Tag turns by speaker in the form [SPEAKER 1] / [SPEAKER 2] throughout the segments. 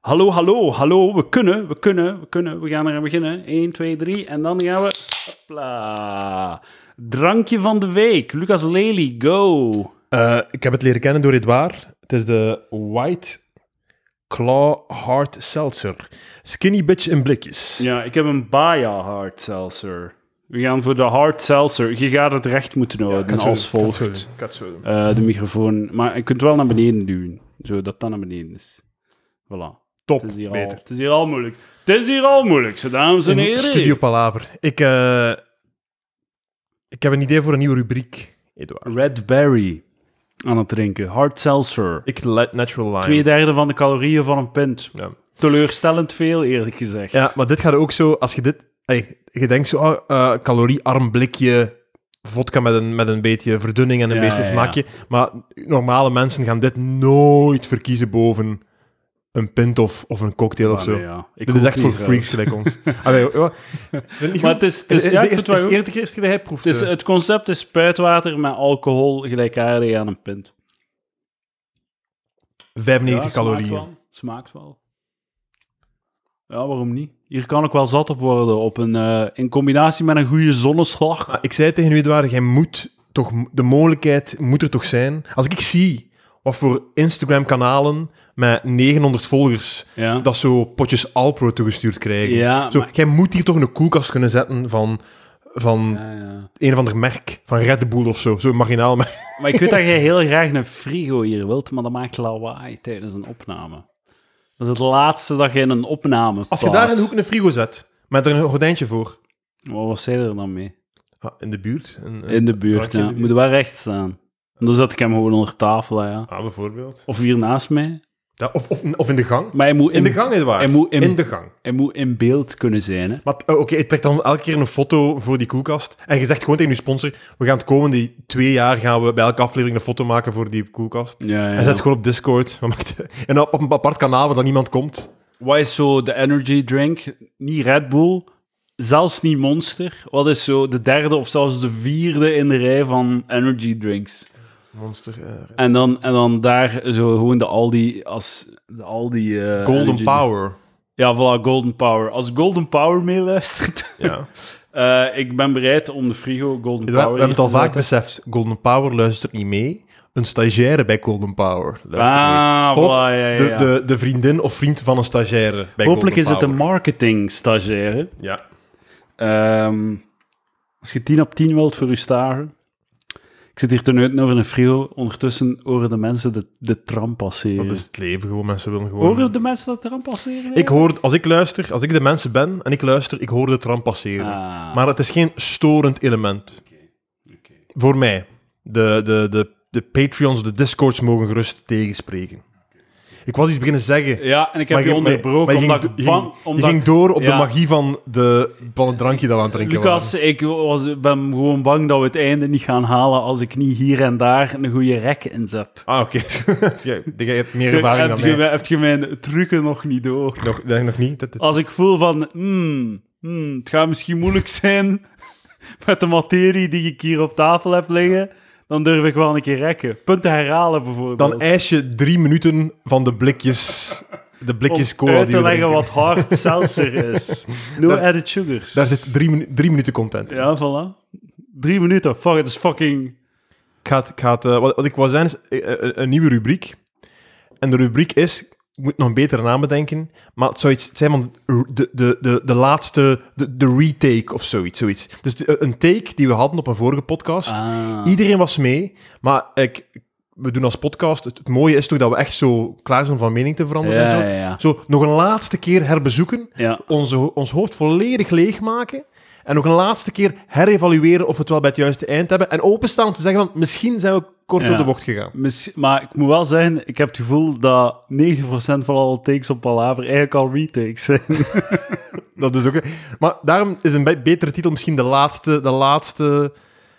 [SPEAKER 1] Hallo, hallo, hallo. We kunnen, we kunnen, we kunnen. We gaan eraan beginnen. 1, 2, 3. En dan gaan we... Hopla. Drankje van de week. Lucas Lely, go.
[SPEAKER 2] Eh, ik heb het leren kennen door Edouard. Het is de White Claw Hard Seltzer. Skinny bitch in blikjes.
[SPEAKER 1] Ja, ik heb een Baja hard seltzer. We gaan voor de hard seltzer. Je gaat het recht moeten houden als volgt. Eh, de microfoon. Maar je kunt wel naar beneden duwen. Zodat dat naar beneden is. Voilà.
[SPEAKER 2] Top,
[SPEAKER 1] Het is hier, al,
[SPEAKER 2] beter.
[SPEAKER 1] het is hier al moeilijk. Het is hier al moeilijk, zo, dames en heren.
[SPEAKER 2] Studio Palaver. Ik, eh, ik heb een idee voor een nieuwe rubriek, Edouard.
[SPEAKER 1] Red Berry aan het drinken. Hard seltzer.
[SPEAKER 2] Ik let natural lime.
[SPEAKER 1] Twee derde van de calorieën van een pint.
[SPEAKER 2] Ja.
[SPEAKER 1] Teleurstellend veel, eerlijk gezegd. Ah,
[SPEAKER 2] Ja, maar dit gaat ook zo, als je dit... Ey, je denkt zo, ah, eh, caloriearm blikje vodka met een, met een beetje verdunning en een
[SPEAKER 1] Ja,
[SPEAKER 2] beetje
[SPEAKER 1] ja,
[SPEAKER 2] smaakje. Maar normale mensen gaan dit nooit verkiezen boven een pint of, of een cocktail of
[SPEAKER 1] Ah,
[SPEAKER 2] zo.
[SPEAKER 1] nee, ja. Ik
[SPEAKER 2] dit is
[SPEAKER 1] ook
[SPEAKER 2] echt
[SPEAKER 1] niet,
[SPEAKER 2] voor
[SPEAKER 1] trouwens.
[SPEAKER 2] freaks gelijk ons. Allee, ja. Vind je
[SPEAKER 1] Maar
[SPEAKER 2] goed?
[SPEAKER 1] het is... Het is,
[SPEAKER 2] Is-
[SPEAKER 1] ja,
[SPEAKER 2] is-
[SPEAKER 1] ik
[SPEAKER 2] is-
[SPEAKER 1] vind het
[SPEAKER 2] is
[SPEAKER 1] wel
[SPEAKER 2] eerder de eerste dat hij proeft.
[SPEAKER 1] Het, is,
[SPEAKER 2] eh?
[SPEAKER 1] het concept is spuitwater met alcohol gelijkaardig aan een pint.
[SPEAKER 2] 95
[SPEAKER 1] Ja,
[SPEAKER 2] calorieën.
[SPEAKER 1] Smaakt wel. Smaakt wel. Ja, waarom niet? Hier kan ik wel zat op worden. Op een, eh, in combinatie met een goede zonneslag.
[SPEAKER 2] Maar ik zei tegen u, Edouard, jij moet toch, de mogelijkheid moet er toch zijn. Als ik zie wat voor Instagram-kanalen met 900 volgers
[SPEAKER 1] Ja.
[SPEAKER 2] dat zo potjes Alpro toegestuurd krijgen.
[SPEAKER 1] Ja,
[SPEAKER 2] zo,
[SPEAKER 1] maar-
[SPEAKER 2] Jij moet hier toch een koelkast kunnen zetten van, van
[SPEAKER 1] Ja, ja.
[SPEAKER 2] een of ander merk, van Red Bull of zo, zo'n marginaal merk.
[SPEAKER 1] Maar ik weet dat jij heel graag een frigo hier wilt, maar dat maakt lawaai tijdens een opname. Dat is het laatste dat je in een opname
[SPEAKER 2] Als je daar in de hoek een frigo zet, met er een gordijntje voor,
[SPEAKER 1] Maar wat zei er dan mee?
[SPEAKER 2] Ah, in de buurt. Een, een
[SPEAKER 1] In de buurt,
[SPEAKER 2] drankje in
[SPEAKER 1] ja.
[SPEAKER 2] de
[SPEAKER 1] Moet wel recht staan. Dan zet ik hem gewoon onder tafel, ja.
[SPEAKER 2] Ah, bijvoorbeeld.
[SPEAKER 1] Of hier naast mij.
[SPEAKER 2] Ja, of, of, of in de gang.
[SPEAKER 1] Maar hij moet in,
[SPEAKER 2] In de gang, Edouard.
[SPEAKER 1] Hij moet in-
[SPEAKER 2] in... de gang.
[SPEAKER 1] hij moet in beeld kunnen zijn, hè.
[SPEAKER 2] Maar eh, oké, je trekt dan elke keer een foto voor die koelkast. En je zegt gewoon tegen je sponsor, we gaan het komende twee jaar gaan we bij elke aflevering een foto maken voor die koelkast.
[SPEAKER 1] Ja, ja.
[SPEAKER 2] En zet het gewoon op Discord. We maken- En op op een apart kanaal waar dan niemand komt.
[SPEAKER 1] Wat is zo de energy drink? Niet Red Bull, zelfs niet Monster. Wat is zo de derde of zelfs de vierde in de rij van energy drinks?
[SPEAKER 2] Monster. eh,
[SPEAKER 1] En dan, en dan daar zo gewoon de Aldi als de Aldi... eh,
[SPEAKER 2] Golden
[SPEAKER 1] energy-
[SPEAKER 2] Power.
[SPEAKER 1] Ja, voilà, Golden Power. Als Golden Power meeluistert,
[SPEAKER 2] Ja.
[SPEAKER 1] eh, ik ben bereid om de frigo Golden
[SPEAKER 2] We,
[SPEAKER 1] Power...
[SPEAKER 2] hebben het
[SPEAKER 1] hier
[SPEAKER 2] al
[SPEAKER 1] te
[SPEAKER 2] vaak
[SPEAKER 1] zetten.
[SPEAKER 2] beseft. Golden Power luistert niet mee. Een stagiaire bij Golden Power luistert mee.
[SPEAKER 1] Ah, voilà,
[SPEAKER 2] Of
[SPEAKER 1] ja, ja,
[SPEAKER 2] de,
[SPEAKER 1] ja.
[SPEAKER 2] de, de vriendin of vriend van een stagiaire bij
[SPEAKER 1] Hopelijk is het een
[SPEAKER 2] Golden
[SPEAKER 1] marketing stagiaire.
[SPEAKER 2] Power. Ja.
[SPEAKER 1] Ehm, als je 10 op 10 wilt voor je stage. Ik zit hier ten uiten over een frigo. Ondertussen horen de mensen de, de tram passeren.
[SPEAKER 2] Dat is het leven gewoon. Mensen willen gewoon...
[SPEAKER 1] Horen de mensen de tram passeren?
[SPEAKER 2] Ik hoor, als ik luister, als ik de mensen ben en ik luister, ik hoor de tram passeren.
[SPEAKER 1] Ah.
[SPEAKER 2] Maar het is geen storend element. Voor mij. De, de, de, de Patreons, de Discords mogen gerust tegenspreken. Ik was iets beginnen zeggen.
[SPEAKER 1] Ja, en ik heb je
[SPEAKER 2] ging- maar
[SPEAKER 1] onderbroken
[SPEAKER 2] je
[SPEAKER 1] omdat
[SPEAKER 2] ging-
[SPEAKER 1] ik
[SPEAKER 2] je
[SPEAKER 1] bang...
[SPEAKER 2] ging- je
[SPEAKER 1] omdat
[SPEAKER 2] ging
[SPEAKER 1] ik-
[SPEAKER 2] door op
[SPEAKER 1] ja.
[SPEAKER 2] de magie van, de, van het drankje dat we aan het drinken
[SPEAKER 1] Lucas, ik was, ben gewoon bang dat we het einde niet gaan halen als ik niet hier en daar een goede rek inzet.
[SPEAKER 2] waren. Ah, oké. Jij- Jij hebt meer ervaring
[SPEAKER 1] Heb
[SPEAKER 2] dan mij.
[SPEAKER 1] je, heb je mijn trucken nog niet door?
[SPEAKER 2] Nog, nee, nog niet. Dat, dat-
[SPEAKER 1] als ik voel van, hmm, hmm, het gaat misschien moeilijk zijn met de materie die ik hier op tafel heb liggen, dan durf ik wel een keer rekken. Punten herhalen bijvoorbeeld.
[SPEAKER 2] Dan eis je drie minuten van de blikjes, de
[SPEAKER 1] om
[SPEAKER 2] blikjes cola
[SPEAKER 1] uit
[SPEAKER 2] die
[SPEAKER 1] te
[SPEAKER 2] we
[SPEAKER 1] leggen
[SPEAKER 2] drinken.
[SPEAKER 1] wat hard seltzer is. No
[SPEAKER 2] Daar-
[SPEAKER 1] added sugars.
[SPEAKER 2] Daar zit drie, minu- drie minuten content in.
[SPEAKER 1] Ja, voilà. Drie minuten. Fuck, het is fucking...
[SPEAKER 2] Ik ga, het- ik ga het, eh, wat, wat ik wou zijn is eh, eh, een nieuwe rubriek. En de rubriek is, ik moet nog een betere naam bedenken, maar het zou iets zijn van de, de, de, de laatste, de, de retake of zoiets. zoiets. Dus de- een take die we hadden op een vorige podcast.
[SPEAKER 1] Ah.
[SPEAKER 2] Iedereen was mee, maar ik, we doen als podcast, het, het mooie is toch dat we echt zo klaar zijn om van mening te veranderen en zo.
[SPEAKER 1] ja.
[SPEAKER 2] Zo, nog een laatste keer herbezoeken,
[SPEAKER 1] Ja.
[SPEAKER 2] onze, ho- ons hoofd volledig leegmaken en nog een laatste keer herevalueren of we het wel bij het juiste eind hebben en openstaan om te zeggen van misschien zijn we kort
[SPEAKER 1] Ja.
[SPEAKER 2] door de bocht gegaan.
[SPEAKER 1] Miss- Maar ik moet wel zeggen, ik heb het gevoel dat 90% van alle takes op Palaver eigenlijk al retakes zijn.
[SPEAKER 2] Dat is ook... Maar daarom is een be- betere titel misschien de laatste, de laatste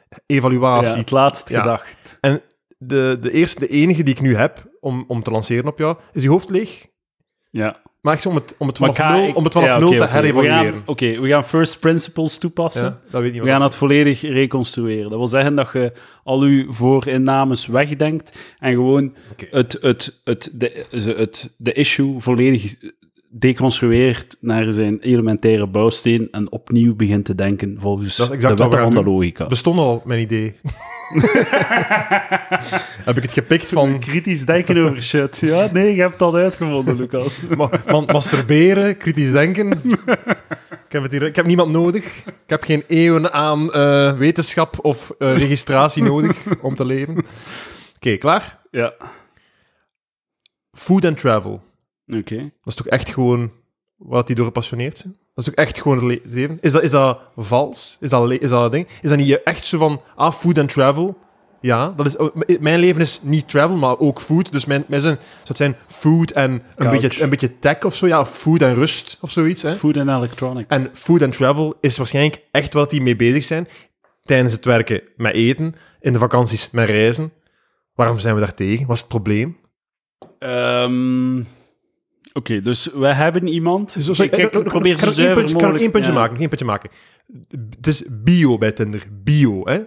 [SPEAKER 1] Ja,
[SPEAKER 2] evaluatie.
[SPEAKER 1] het laatst
[SPEAKER 2] Ja.
[SPEAKER 1] gedacht.
[SPEAKER 2] En de, de eerste, de enige die ik nu heb om, om te lanceren op jou, is je hoofd leeg.
[SPEAKER 1] Ja.
[SPEAKER 2] Maar echt zo om het, om het
[SPEAKER 1] Maar
[SPEAKER 2] vanaf
[SPEAKER 1] ik ga-
[SPEAKER 2] nul,
[SPEAKER 1] ik-
[SPEAKER 2] om het vanaf
[SPEAKER 1] ja, oké,
[SPEAKER 2] nul te
[SPEAKER 1] oké. We gaan-
[SPEAKER 2] herevalueren.
[SPEAKER 1] Oké, we gaan first principles toepassen.
[SPEAKER 2] Ja, dat weet niet
[SPEAKER 1] We
[SPEAKER 2] wat
[SPEAKER 1] gaan het volledig reconstrueren. Dat wil zeggen dat je al uw voorinnames wegdenkt en gewoon
[SPEAKER 2] Oké.
[SPEAKER 1] het, het, het, de, ze- het, de issue volledig deconstrueert naar zijn elementaire bouwsteen en opnieuw begint te denken volgens
[SPEAKER 2] Dat is exact
[SPEAKER 1] de
[SPEAKER 2] wat we
[SPEAKER 1] wetten van
[SPEAKER 2] gaan
[SPEAKER 1] de
[SPEAKER 2] doen. Dus-
[SPEAKER 1] logica.
[SPEAKER 2] Bestond al mijn idee. Heb ik het gepikt van
[SPEAKER 1] Kritisch denken over shit. Ja, nee, je hebt dat uitgevonden, Lucas.
[SPEAKER 2] ma- man- masturberen, kritisch denken? Ik heb, het hier, ik heb niemand nodig. Ik heb geen eeuwen aan eh, wetenschap of eh, registratie nodig om te leven. Oké, klaar?
[SPEAKER 1] Ja,
[SPEAKER 2] Food and travel.
[SPEAKER 1] oké.
[SPEAKER 2] Dat is toch echt gewoon wat die door gepassioneerd zijn? Dat is toch echt gewoon het le- leven? Is dat, is dat vals? Is dat, le- is dat een ding? Is dat niet je echt zo van, ah, food and travel? Ja, dat is, oh, m- mijn leven is niet travel, maar ook food. Dus mijn, mijn zijn, zou het zijn food en een
[SPEAKER 1] Couch.
[SPEAKER 2] beetje, een beetje tech of zo. Ja, food en rust of zoiets. Hè?
[SPEAKER 1] Food and electronics.
[SPEAKER 2] En food and travel is waarschijnlijk echt wat die mee bezig zijn. Tijdens het werken met eten, in de vakanties met reizen. Waarom zijn we daar tegen? Wat is het probleem?
[SPEAKER 1] Ehm, Oké, dus we hebben iemand.
[SPEAKER 2] Zo- zo-
[SPEAKER 1] ik, ik,
[SPEAKER 2] eh, eh,
[SPEAKER 1] probeer
[SPEAKER 2] kan
[SPEAKER 1] zo
[SPEAKER 2] ik één
[SPEAKER 1] zuiver
[SPEAKER 2] puntje- kan ik
[SPEAKER 1] mogelijk-
[SPEAKER 2] één puntje
[SPEAKER 1] ja.
[SPEAKER 2] maken, nog één puntje maken. Het is bio bij Tinder. Bio, hè?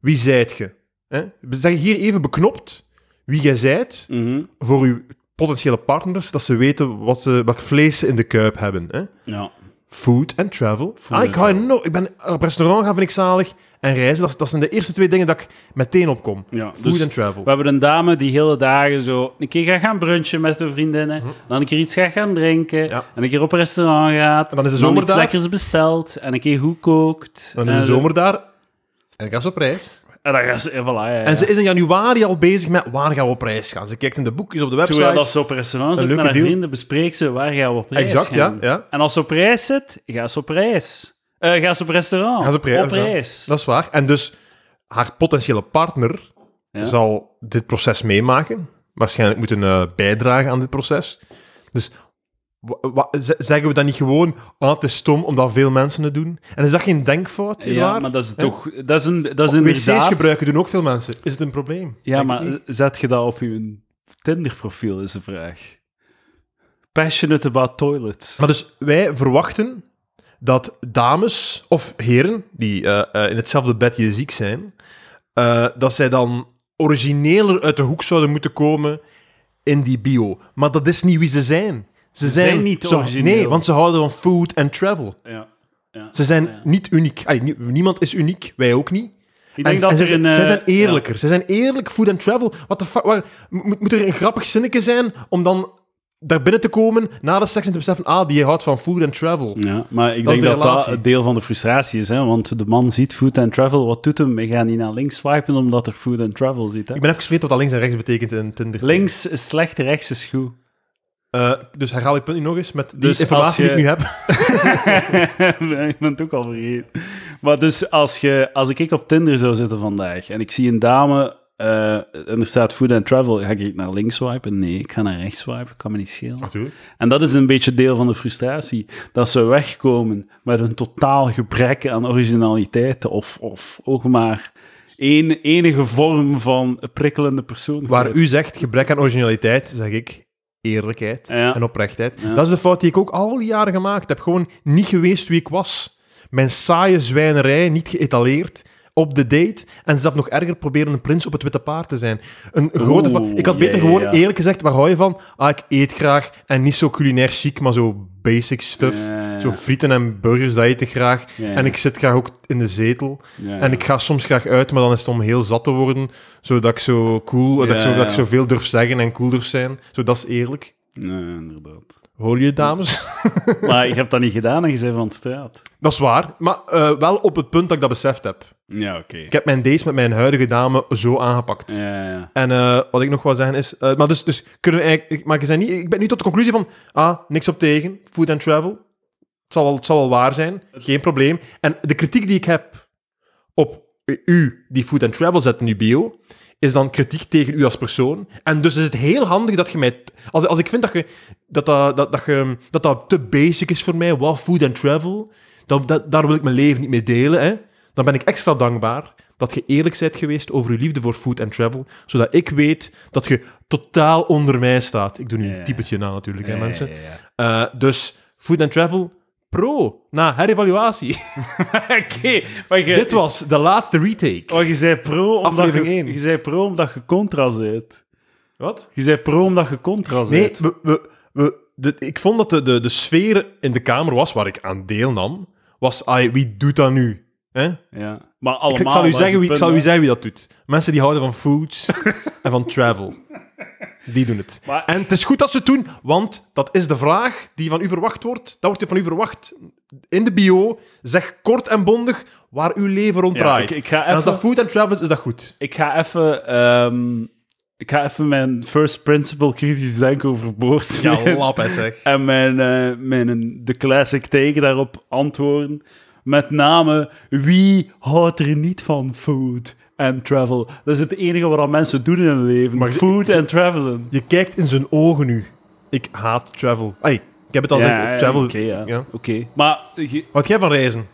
[SPEAKER 2] Wie zijt je? Hè? We zeggen hier even beknopt wie jij zijt
[SPEAKER 1] Mhm,
[SPEAKER 2] voor uw potentiële partners, dat ze weten wat, ze, wat vlees ze in de kuip hebben. Hè?
[SPEAKER 1] Ja.
[SPEAKER 2] Food and travel. ah, ik,
[SPEAKER 1] and
[SPEAKER 2] hou enorm- ik ben op restaurant gaan, vind ik zalig. En reizen, dat, is- dat zijn de eerste twee dingen dat ik meteen opkom.
[SPEAKER 1] Ja,
[SPEAKER 2] Food
[SPEAKER 1] dus
[SPEAKER 2] and travel.
[SPEAKER 1] we hebben een dame die hele dagen zo een keer gaat gaan brunchen met haar vriendinnen, dan een keer iets gaat gaan drinken,
[SPEAKER 2] Mhm. Ja.
[SPEAKER 1] en een keer op een restaurant gaat,
[SPEAKER 2] En dan is de
[SPEAKER 1] dan
[SPEAKER 2] zomer
[SPEAKER 1] iets
[SPEAKER 2] daar.
[SPEAKER 1] lekkers bestelt, en een keer goed kookt.
[SPEAKER 2] Dan is de
[SPEAKER 1] en-
[SPEAKER 2] zomer daar en ik ga ze op reis.
[SPEAKER 1] En dan gaan ze... En voilà, ja, ja.
[SPEAKER 2] En ze is in januari al bezig met waar gaan we op reis gaan. Ze kijkt in de boekjes op de website.
[SPEAKER 1] Terwijl dat ze op een restaurant
[SPEAKER 2] Een
[SPEAKER 1] zit met
[SPEAKER 2] leuke
[SPEAKER 1] haar
[SPEAKER 2] deal.
[SPEAKER 1] vrienden, bespreekt ze waar gaan we op reis
[SPEAKER 2] Exact, ja,
[SPEAKER 1] gaan.
[SPEAKER 2] ja.
[SPEAKER 1] En als ze op reis zit, ga ze op reis. Eh, ga ze op restaurant.
[SPEAKER 2] Gaan ze op reis, ja.
[SPEAKER 1] reis.
[SPEAKER 2] Dat is waar. En dus haar potentiële partner
[SPEAKER 1] Ja.
[SPEAKER 2] zal dit proces meemaken. Waarschijnlijk moeten eh, bijdragen aan dit proces. Dus wa- wa- z- zeggen we dan niet gewoon, ah, het is stom omdat veel mensen het doen? En is dat geen denkfout,
[SPEAKER 1] Ja,
[SPEAKER 2] Edouard?
[SPEAKER 1] maar dat is toch... Dat is, een, dat is
[SPEAKER 2] WC's
[SPEAKER 1] inderdaad...
[SPEAKER 2] gebruiken doen ook veel mensen. Is het een probleem? Denk
[SPEAKER 1] Ja,
[SPEAKER 2] ik
[SPEAKER 1] maar
[SPEAKER 2] niet.
[SPEAKER 1] zet je dat op je Tinder-profiel, is de vraag. Passionate about toilets.
[SPEAKER 2] Maar dus wij verwachten dat dames of heren die eh, eh, in hetzelfde bedje ziek zijn, eh, dat zij dan origineler uit de hoek zouden moeten komen in die bio. Maar dat is niet wie ze zijn. Ze zijn,
[SPEAKER 1] zijn niet
[SPEAKER 2] ze-
[SPEAKER 1] origineel.
[SPEAKER 2] Nee, want ze houden van food en travel.
[SPEAKER 1] Ja. ja.
[SPEAKER 2] Ze zijn
[SPEAKER 1] Ja.
[SPEAKER 2] niet uniek. Allee, nie- niemand is uniek, wij ook niet.
[SPEAKER 1] Ik denk
[SPEAKER 2] En-
[SPEAKER 1] dat
[SPEAKER 2] en
[SPEAKER 1] er
[SPEAKER 2] zij,
[SPEAKER 1] een... eh,
[SPEAKER 2] zij zijn eerlijker. Zij zijn eerlijk food and travel. What the fuck? Waar, moet, moet er een grappig zinnetje zijn om dan daar binnen te komen na de seks en te beseffen, ah, die houdt van food and travel.
[SPEAKER 1] Ja, Ja, maar ik
[SPEAKER 2] Dat is
[SPEAKER 1] denk
[SPEAKER 2] de
[SPEAKER 1] dat dat
[SPEAKER 2] relatie.
[SPEAKER 1] het deel van de frustratie is, hè? want de man ziet food and travel, wat doet hem? Hij gaat niet naar links swipen omdat er food and travel zit. Hè?
[SPEAKER 2] Ik ben even vergeten wat dat links en rechts betekent in Tinder.
[SPEAKER 1] Links is slecht, rechts is goed.
[SPEAKER 2] Eh, dus herhaal ik punt nu nog eens met die
[SPEAKER 1] Dus als je-
[SPEAKER 2] informatie die ik nu heb.
[SPEAKER 1] ik ben het ook al vergeten. Maar dus als, je, als ik op Tinder zou zitten vandaag en ik zie een dame eh, en er staat food and travel, ga ik naar links swipen? Nee, ik ga naar rechts swipen, kan me niet schelen.
[SPEAKER 2] Natuurlijk.
[SPEAKER 1] En dat is een beetje deel van de frustratie. Dat ze wegkomen met een totaal gebrek aan originaliteit of, of ook maar één, enige vorm van prikkelende persoon.
[SPEAKER 2] Waar u zegt gebrek aan originaliteit, zeg ik eerlijkheid
[SPEAKER 1] Ja.
[SPEAKER 2] en oprechtheid.
[SPEAKER 1] Ja.
[SPEAKER 2] Dat is de fout die ik ook al die jaren gemaakt heb. Gewoon niet geweest wie ik was. Mijn saaie zwijnerij, niet geëtaleerd, op de date. En zelf nog erger proberen een prins op het witte paard te zijn. Een grote fa-
[SPEAKER 1] Oeh,
[SPEAKER 2] ik had beter
[SPEAKER 1] ja, ja,
[SPEAKER 2] gewoon
[SPEAKER 1] ja.
[SPEAKER 2] eerlijk gezegd, waar hou je van? Ah, ik eet graag en niet zo culinair chic, maar zo basic stuff.
[SPEAKER 1] Ja, ja.
[SPEAKER 2] Zo frieten en burgers, dat eet ik graag.
[SPEAKER 1] Ja, ja.
[SPEAKER 2] En ik zit graag ook in de zetel.
[SPEAKER 1] Ja, ja.
[SPEAKER 2] En ik ga soms graag uit, maar dan is het om heel zat te worden. Zodat ik zo cool, dat, ik
[SPEAKER 1] Ja,
[SPEAKER 2] zo, dat
[SPEAKER 1] ja.
[SPEAKER 2] ik zoveel durf zeggen en cool durf zijn. Zo, dat is eerlijk.
[SPEAKER 1] Nee, inderdaad.
[SPEAKER 2] Hoor je, dames?
[SPEAKER 1] Maar je hebt dat niet gedaan en je bent van de straat.
[SPEAKER 2] dat is waar, maar eh, wel op het punt dat ik dat beseft heb.
[SPEAKER 1] Ja, oké.
[SPEAKER 2] Ik heb mijn dates met mijn huidige dame zo aangepakt.
[SPEAKER 1] Ja, ja.
[SPEAKER 2] En eh, wat ik nog wil zeggen is... eh, maar dus, dus kunnen we eigenlijk... ik- Maar ik, zei niet, ik ben nu tot de conclusie van... Ah, niks op tegen. Food and travel. Het zal wel, het zal wel waar zijn. Geen probleem. En de kritiek die ik heb op u, die food and travel zet in uw bio, is dan kritiek tegen u als persoon. En dus is het heel handig dat je mij... Als, als ik vind dat, je, dat, dat, dat, dat, je, dat dat te basic is voor mij, wat food and travel, dan, dat, daar wil ik mijn leven niet mee delen, hè. Dan ben ik extra dankbaar dat je eerlijk bent geweest over je liefde voor food and travel, zodat ik weet dat je totaal onder mij staat. Ik doe nu
[SPEAKER 1] Ja, ja.
[SPEAKER 2] een typetje na natuurlijk,
[SPEAKER 1] Ja,
[SPEAKER 2] hè,
[SPEAKER 1] ja,
[SPEAKER 2] mensen.
[SPEAKER 1] ja, ja.
[SPEAKER 2] Eh, dus food and travel, pro, na herevaluatie.
[SPEAKER 1] Oké, maar je...
[SPEAKER 2] Dit was de laatste retake.
[SPEAKER 1] Oh, je zei pro omdat
[SPEAKER 2] Aflevering
[SPEAKER 1] je...
[SPEAKER 2] één.
[SPEAKER 1] Je zei pro omdat je contra zit.
[SPEAKER 2] Wat?
[SPEAKER 1] Je zei pro omdat je contra
[SPEAKER 2] Nee,
[SPEAKER 1] zit.
[SPEAKER 2] we, we, we, de- ik vond dat de, de, de sfeer in de kamer was, waar ik aan deelnam, was, ai, wie doet dat nu? Hè?
[SPEAKER 1] Ja. Maar
[SPEAKER 2] Ik,
[SPEAKER 1] allemaal...
[SPEAKER 2] ik zal, u
[SPEAKER 1] was
[SPEAKER 2] zeggen,
[SPEAKER 1] het
[SPEAKER 2] wie, ik
[SPEAKER 1] punt,
[SPEAKER 2] zal u
[SPEAKER 1] hè.
[SPEAKER 2] zeggen wie dat doet. Mensen die houden van foods en van travel. Die doen het.
[SPEAKER 1] Maar-
[SPEAKER 2] En het is goed dat ze het doen, want dat is de vraag die van u verwacht wordt. Dat wordt van u verwacht. In de bio, zeg kort en bondig waar uw leven rond
[SPEAKER 1] Ja,
[SPEAKER 2] draait.
[SPEAKER 1] ik- ik ga
[SPEAKER 2] En als
[SPEAKER 1] even-
[SPEAKER 2] dat food en travel is, is dat goed.
[SPEAKER 1] Ik ga even... ehm, ik ga even mijn first principle kritisch denken overboord
[SPEAKER 2] Ja,
[SPEAKER 1] smijten.
[SPEAKER 2] lap, hè, zeg.
[SPEAKER 1] En mijn, eh, mijn de classic take daarop antwoorden. Met name, wie houdt er niet van food en travel? Dat is het enige wat mensen doen in hun leven.
[SPEAKER 2] Maar-
[SPEAKER 1] food en travelen.
[SPEAKER 2] Je kijkt in zijn ogen nu. Ik haat travel. Ai, ik heb het al gezegd.
[SPEAKER 1] ja,
[SPEAKER 2] travel.
[SPEAKER 1] oké. ja.
[SPEAKER 2] Ja.
[SPEAKER 1] Oké. Maar, je- eh,
[SPEAKER 2] Wat jij van reizen?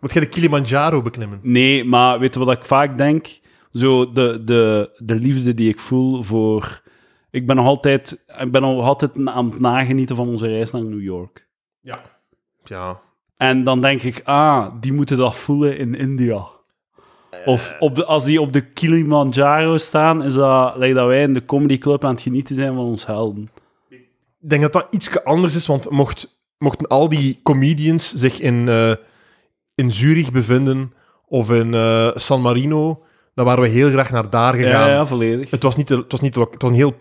[SPEAKER 2] Wat jij de Kilimanjaro beklimmen?
[SPEAKER 1] nee, maar weet je wat ik vaak denk? Zo de, de, de liefde die ik voel voor... Ik ben nog altijd, ik ben nog altijd aan het nagenieten van onze reis naar New York.
[SPEAKER 2] Ja. Ja.
[SPEAKER 1] En dan denk ik, ah, die moeten dat voelen in India. Of op de, als die op de Kilimanjaro staan, is dat lijkt dat wij in de comedy club aan het genieten zijn van ons helden.
[SPEAKER 2] Ik denk dat dat iets anders is, want mocht, mochten al die comedians zich in, eh, in Zurich bevinden of in eh, San Marino, dan waren we heel graag naar daar
[SPEAKER 1] Ja,
[SPEAKER 2] gegaan.
[SPEAKER 1] ja, volledig.
[SPEAKER 2] Het, was niet de, het, was niet de- het was een heel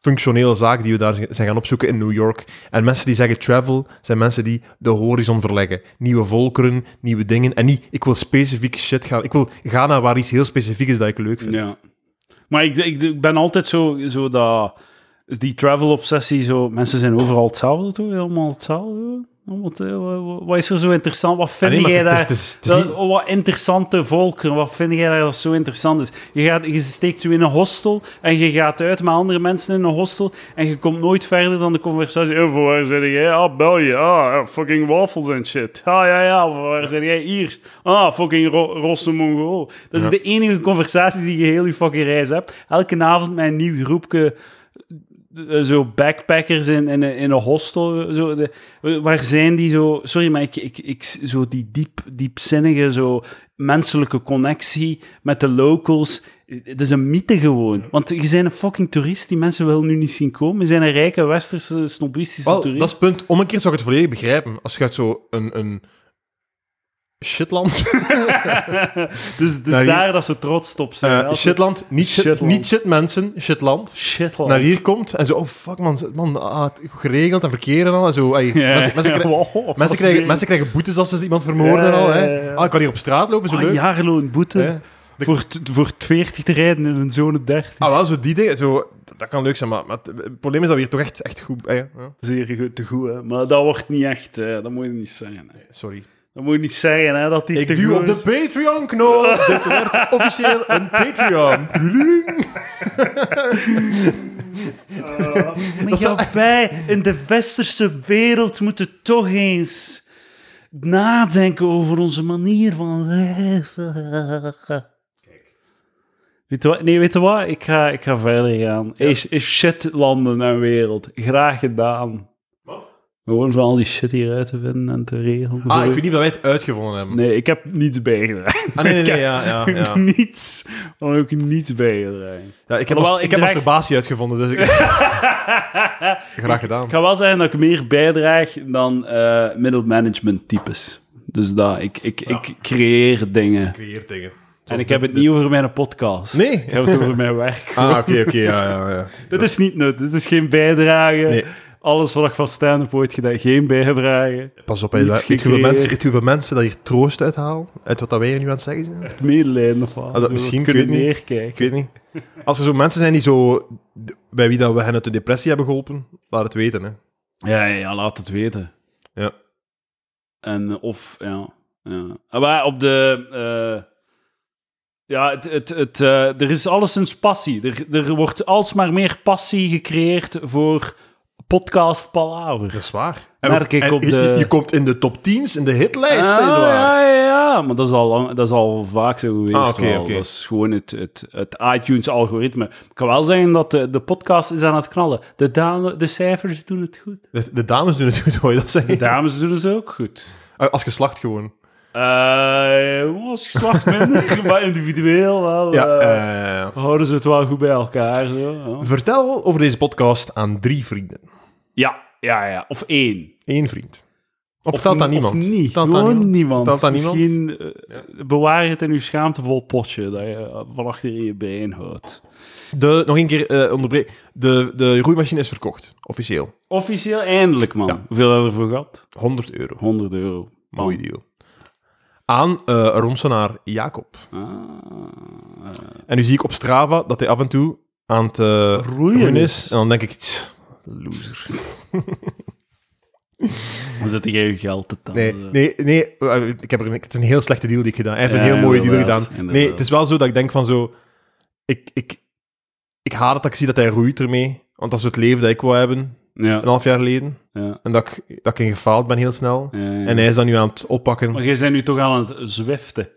[SPEAKER 2] functionele zaak die we daar zijn gaan opzoeken in New York. En mensen die zeggen travel, zijn mensen die de horizon verleggen. Nieuwe volkeren, nieuwe dingen. En niet, ik wil specifiek shit gaan. Ik wil gaan naar waar iets heel specifiek is dat ik leuk vind.
[SPEAKER 1] Ja. Maar ik, ik, ik ben altijd zo, zo dat... Die travel-obsessie, zo... Mensen zijn overal hetzelfde, toch? Allemaal hetzelfde. Allemaal te- wa- wa- Wat is er zo interessant? Wat vind
[SPEAKER 2] Ah, nee, maar
[SPEAKER 1] jij
[SPEAKER 2] het is-
[SPEAKER 1] daar?
[SPEAKER 2] het is- het is niet-
[SPEAKER 1] dat- Wat interessante volkeren. Wat vind jij daar dat zo interessant is? Je, gaat, je steekt je in een hostel en je gaat uit met andere mensen in een hostel en je komt nooit verder dan de conversatie. Eh, voor waar zit jij? Ah, België. Ah, eh, fucking waffles en shit. Ah, ja, ja. Voor waar zit jij? Iers. Ah, fucking Ro Rosse Mongool. Dat is de enige conversatie die je heel je fucking reis hebt. Elke avond met een nieuw groepje eh, zo backpackers in, in, een- in een hostel. Zo, de, waar zijn die zo... Sorry, maar ik, ik, ik, zo die diep, diepzinnige zo menselijke connectie met de locals. Het is een mythe gewoon. Want je zijn een fucking toerist. Die mensen willen nu niet zien komen. Je zijn een rijke, westerse, snobistische
[SPEAKER 2] Wel,
[SPEAKER 1] toerist.
[SPEAKER 2] dat is het punt. Om een keer zou ik het volledig begrijpen. Als je uit zo'n een, een shitland...
[SPEAKER 1] Dus, dus
[SPEAKER 2] Nou, hier-
[SPEAKER 1] daar dat ze trots op zijn.
[SPEAKER 2] eh
[SPEAKER 1] Altijd
[SPEAKER 2] shitland, niet shit,
[SPEAKER 1] Shitland.
[SPEAKER 2] Niet shitmensen, shitland.
[SPEAKER 1] Shitland.
[SPEAKER 2] Naar hier komt en zo, oh fuck man, man ah, geregeld en verkeer en al. En zo, ey,
[SPEAKER 1] Ja.
[SPEAKER 2] mensen, mensen, krijgen-
[SPEAKER 1] Wow, wat
[SPEAKER 2] mensen,
[SPEAKER 1] een-
[SPEAKER 2] krijgen, mensen krijgen boetes als ze iemand vermoorden en al.
[SPEAKER 1] Ja,
[SPEAKER 2] Hè.
[SPEAKER 1] ja, ja.
[SPEAKER 2] Ah, ik kan hier op straat lopen, zo
[SPEAKER 1] Ah,
[SPEAKER 2] leuk.
[SPEAKER 1] jaarloon boete.
[SPEAKER 2] Hè.
[SPEAKER 1] Voor, t- voor het 40 te rijden in een zone 30.
[SPEAKER 2] Ah, wel, zo die dingen, zo, dat- dat kan leuk zijn, maar, maar het, het probleem is dat we hier toch echt, echt goed... ey, ja.
[SPEAKER 1] Zeer goed, te goed, hè. Maar dat wordt niet echt... eh, dat moet je niet zeggen. Hè.
[SPEAKER 2] Sorry.
[SPEAKER 1] Dat moet je niet zeggen, hè, dat die
[SPEAKER 2] Ik
[SPEAKER 1] te
[SPEAKER 2] duw
[SPEAKER 1] goed
[SPEAKER 2] op
[SPEAKER 1] is.
[SPEAKER 2] de Patreon-knop. Dit werd officieel een Patreon.
[SPEAKER 1] Maar ja, wij in de westerse wereld moeten toch eens nadenken over onze manier van leven. Weet je wat? Nee, weet je wat? Ik ga, ik ga verder gaan. Is, is shit landen en wereld. Graag gedaan. Gewoon van al die shit hieruit te vinden en te regelen.
[SPEAKER 2] Ah, ik
[SPEAKER 1] Zo.
[SPEAKER 2] weet niet of wij het uitgevonden hebben.
[SPEAKER 1] Nee, ik heb niets bijgedragen.
[SPEAKER 2] Ah, nee, nee, nee, ja, ja, ja.
[SPEAKER 1] niets. Dan ook niets bijgedragen.
[SPEAKER 2] ja ik heb,
[SPEAKER 1] Alhoewel,
[SPEAKER 2] mas- ik
[SPEAKER 1] ik draag-
[SPEAKER 2] heb masturbatie uitgevonden, dus ik... Graag gedaan.
[SPEAKER 1] Ik ga wel zeggen dat ik meer bijdraag dan eh middelmanagement types. Dus dat, ik, ik, ik creëer dingen.
[SPEAKER 2] Creëer dingen.
[SPEAKER 1] En ik heb het niet over mijn podcast.
[SPEAKER 2] Nee.
[SPEAKER 1] Ik heb het over mijn werk.
[SPEAKER 2] Ah, oké, oké, ja, ja, ja.
[SPEAKER 1] Dit is niet nut. Dit is geen bijdrage.
[SPEAKER 2] Nee.
[SPEAKER 1] Alles wat ik van stand-up ooit gedaan, geen bijdrage.
[SPEAKER 2] Pas op, hè,
[SPEAKER 1] Niets
[SPEAKER 2] weet je hoeveel
[SPEAKER 1] gecreëerd.
[SPEAKER 2] mensen, weet je hoeveel mensen dat hier troost uithalen? Uit wat dat wij hier nu aan het zeggen zijn?
[SPEAKER 1] Het medelijden of wat.
[SPEAKER 2] dat
[SPEAKER 1] Zo
[SPEAKER 2] misschien,
[SPEAKER 1] kunnen
[SPEAKER 2] ik weet niet. Ik
[SPEAKER 1] neerkijken.
[SPEAKER 2] weet niet. Als er zo mensen zijn die zo... Bij wie dat we hen uit de depressie hebben geholpen, laat het weten, hè.
[SPEAKER 1] Ja, ja, ja, laat het weten.
[SPEAKER 2] Ja.
[SPEAKER 1] En eh, of, ja. ja. Ah, Maar op de... eh, ja, het, het, het, eh, er is alleszins passie. Er, er wordt alsmaar meer passie gecreëerd voor Podcast Palaver.
[SPEAKER 2] Dat is waar.
[SPEAKER 1] Merk ik op
[SPEAKER 2] je-
[SPEAKER 1] de-
[SPEAKER 2] je, je komt in de top 10's in de hitlijst,
[SPEAKER 1] Ah,
[SPEAKER 2] Edouard.
[SPEAKER 1] ja, ja, ja, maar dat is al, lang, dat is al vaak zo geweest.
[SPEAKER 2] Ah, oké,
[SPEAKER 1] wel.
[SPEAKER 2] oké.
[SPEAKER 1] Dat is gewoon het, het, het iTunes-algoritme. Ik kan wel zeggen dat de, de podcast is aan het knallen. De, dame, de cijfers doen het goed.
[SPEAKER 2] De, de dames doen het goed, hoor je dat
[SPEAKER 1] De
[SPEAKER 2] zeggen?
[SPEAKER 1] dames doen het ook goed.
[SPEAKER 2] Als geslacht gewoon.
[SPEAKER 1] Eh als geslacht minder, maar individueel wel.
[SPEAKER 2] Ja,
[SPEAKER 1] eh,
[SPEAKER 2] eh,
[SPEAKER 1] houden ze het wel goed bij elkaar. Zo, ja.
[SPEAKER 2] vertel over deze podcast aan drie vrienden.
[SPEAKER 1] ja, ja, ja. Of één.
[SPEAKER 2] Eén vriend. Of,
[SPEAKER 1] Of
[SPEAKER 2] telt aan
[SPEAKER 1] nie-
[SPEAKER 2] niemand?
[SPEAKER 1] Of niet.
[SPEAKER 2] Telt aan
[SPEAKER 1] Gewoon
[SPEAKER 2] niemand?
[SPEAKER 1] niemand.
[SPEAKER 2] Telt aan niemand?
[SPEAKER 1] Misschien eh, bewaar je het in je schaamtevol potje dat je eh, van achter in je brein houdt.
[SPEAKER 2] De, nog één keer eh onderbreken. De, de roeimachine is verkocht, officieel.
[SPEAKER 1] Officieel eindelijk, man. Hoeveel hebben we ervoor gehad?
[SPEAKER 2] 100 euro.
[SPEAKER 1] 100 euro. Man.
[SPEAKER 2] Mooi deal. Aan eh Ronsenaar Jacob.
[SPEAKER 1] Ah,
[SPEAKER 2] En nu zie ik op Strava dat hij af en toe aan het eh,
[SPEAKER 1] Roeien
[SPEAKER 2] roeien is.
[SPEAKER 1] is.
[SPEAKER 2] En dan denk ik, tch, loser.
[SPEAKER 1] dan zet jij je geld te tellen.
[SPEAKER 2] Nee,
[SPEAKER 1] zo.
[SPEAKER 2] nee, nee eh, ik heb er, een- het is een heel slechte deal die ik gedaan. Hij heeft
[SPEAKER 1] Ja,
[SPEAKER 2] een heel mooie deal
[SPEAKER 1] inderdaad,
[SPEAKER 2] gedaan. Nee,
[SPEAKER 1] inderdaad.
[SPEAKER 2] het is wel zo dat ik denk van zo... Ik, ik, ik haat het dat ik zie dat hij roeit ermee. Want dat is het leven dat ik wou hebben, een
[SPEAKER 1] Ja,
[SPEAKER 2] half jaar geleden.
[SPEAKER 1] ja,
[SPEAKER 2] En dat ik, dat ik in gefaald ben heel snel.
[SPEAKER 1] ja, ja. Oh
[SPEAKER 2] En hij is dat nu aan het oppakken.
[SPEAKER 1] Maar jij bent nu toch aan het zwiften.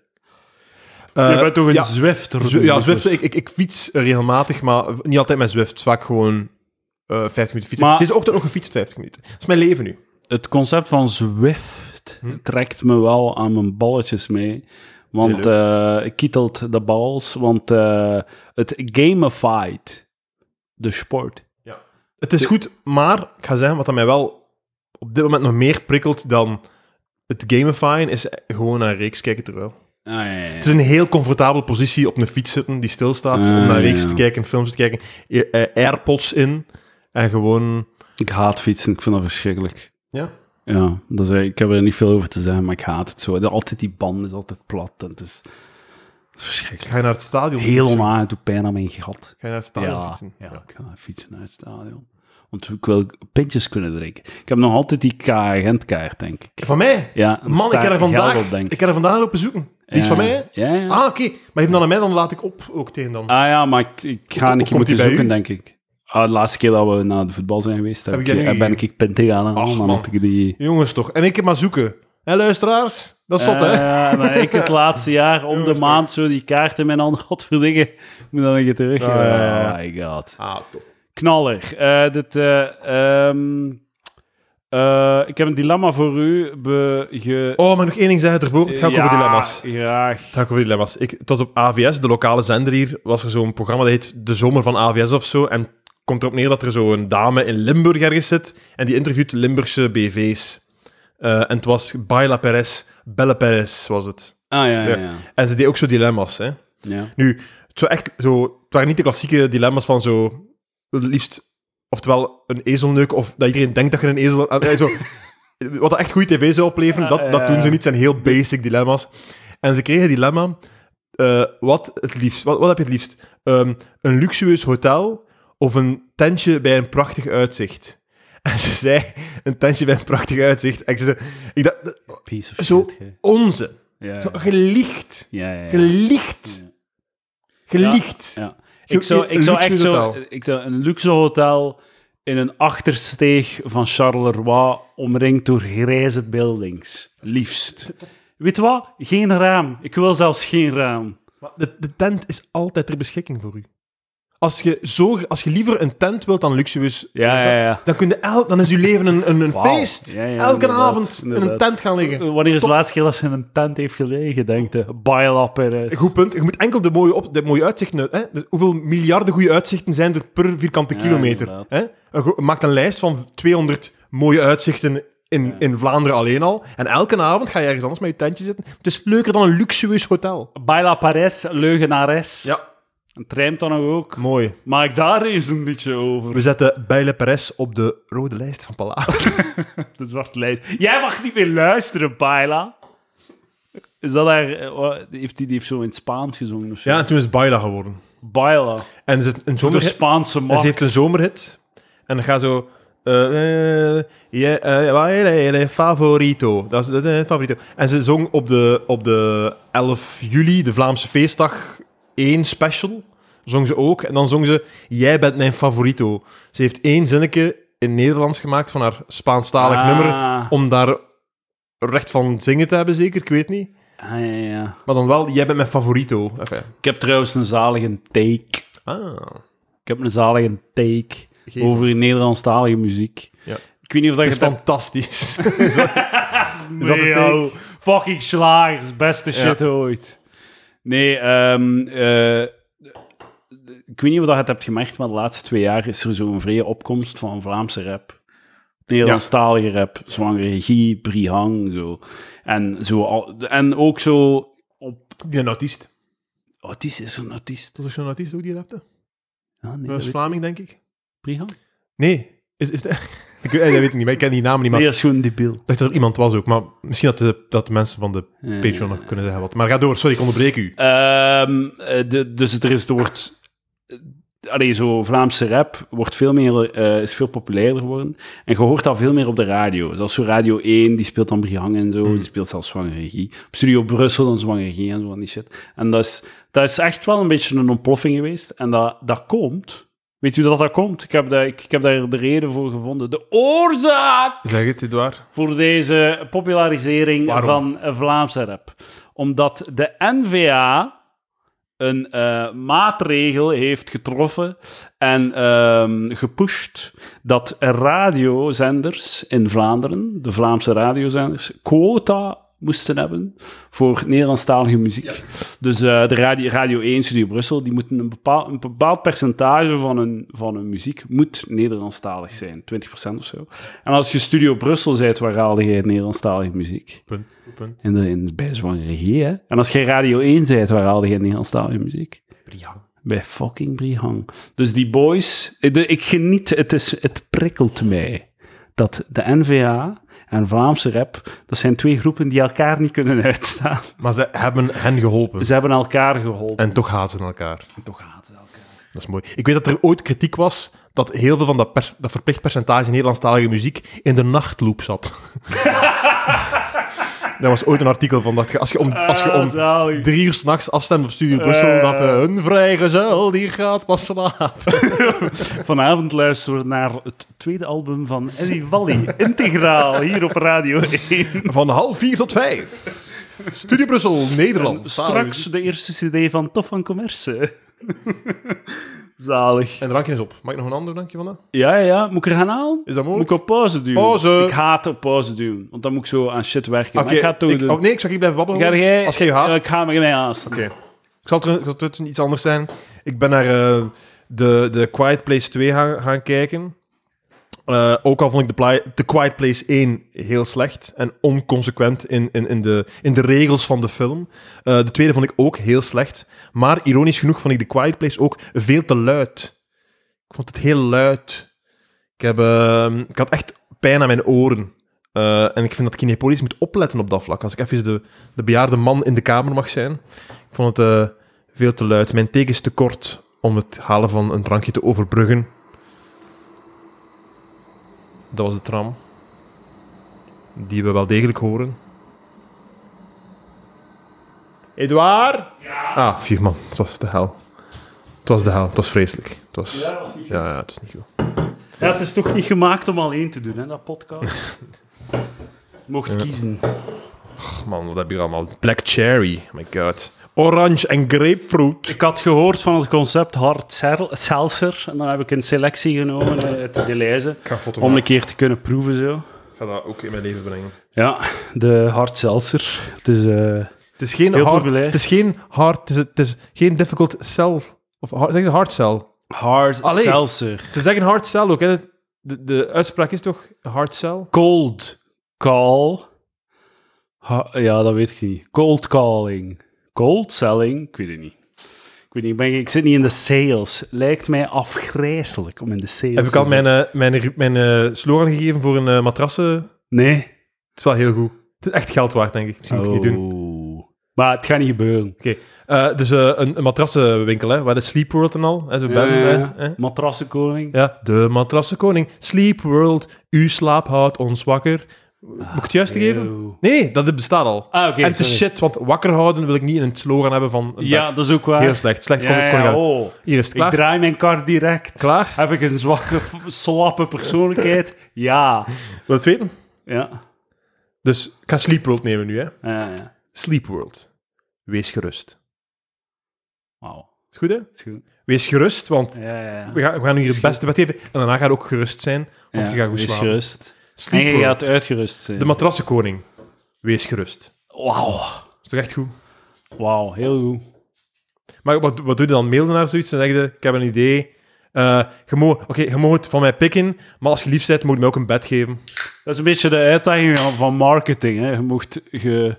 [SPEAKER 2] Eh,
[SPEAKER 1] je bent toch een dus.
[SPEAKER 2] ja,
[SPEAKER 1] zwifter?
[SPEAKER 2] Zwi- ja,
[SPEAKER 1] Lucas?
[SPEAKER 2] Zwift, ik, ik, ik fiets regelmatig, maar niet altijd met Zwift. Vaak gewoon eh 50 minuten fietsen.
[SPEAKER 1] Maar-
[SPEAKER 2] Deze ochtend nog gefietst 50 minuten. Dat is mijn leven nu.
[SPEAKER 1] het concept van Zwift trekt me wel aan mijn balletjes mee. Want eh kietelt de bals. Want eh, het gamified de sport.
[SPEAKER 2] Het is goed, maar ik ga zeggen wat dat mij wel op dit moment nog meer prikkelt dan het gamifyen, is gewoon naar een reeks kijken terwijl.
[SPEAKER 1] Ah, ja, ja, ja.
[SPEAKER 2] Het is een heel comfortabele positie op een fiets zitten die stilstaat,
[SPEAKER 1] Ah,
[SPEAKER 2] om naar
[SPEAKER 1] ja,
[SPEAKER 2] reeks
[SPEAKER 1] ja.
[SPEAKER 2] te kijken, films te kijken, je, eh, airpods in en gewoon...
[SPEAKER 1] Ik haat fietsen. Ik vind dat verschrikkelijk.
[SPEAKER 2] Ja.
[SPEAKER 1] Ja, dat is, ik heb er niet veel over te zeggen, maar ik haat het zo. Altijd die band is altijd plat. En het is, het is verschrikkelijk.
[SPEAKER 2] Ga je naar het stadion
[SPEAKER 1] Heel
[SPEAKER 2] fietsen?
[SPEAKER 1] onaangenaam. Het doet pijn aan mijn gat.
[SPEAKER 2] Ga je naar het stadion
[SPEAKER 1] Ja,
[SPEAKER 2] fietsen?
[SPEAKER 1] ja, ik ga fietsen naar het stadion. Want ik wil pintjes kunnen drinken. Ik heb nog altijd die KRN-kaart, denk ik.
[SPEAKER 2] Van mij?
[SPEAKER 1] Ja, dan
[SPEAKER 2] Man, ik
[SPEAKER 1] staat
[SPEAKER 2] heb er vandaag,
[SPEAKER 1] geld op, denk
[SPEAKER 2] ik
[SPEAKER 1] ik.
[SPEAKER 2] heb er vandaag lopen zoeken. Die is van mij, hè?
[SPEAKER 1] Ja, ja. Ah,
[SPEAKER 2] Ah, oké. Maar geef hem dan aan mij, dan laat ik op ook tegen dan.
[SPEAKER 1] ja, maar ik, ik ga
[SPEAKER 2] Hoe-
[SPEAKER 1] een keer
[SPEAKER 2] hoe komt die
[SPEAKER 1] moeten
[SPEAKER 2] bij
[SPEAKER 1] zoeken,
[SPEAKER 2] u?
[SPEAKER 1] denk ik. Ah, de laatste keer dat we naar de voetbal zijn geweest, heb
[SPEAKER 2] Heb
[SPEAKER 1] ik,
[SPEAKER 2] jij nu-
[SPEAKER 1] eh, ben ik pinten gaan halen.
[SPEAKER 2] Ach,
[SPEAKER 1] Dan
[SPEAKER 2] man.
[SPEAKER 1] had ik die...
[SPEAKER 2] Jongens toch. En ik heb maar zoeken. Hé, luisteraars? Dat is zot, hè?
[SPEAKER 1] Eh, nou, ik het laatste jaar om de
[SPEAKER 2] Jongens,
[SPEAKER 1] maand zo die kaart in mijn hand had verdikken. Ik moet dan een keer terug.
[SPEAKER 2] Ah, ja, ja, ja.
[SPEAKER 1] Oh my god.
[SPEAKER 2] Ah, toch.
[SPEAKER 1] Knaller. Eh, dit, eh, ehm, eh, ik heb een dilemma voor u. Be, ge,
[SPEAKER 2] Oh, maar nog één ding zeggen ervoor. Het gaat ook
[SPEAKER 1] Ja,
[SPEAKER 2] over dilemma's. Het
[SPEAKER 1] Graag.
[SPEAKER 2] gaat ook over dilemma's. Ik, het was op AVS, de lokale zender hier, was er zo'n programma dat heet De Zomer van AVS of zo. En het komt erop neer dat er zo'n dame in Limburg ergens zit en die interviewt Limburgse BV's. Eh, en het was Baila Perez, Belle Perez was het.
[SPEAKER 1] Ah, ja, ja,
[SPEAKER 2] Ja.
[SPEAKER 1] ja.
[SPEAKER 2] En ze deed ook zo dilemma's, hè.
[SPEAKER 1] ja.
[SPEAKER 2] Nu, het, was echt zo, het waren niet de klassieke dilemma's van zo... Het liefst, oftewel een ezelneuk, of dat iedereen denkt dat je een ezel... aan- eh, zo, wat echt goede tv zou opleveren, dat, dat doen ze niet. Het zijn heel basic dilemma's. En ze kregen het dilemma... eh, wat, het liefst, wat, wat heb je het liefst? Ehm, een luxueus hotel of een tentje bij een prachtig uitzicht? En ze zei, een tentje bij een prachtig uitzicht. En ze zei, ik dacht,
[SPEAKER 1] Piece of
[SPEAKER 2] zo
[SPEAKER 1] shit. ge.
[SPEAKER 2] onze.
[SPEAKER 1] Ja,
[SPEAKER 2] Zo gelicht.
[SPEAKER 1] ja, ja, ja.
[SPEAKER 2] Gelicht. Gelicht.
[SPEAKER 1] Ja.
[SPEAKER 2] Zo-
[SPEAKER 1] Ik zou,
[SPEAKER 2] een
[SPEAKER 1] ik zou
[SPEAKER 2] luxe
[SPEAKER 1] echt zo,
[SPEAKER 2] hotel.
[SPEAKER 1] ik zou een luxe hotel in een achtersteeg van Charleroi omringd door grijze buildings. Liefst. Weet je wat? Geen raam. Ik wil zelfs geen raam.
[SPEAKER 2] Maar de, de tent is altijd ter beschikking voor u. Als je, zo, als je liever een tent wilt dan luxueus,
[SPEAKER 1] Ja, ja, ja.
[SPEAKER 2] dan, kun je el, dan is uw leven een, een, een
[SPEAKER 1] Wauw.
[SPEAKER 2] feest.
[SPEAKER 1] Ja, ja,
[SPEAKER 2] Elke
[SPEAKER 1] inderdaad,
[SPEAKER 2] avond in een
[SPEAKER 1] inderdaad.
[SPEAKER 2] tent gaan liggen.
[SPEAKER 1] Wanneer is de laatste keer dat ze in een tent heeft gelegen, denkt de Baila Perez.
[SPEAKER 2] Goed punt. Je moet enkel de mooie, op, de mooie uitzichten... uit- Hè? Dus hoeveel miljarden goede uitzichten zijn er per vierkante
[SPEAKER 1] Ja,
[SPEAKER 2] kilometer? Hè?
[SPEAKER 1] inderdaad.
[SPEAKER 2] Een go- Maak een lijst van 200 mooie uitzichten in, in Vlaanderen alleen al. En elke avond ga je ergens anders met je tentje zitten. Het is leuker dan een luxueus hotel.
[SPEAKER 1] Baila Perez, leugenares.
[SPEAKER 2] Ja,
[SPEAKER 1] En het rijmt dan nog ook.
[SPEAKER 2] mooi.
[SPEAKER 1] Maak daar eens een liedje over.
[SPEAKER 2] We zetten Bijle Perez op de rode lijst van Palaver.
[SPEAKER 1] De zwarte lijst. Jij mag niet meer luisteren, Paila. Is dat daar... eh, wa- Heeft die, die heeft zo in het Spaans gezongen of zo?
[SPEAKER 2] Ja, en toen is Baila geworden.
[SPEAKER 1] Baila.
[SPEAKER 2] En ze, heeft een
[SPEAKER 1] Door
[SPEAKER 2] zomerhit,
[SPEAKER 1] Spaanse
[SPEAKER 2] en
[SPEAKER 1] man.
[SPEAKER 2] ze heeft een zomerhit. En dan gaat zo... eh, eh, je- eh, baila el favorito. Dat is dat is het favorito. En ze zong op de, op de 11 juli, de Vlaamse feestdag, één special. Zong ze ook. En dan zong ze... Jij bent mijn favorito. Ze heeft één zinnetje in Nederlands gemaakt van haar Spaanstalig
[SPEAKER 1] Ah.
[SPEAKER 2] nummer. Om daar recht van zingen te hebben, zeker. Ik weet niet.
[SPEAKER 1] Ah, ja, ja, ja.
[SPEAKER 2] Maar dan wel, jij bent mijn favorito. Enfin.
[SPEAKER 1] Ik heb trouwens een zalige take.
[SPEAKER 2] Ah.
[SPEAKER 1] Ik heb een zalige take
[SPEAKER 2] Geef.
[SPEAKER 1] over Nederlandstalige muziek.
[SPEAKER 2] Ja.
[SPEAKER 1] Ik weet niet of dat je
[SPEAKER 2] Dat is
[SPEAKER 1] het hebt
[SPEAKER 2] fantastisch.
[SPEAKER 1] Is
[SPEAKER 2] dat de take?
[SPEAKER 1] Fucking slagers, beste shit ooit. Nee, ehm, eh, ik weet niet of dat je het hebt gemerkt, maar de laatste twee jaar is er zo'n vrije opkomst van Vlaamse rap. Nederlandstalige rap, zwangere regie, Brihang, zo. En, zo al, en ook zo... Op,
[SPEAKER 2] Die een autist.
[SPEAKER 1] autist is er een autist.
[SPEAKER 2] Dat is zo'n autist ook die rapte.
[SPEAKER 1] Ah, nee,
[SPEAKER 2] Dat
[SPEAKER 1] dat
[SPEAKER 2] is
[SPEAKER 1] weet-
[SPEAKER 2] Vlaming, denk ik.
[SPEAKER 1] Brihang?
[SPEAKER 2] Nee. Is, is dat... ik, weet- dat weet ik niet, maar ik ken die naam niet. Maar
[SPEAKER 1] Nee, dat is gewoon debiel.
[SPEAKER 2] ik dacht dat er iemand was ook. Maar misschien dat de, dat de mensen van de Patreon nog kunnen zeggen wat. Maar ga door, sorry, ik onderbreek u.
[SPEAKER 1] Ehm, eh, de- dus er is, er wordt... eh, Allee, zo Vlaamse rap wordt veel meer, eh, is veel populairder geworden. En je hoort dat veel meer op de radio. Zoals zo Radio 1, die speelt dan Brihang en zo. Die speelt zelfs Zwanger Regie. Op Studio Brussel dan Zwanger Regie en zo van die shit. En dat is, dat is echt wel een beetje een ontploffing geweest. En dat, dat komt... Weet u dat dat komt? Ik heb, daar ik, ik heb daar de reden voor gevonden. De oorzaak!
[SPEAKER 2] Zeg het, Edouard.
[SPEAKER 1] voor deze popularisering
[SPEAKER 2] Waarom?
[SPEAKER 1] van eh, Vlaamse rap. Omdat de NVA een eh, maatregel heeft getroffen en ehm, gepusht dat radiozenders in Vlaanderen, de Vlaamse radiozenders, quota moesten hebben voor Nederlandstalige muziek. Dus eh, de radio, radio 1 Studio Brussel, die moeten een bepaald, een bepaald percentage van hun, van hun muziek moet Nederlandstalig zijn, 20% of zo. En als je Studio Brussel bent, waar haalde je Nederlandstalige muziek?
[SPEAKER 2] Punt, punt.
[SPEAKER 1] In de, in, bij Zwangere Regie, hè? En als je Radio 1 bent, waar haalde je Nederlandstalige muziek?
[SPEAKER 2] Brian.
[SPEAKER 1] Bij fucking Brihang. Dus die boys, eh, de- ik geniet, het, is, het prikkelt mij dat de NVA en Vlaamse rap, dat zijn twee groepen die elkaar niet kunnen uitstaan.
[SPEAKER 2] Maar ze hebben hen geholpen.
[SPEAKER 1] Ze hebben elkaar geholpen.
[SPEAKER 2] En toch haten ze elkaar.
[SPEAKER 1] toch haten ze elkaar.
[SPEAKER 2] Dat is mooi. Ik weet dat er ooit kritiek was dat heel veel van dat, pers- dat verplicht percentage Nederlandstalige muziek in de nachtloop zat. Daar was ooit een artikel van dat je, als je om, als je om
[SPEAKER 1] Ah, zalig.
[SPEAKER 2] drie uur s'nachts afstemt op Studio Brussel, dat eh, een vrijgezel die gaat pas slapen.
[SPEAKER 1] Vanavond luisteren we naar het tweede album van Eddie Valli, integraal, hier op Radio 1.
[SPEAKER 2] Van half vier tot vijf. Studio Brussel, Nederland.
[SPEAKER 1] Straks de eerste cd van Tof van Commerce. Zalig.
[SPEAKER 2] En de drankje is op. Mag ik nog een ander drankje van dat?
[SPEAKER 1] Ja, ja, moet ik er gaan halen?
[SPEAKER 2] Is dat
[SPEAKER 1] Moet
[SPEAKER 2] mogelijk?
[SPEAKER 1] ik op pauze duwen?
[SPEAKER 2] Pauze.
[SPEAKER 1] Ik haat op pauze duwen, want dan moet ik zo aan shit werken. maar
[SPEAKER 2] Oké,
[SPEAKER 1] ik ga het toch
[SPEAKER 2] ik-
[SPEAKER 1] doen.
[SPEAKER 2] oh, nee, ik zal hier blijven babbelen.
[SPEAKER 1] Ga jij... eh,
[SPEAKER 2] Als jij je haast.
[SPEAKER 1] Ja, Ik ga me mij haasten.
[SPEAKER 2] Oké. Ik zal terug- ik zal terug iets anders zijn. Ik ben naar eh, de, de Quiet Place 2 gaan, gaan kijken. Eh, ook al vond ik de, pli- de Quiet Place 1 heel slecht en onconsequent in, in, in, de, in de regels van de film. Eh, de tweede vond ik ook heel slecht. Maar ironisch genoeg vond ik de Quiet Place ook veel te luid. Ik vond het heel luid. Ik, heb, eh, ik had echt pijn aan mijn oren. Eh, en ik vind dat Kinepolis moet opletten op dat vlak. Als ik even de, de bejaarde man in de kamer mag zijn. Ik vond het eh, veel te luid. Mijn take is te kort om het halen van een drankje te overbruggen. Dat was de tram. Die we wel degelijk horen. Edouard? Ah, vier man. Het was de hel. Het was de hel. Het was vreselijk. Het was...
[SPEAKER 1] Ja,
[SPEAKER 2] Ja,
[SPEAKER 1] dat is niet-
[SPEAKER 2] ja, het is niet goed.
[SPEAKER 1] Ja, het is toch niet gemaakt om alleen te doen, hè, dat podcast. Mocht kiezen.
[SPEAKER 2] Ach, man, wat heb je allemaal? Black cherry. my god. Orange en grapefruit.
[SPEAKER 1] Ik had gehoord van het concept hard sel- seltzer. En dan heb ik een selectie genomen eh, uit de Deleuze.
[SPEAKER 2] ga foto
[SPEAKER 1] Om een keer te kunnen proeven zo.
[SPEAKER 2] Ik ga dat ook in mijn leven brengen.
[SPEAKER 1] Ja, de hard seltzer. Het is... eh,
[SPEAKER 2] Het is geen
[SPEAKER 1] Heel
[SPEAKER 2] hard.
[SPEAKER 1] populair.
[SPEAKER 2] Het is geen hard. Het is, het is geen difficult cell. Of hard, zeggen ze hard cell?
[SPEAKER 1] hard
[SPEAKER 2] Allee.
[SPEAKER 1] seltzer.
[SPEAKER 2] Ze zeggen hard cell ook. Hè? De, de uitspraak is toch hard cell?
[SPEAKER 1] Cold call. Ha- ja, dat weet ik niet. Cold calling. Cold selling. Ik weet het niet. Ik weet niet, ik, ben, ik zit niet in de sales. Lijkt mij afgrijselijk om in de sales
[SPEAKER 2] Heb ik al
[SPEAKER 1] te
[SPEAKER 2] mijn, eh, mijn, ru- mijn eh, slogan gegeven voor een eh, matrassen? Het
[SPEAKER 1] zijn. Nee.
[SPEAKER 2] is wel heel goed. Het is echt geld waard, denk ik. Misschien moet ik het niet doen.
[SPEAKER 1] Oh. Maar het gaat niet gebeuren.
[SPEAKER 2] Oké. Eh, dus eh, een, een matrassenwinkel, hè? Waar de Sleep World en al. Hè? Zo
[SPEAKER 1] Ja,
[SPEAKER 2] bed
[SPEAKER 1] ja,
[SPEAKER 2] bij.
[SPEAKER 1] ja.
[SPEAKER 2] Hè?
[SPEAKER 1] Eh, Matrassenkoning.
[SPEAKER 2] Ja, de matrassenkoning. Sleep World, uw slaap houdt ons wakker. Moet ik het juiste geven? Nee, nee, dat bestaat al.
[SPEAKER 1] Oh. Ah, oké.
[SPEAKER 2] en te
[SPEAKER 1] sorry.
[SPEAKER 2] shit, want wakker houden wil ik niet in het sloren hebben van het
[SPEAKER 1] Ja,
[SPEAKER 2] bed.
[SPEAKER 1] dat is ook waar.
[SPEAKER 2] Heel slecht. Slecht kon,
[SPEAKER 1] ja,
[SPEAKER 2] kon ik
[SPEAKER 1] ja,
[SPEAKER 2] aan-
[SPEAKER 1] oh.
[SPEAKER 2] Hier is het
[SPEAKER 1] Ik
[SPEAKER 2] klaar.
[SPEAKER 1] draai mijn kar direct.
[SPEAKER 2] Klaar?
[SPEAKER 1] Heb ik een zwakke, slappe persoonlijkheid? Ja.
[SPEAKER 2] Wil je het weten?
[SPEAKER 1] Ja.
[SPEAKER 2] Dus ik ga Sleep World nemen nu, hè.
[SPEAKER 1] ja, ja.
[SPEAKER 2] Sleep World. Wees gerust.
[SPEAKER 1] Wauw.
[SPEAKER 2] Is goed, hè?
[SPEAKER 1] Is goed.
[SPEAKER 2] Wees gerust, want
[SPEAKER 1] Ja, ja, ja.
[SPEAKER 2] we gaan, we gaan nu hier het beste bed geven. En daarna ga je ook gerust zijn, want
[SPEAKER 1] Ja,
[SPEAKER 2] je gaat goed
[SPEAKER 1] wees
[SPEAKER 2] slapen.
[SPEAKER 1] gerust. En
[SPEAKER 2] Sleep
[SPEAKER 1] je
[SPEAKER 2] World.
[SPEAKER 1] gaat uitgerust zijn.
[SPEAKER 2] De matrassenkoning. Wees gerust.
[SPEAKER 1] Wauw.
[SPEAKER 2] Is toch echt goed?
[SPEAKER 1] Wauw, heel goed.
[SPEAKER 2] Maar wat, wat doe je dan? Mail je naar zoiets en zeg je, ik heb een idee. Eh, je mo- Oké, je mag het van mij pikken, maar als je lief bent, moet je mij ook een bed geven.
[SPEAKER 1] Dat is een beetje de uitdaging van- van marketing. Hè. Je mocht... Je...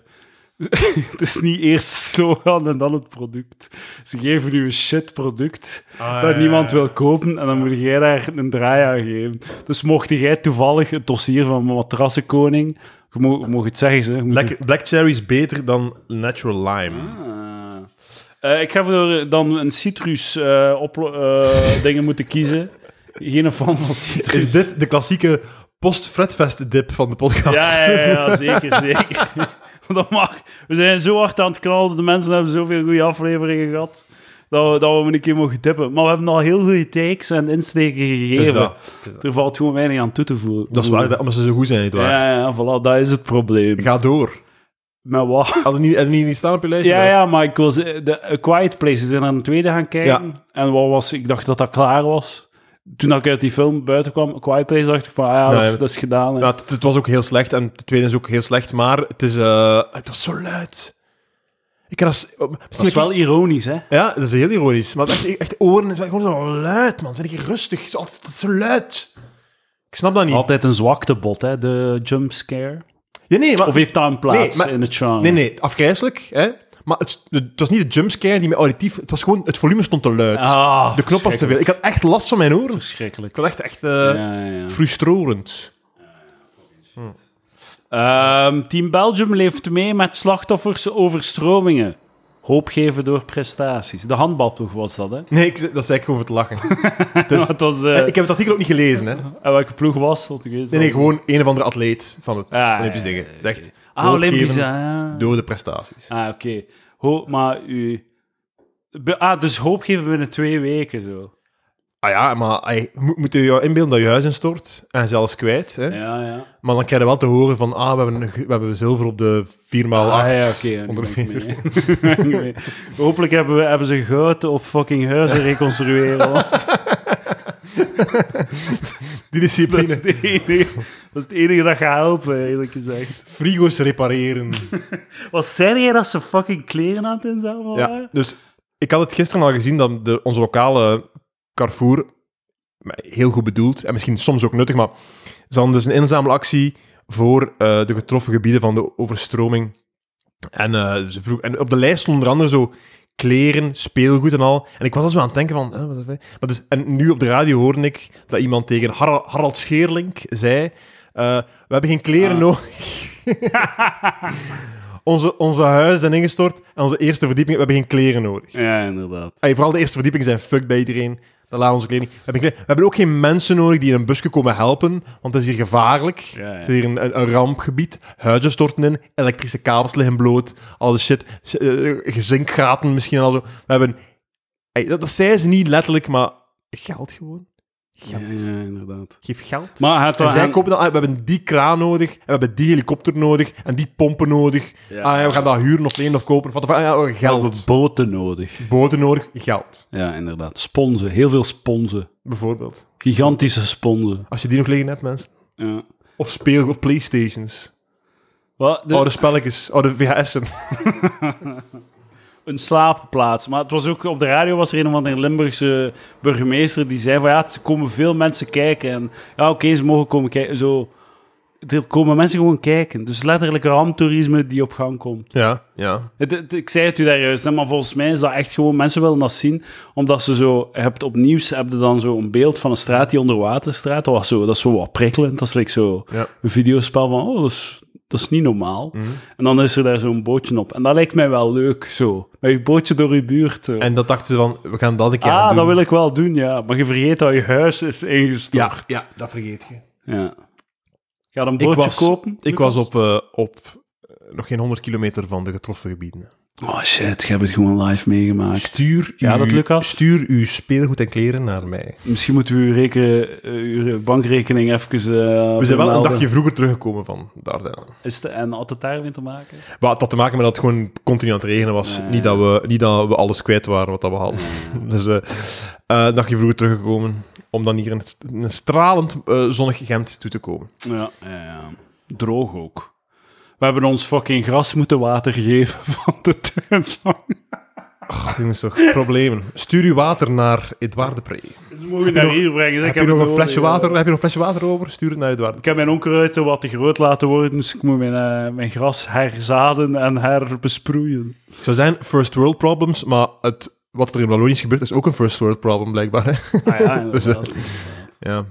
[SPEAKER 1] het is niet eerst slogan en dan het product. Ze geven u een shit product dat niemand wil kopen en dan moet jij daar een draai aan geven. Dus mocht jij toevallig het dossier van Matrassenkoning... Je mo- je mag het zeggen, ze. Je moet
[SPEAKER 2] Black, black cherry is beter dan natural lime.
[SPEAKER 1] Ah. Eh, ik ga voor dan een citrus eh, oplo- eh, dingen moeten kiezen. Geen fan van citrus.
[SPEAKER 2] Ah. Is dit de klassieke post-fretfest-dip van de podcast?
[SPEAKER 1] Ja, ja, ja, ja, zeker, zeker. Want dat mag. We zijn zo hard aan het knallen. De mensen hebben zoveel goede afleveringen gehad. Dat we, dat we een keer mogen tippen. Maar we hebben al heel goede takes en insteken gegeven.
[SPEAKER 2] Het is dat. Het is dat.
[SPEAKER 1] Er valt gewoon weinig aan toe te voegen.
[SPEAKER 2] Dat is waar, dat- omdat ze zo goed zijn, nietwaar?
[SPEAKER 1] Ja, ja, voilà, dat is het probleem.
[SPEAKER 2] Ga door.
[SPEAKER 1] Maar wat?
[SPEAKER 2] Hadden niet, hadden niet, niet staan op je lijstje?
[SPEAKER 1] Ja,
[SPEAKER 2] hè?
[SPEAKER 1] ja, maar ik was eh, de A Quiet Place is aan de tweede gaan kijken. En wat was, ik dacht dat dat klaar was. Toen ik uit die film buiten kwam, A Quiet Place, dacht ik van, ah, ja, dat, is,
[SPEAKER 2] Nee.
[SPEAKER 1] dat is gedaan. hè.
[SPEAKER 2] Ja, het, het was ook heel slecht en de tweede is ook heel slecht, maar het, is, eh, het was zo luid. Ik had als, misschien
[SPEAKER 1] dat is wel ironisch, hè?
[SPEAKER 2] Ja, dat is heel ironisch. Maar echt, echt oren, het is gewoon zo luid, man. Zijn ik rustig? Het is altijd zo luid. Ik snap dat niet.
[SPEAKER 1] Altijd een zwaktebot, hè, de jumpscare.
[SPEAKER 2] Ja, nee, maar,
[SPEAKER 1] Of heeft dat een plaats
[SPEAKER 2] Nee, maar-
[SPEAKER 1] in het genre?
[SPEAKER 2] nee, nee, afgrijzelijk. Hè? Maar het, het was niet de jumpscare die mij auditief... Het was gewoon, het volume stond te luid.
[SPEAKER 1] Ah,
[SPEAKER 2] de knop was te veel. Ik had echt last van mijn oren. Ik
[SPEAKER 1] verschrikkelijk.
[SPEAKER 2] was echt, echt eh,
[SPEAKER 1] Ja, ja, ja.
[SPEAKER 2] frustrerend.
[SPEAKER 1] Ehm, Team Belgium leeft mee met slachtoffers overstromingen. Hoop geven door prestaties. De handbalploeg was dat, hè?
[SPEAKER 2] Nee, ik, dat zei ik gewoon voor het lachen. Dus-
[SPEAKER 1] Dat was
[SPEAKER 2] Eh,
[SPEAKER 1] de...
[SPEAKER 2] ik heb het artikel ook niet gelezen, hè. Nee,
[SPEAKER 1] En welke ploeg was dat? Ik weet het al
[SPEAKER 2] nee,
[SPEAKER 1] niet.
[SPEAKER 2] gewoon een of andere atleet van het
[SPEAKER 1] Ah,
[SPEAKER 2] Olympisch
[SPEAKER 1] ja,
[SPEAKER 2] dingen. Het is echt
[SPEAKER 1] Ah, Olympisch.
[SPEAKER 2] hoopgeven
[SPEAKER 1] Ah,
[SPEAKER 2] Door de prestaties.
[SPEAKER 1] Ah, oké. Ho- Maar u... Be- ah, dus hoop geven binnen twee weken, zo.
[SPEAKER 2] Ah ja, maar ey, mo- moet je jou inbeelden dat je huis instort en zelfs kwijt, hè.
[SPEAKER 1] Ja, ja.
[SPEAKER 2] Maar dan krijg je wel te horen van, ah, we hebben, we hebben zilver op de 4x8
[SPEAKER 1] Ah, ja, oké.
[SPEAKER 2] 100
[SPEAKER 1] dan ben
[SPEAKER 2] meter.
[SPEAKER 1] ik mee. Ben ik mee. Hopelijk hebben, we, hebben ze goud op fucking huizen reconstrueren. want dat,
[SPEAKER 2] Die
[SPEAKER 1] is
[SPEAKER 2] discipline.
[SPEAKER 1] het enige, dat is het enige dat gaat helpen, eerlijk gezegd.
[SPEAKER 2] Frigo's repareren.
[SPEAKER 1] Wat zei jij dat ze fucking kleren aan het inzamelen
[SPEAKER 2] ja,
[SPEAKER 1] waren?
[SPEAKER 2] dus ik had het gisteren al gezien dat de, onze lokale Carrefour, maar heel goed bedoeld en misschien soms ook nuttig, maar ze hadden dus een inzamelactie voor eh, de getroffen gebieden van de overstroming. En, eh, ze vroeg, en op de lijst stond onder andere zo kleren, speelgoed en al. En ik was al zo aan het denken van... eh, wat is dat? maar dus, en nu op de radio hoorde ik dat iemand tegen Har- Harald Scheerlink zei... eh, we hebben geen kleren
[SPEAKER 1] Ah.
[SPEAKER 2] nodig. onze, onze huizen zijn ingestort en onze eerste verdieping... We hebben geen kleren nodig.
[SPEAKER 1] Ja, inderdaad.
[SPEAKER 2] Ey, vooral de eerste verdiepingen zijn fucked bij iedereen. Dan laten we onze kleding. We hebben, geen- we hebben ook geen mensen nodig die in een busje komen helpen, want het is hier gevaarlijk.
[SPEAKER 1] Ja, ja.
[SPEAKER 2] Het is hier een, een- een rampgebied. Huizen storten in, elektrische kabels liggen bloot, al die shit, s- eh, gezinkgaten misschien en al zo. We hebben... ey, dat, dat zei ze niet letterlijk, maar geld gewoon.
[SPEAKER 1] Ja,
[SPEAKER 2] Geld.
[SPEAKER 1] inderdaad.
[SPEAKER 2] Geef geld.
[SPEAKER 1] Maar het
[SPEAKER 2] en zij
[SPEAKER 1] hen-
[SPEAKER 2] kopen dan, ah, we hebben die kraan nodig, en we hebben die helikopter nodig, en die pompen nodig.
[SPEAKER 1] Ja.
[SPEAKER 2] Ah, ja, we gaan dat huren of lenen of kopen. Wat, de fuck, ah, ja,
[SPEAKER 1] we
[SPEAKER 2] geld.
[SPEAKER 1] hebben boten nodig.
[SPEAKER 2] Boten nodig, geld.
[SPEAKER 1] Ja, inderdaad. Sponsen. Heel veel sponsen.
[SPEAKER 2] Bijvoorbeeld.
[SPEAKER 1] Gigantische sponsen.
[SPEAKER 2] Als je die nog liggen hebt, mensen.
[SPEAKER 1] Ja.
[SPEAKER 2] Of speel of Playstations.
[SPEAKER 1] Wat? De-
[SPEAKER 2] Oude spelletjes, oude VHS'en.
[SPEAKER 1] een slaapplaats. Maar het was ook op de radio was er een van de Limburgse burgemeester die zei van ja, er komen veel mensen kijken. En ja, oké, ze mogen komen kijken. Zo, er komen mensen gewoon kijken. Dus letterlijk ramptoerisme die op gang komt.
[SPEAKER 2] Ja, ja.
[SPEAKER 1] Het- het- ik zei het u daar juist, hè, maar volgens mij is dat echt gewoon... Mensen willen dat zien, omdat ze zo... Je hebt op nieuws heb je dan zo een beeld van een straat die onder water staat. Dat, was zo, dat is zo wat prikkelend. Dat is like zo
[SPEAKER 2] Ja.
[SPEAKER 1] een videospel van... Oh, dat is, dat is niet normaal.
[SPEAKER 2] Mhm.
[SPEAKER 1] En dan is er daar zo'n bootje op. En dat lijkt mij wel leuk, zo. Met je bootje door je buurt. zo.
[SPEAKER 2] En dat dachten ze van, we gaan dat een keer
[SPEAKER 1] ah,
[SPEAKER 2] gaan doen.
[SPEAKER 1] dat wil ik wel doen, ja. Maar je vergeet dat je huis is ingestort.
[SPEAKER 2] ja, dat vergeet je.
[SPEAKER 1] Ja. Gaat een broodje
[SPEAKER 2] ik was,
[SPEAKER 1] kopen?
[SPEAKER 2] Ik was op, eh, op eh, nog geen 100 kilometer van de getroffen gebieden.
[SPEAKER 1] Oh shit, ik heb het gewoon live meegemaakt.
[SPEAKER 2] Stuur,
[SPEAKER 1] Ja,
[SPEAKER 2] uw-
[SPEAKER 1] dat, Lucas?
[SPEAKER 2] stuur uw speelgoed en kleren naar mij.
[SPEAKER 1] Misschien moeten we uw, reken, eh, uw bankrekening even. eh,
[SPEAKER 2] We zijn wel een dagje vroeger teruggekomen van daar. dan.
[SPEAKER 1] Is de, en had het daarmee te maken?
[SPEAKER 2] Maar het had te maken met dat het gewoon continu aan het regenen was.
[SPEAKER 1] Nee.
[SPEAKER 2] Niet, dat we, niet dat we alles kwijt waren wat dat we hadden. Dus eh eh, een dagje vroeger teruggekomen om dan hier in, st- in een stralend eh, zonnig Gent toe te komen.
[SPEAKER 1] Ja, ja, ja. droog ook. We hebben ons fucking gras moeten water geven van de tuinslang.
[SPEAKER 2] Ach, jongens, toch problemen. Stuur uw water naar Edouard de Pre.
[SPEAKER 1] Ze mogen naar hier brengen. dus
[SPEAKER 2] Heb je, nog een flesje water, heb je nog een flesje water over? Stuur het naar Edouard.
[SPEAKER 1] Ik heb mijn onkruiden wat te groot laten worden, dus ik moet mijn, eh, mijn gras herzaden en herbesproeien.
[SPEAKER 2] Het zou zijn first world problems, maar het, wat er in Wallonië is gebeurd is ook een first world problem blijkbaar. Hè?
[SPEAKER 1] Ah ja,
[SPEAKER 2] Dus, eh,
[SPEAKER 1] inderdaad.
[SPEAKER 2] Ja.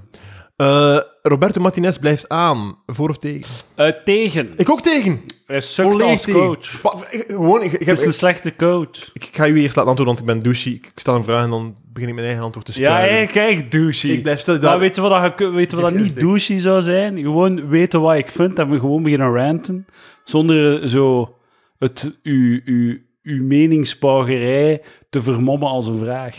[SPEAKER 2] Eh, Roberto Martinez blijft aan. Voor of tegen?
[SPEAKER 1] Eh, tegen.
[SPEAKER 2] Ik ook tegen!
[SPEAKER 1] Hij sukt als
[SPEAKER 2] tegen.
[SPEAKER 1] coach.
[SPEAKER 2] Pa- ik- gewoon, ik, ik,
[SPEAKER 1] Hij
[SPEAKER 2] heb-
[SPEAKER 1] is een slechte coach.
[SPEAKER 2] ik- ik ga u eerst laten antwoorden, want ik ben douche. Ik, ik stel een vraag en dan begin ik mijn eigen antwoord te
[SPEAKER 1] Ja,
[SPEAKER 2] spuien.
[SPEAKER 1] hey, kijk, douchey.
[SPEAKER 2] Ik blijf stil.
[SPEAKER 1] Maar
[SPEAKER 2] daar-
[SPEAKER 1] weet je wat, dat je- weet je wat
[SPEAKER 2] Ik
[SPEAKER 1] dat niet
[SPEAKER 2] vind het
[SPEAKER 1] douchey zou zijn? Gewoon weten wat ik vind en we gewoon beginnen ranten. Zonder eh, zo het, uw, uw, uw meningsbouwerij te vermommen als een vraag.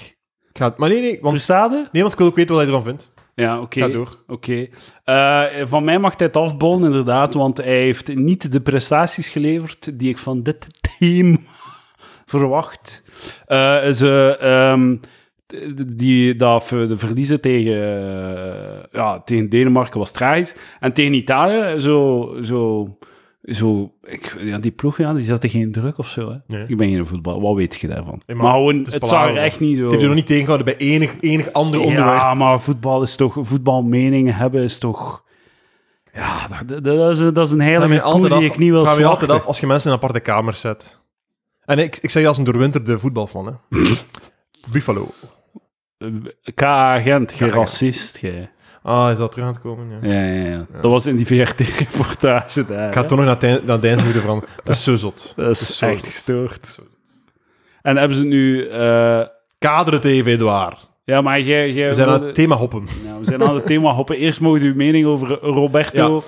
[SPEAKER 2] ik ga het- maar nee, nee, want,
[SPEAKER 1] Versta je?
[SPEAKER 2] nee, want ik wil ook weten wat hij ervan vindt.
[SPEAKER 1] Ja, oké.
[SPEAKER 2] Ga door.
[SPEAKER 1] Oké. Eh, van mij mag hij het afbollen, inderdaad, want hij heeft niet de prestaties geleverd die ik van dit team verwacht. Eh, ze, ehm, d- die, dat, v- de verliezen tegen, eh, ja, tegen Denemarken was tragisch. En tegen Italië, zo... zo zo, ik, ja, die ploeg, ja, die zette geen druk of zo. Hè.
[SPEAKER 2] Nee.
[SPEAKER 1] Ik ben geen voetbal, wat weet je daarvan?
[SPEAKER 2] Nee,
[SPEAKER 1] maar,
[SPEAKER 2] maar
[SPEAKER 1] gewoon,
[SPEAKER 2] het
[SPEAKER 1] het,
[SPEAKER 2] is
[SPEAKER 1] zag er
[SPEAKER 2] beladen.
[SPEAKER 1] echt niet zo...
[SPEAKER 2] Het heeft u nog niet tegengehouden bij enig, enig ander onderwerp.
[SPEAKER 1] Oh. Ja, maar voetbal is toch... Voetbalmeningen hebben is toch... Ja, dat, dat, dat is, een- dat is een
[SPEAKER 2] Vraag
[SPEAKER 1] heilige
[SPEAKER 2] mij
[SPEAKER 1] koe
[SPEAKER 2] altijd
[SPEAKER 1] die
[SPEAKER 2] af,
[SPEAKER 1] ik niet wil
[SPEAKER 2] vraag mij altijd
[SPEAKER 1] slachten.
[SPEAKER 2] af als je mensen in aparte kamers zet. En ik, ik zeg je als een doorwinterde voetbalfan, hè. Buffalo.
[SPEAKER 1] K-agent, je
[SPEAKER 2] K-agent.
[SPEAKER 1] racist, jij.
[SPEAKER 2] Ah, is dat terug aan het komen? Ja.
[SPEAKER 1] Ja, ja, ja. Dat was in die VRT-reportage daar.
[SPEAKER 2] Ik ga
[SPEAKER 1] hè.
[SPEAKER 2] toch nog naar, Dijn- naar Deins moeten veranderen. Dat is zo zot.
[SPEAKER 1] Dat
[SPEAKER 2] dat
[SPEAKER 1] is
[SPEAKER 2] is zo-
[SPEAKER 1] echt gestoord. En hebben ze nu... eh,
[SPEAKER 2] Kader het even, Edouard.
[SPEAKER 1] ja, maar jij... jij
[SPEAKER 2] We zijn aan
[SPEAKER 1] wilde-
[SPEAKER 2] het thema hoppen.
[SPEAKER 1] nou, we zijn aan het thema hoppen. Eerst mogen we uw mening over Roberto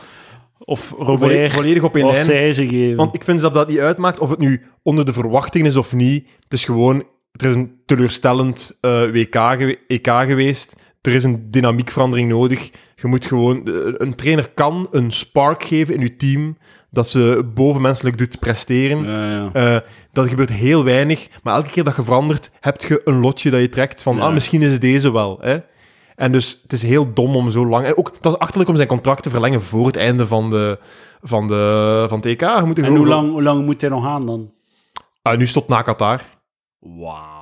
[SPEAKER 1] of
[SPEAKER 2] Volle-
[SPEAKER 1] Robert
[SPEAKER 2] volledig op één
[SPEAKER 1] of
[SPEAKER 2] lijn.
[SPEAKER 1] Serge geven.
[SPEAKER 2] Want ik vind dat dat niet uitmaakt of het nu onder de verwachting is of niet. Het is gewoon, er is een teleurstellend eh, WK gewe- EK geweest. Er is een dynamiekverandering nodig. Je moet gewoon, de- een trainer kan een spark geven in je team dat ze bovenmenselijk doet presteren.
[SPEAKER 1] Ja, ja.
[SPEAKER 2] Eh, dat gebeurt heel weinig, maar elke keer dat je verandert, heb je een lotje dat je trekt van,
[SPEAKER 1] Ja.
[SPEAKER 2] ah, misschien is het deze wel. Hè? En dus het is heel dom om zo lang... En ook, het was achterlijk om zijn contract te verlengen voor het einde van, de, van, de, van het EK. Je moet er
[SPEAKER 1] En
[SPEAKER 2] gewoon-
[SPEAKER 1] hoe lang, hoe lang moet hij nog aan dan?
[SPEAKER 2] Ah, nu stopt na Qatar.
[SPEAKER 1] Wauw.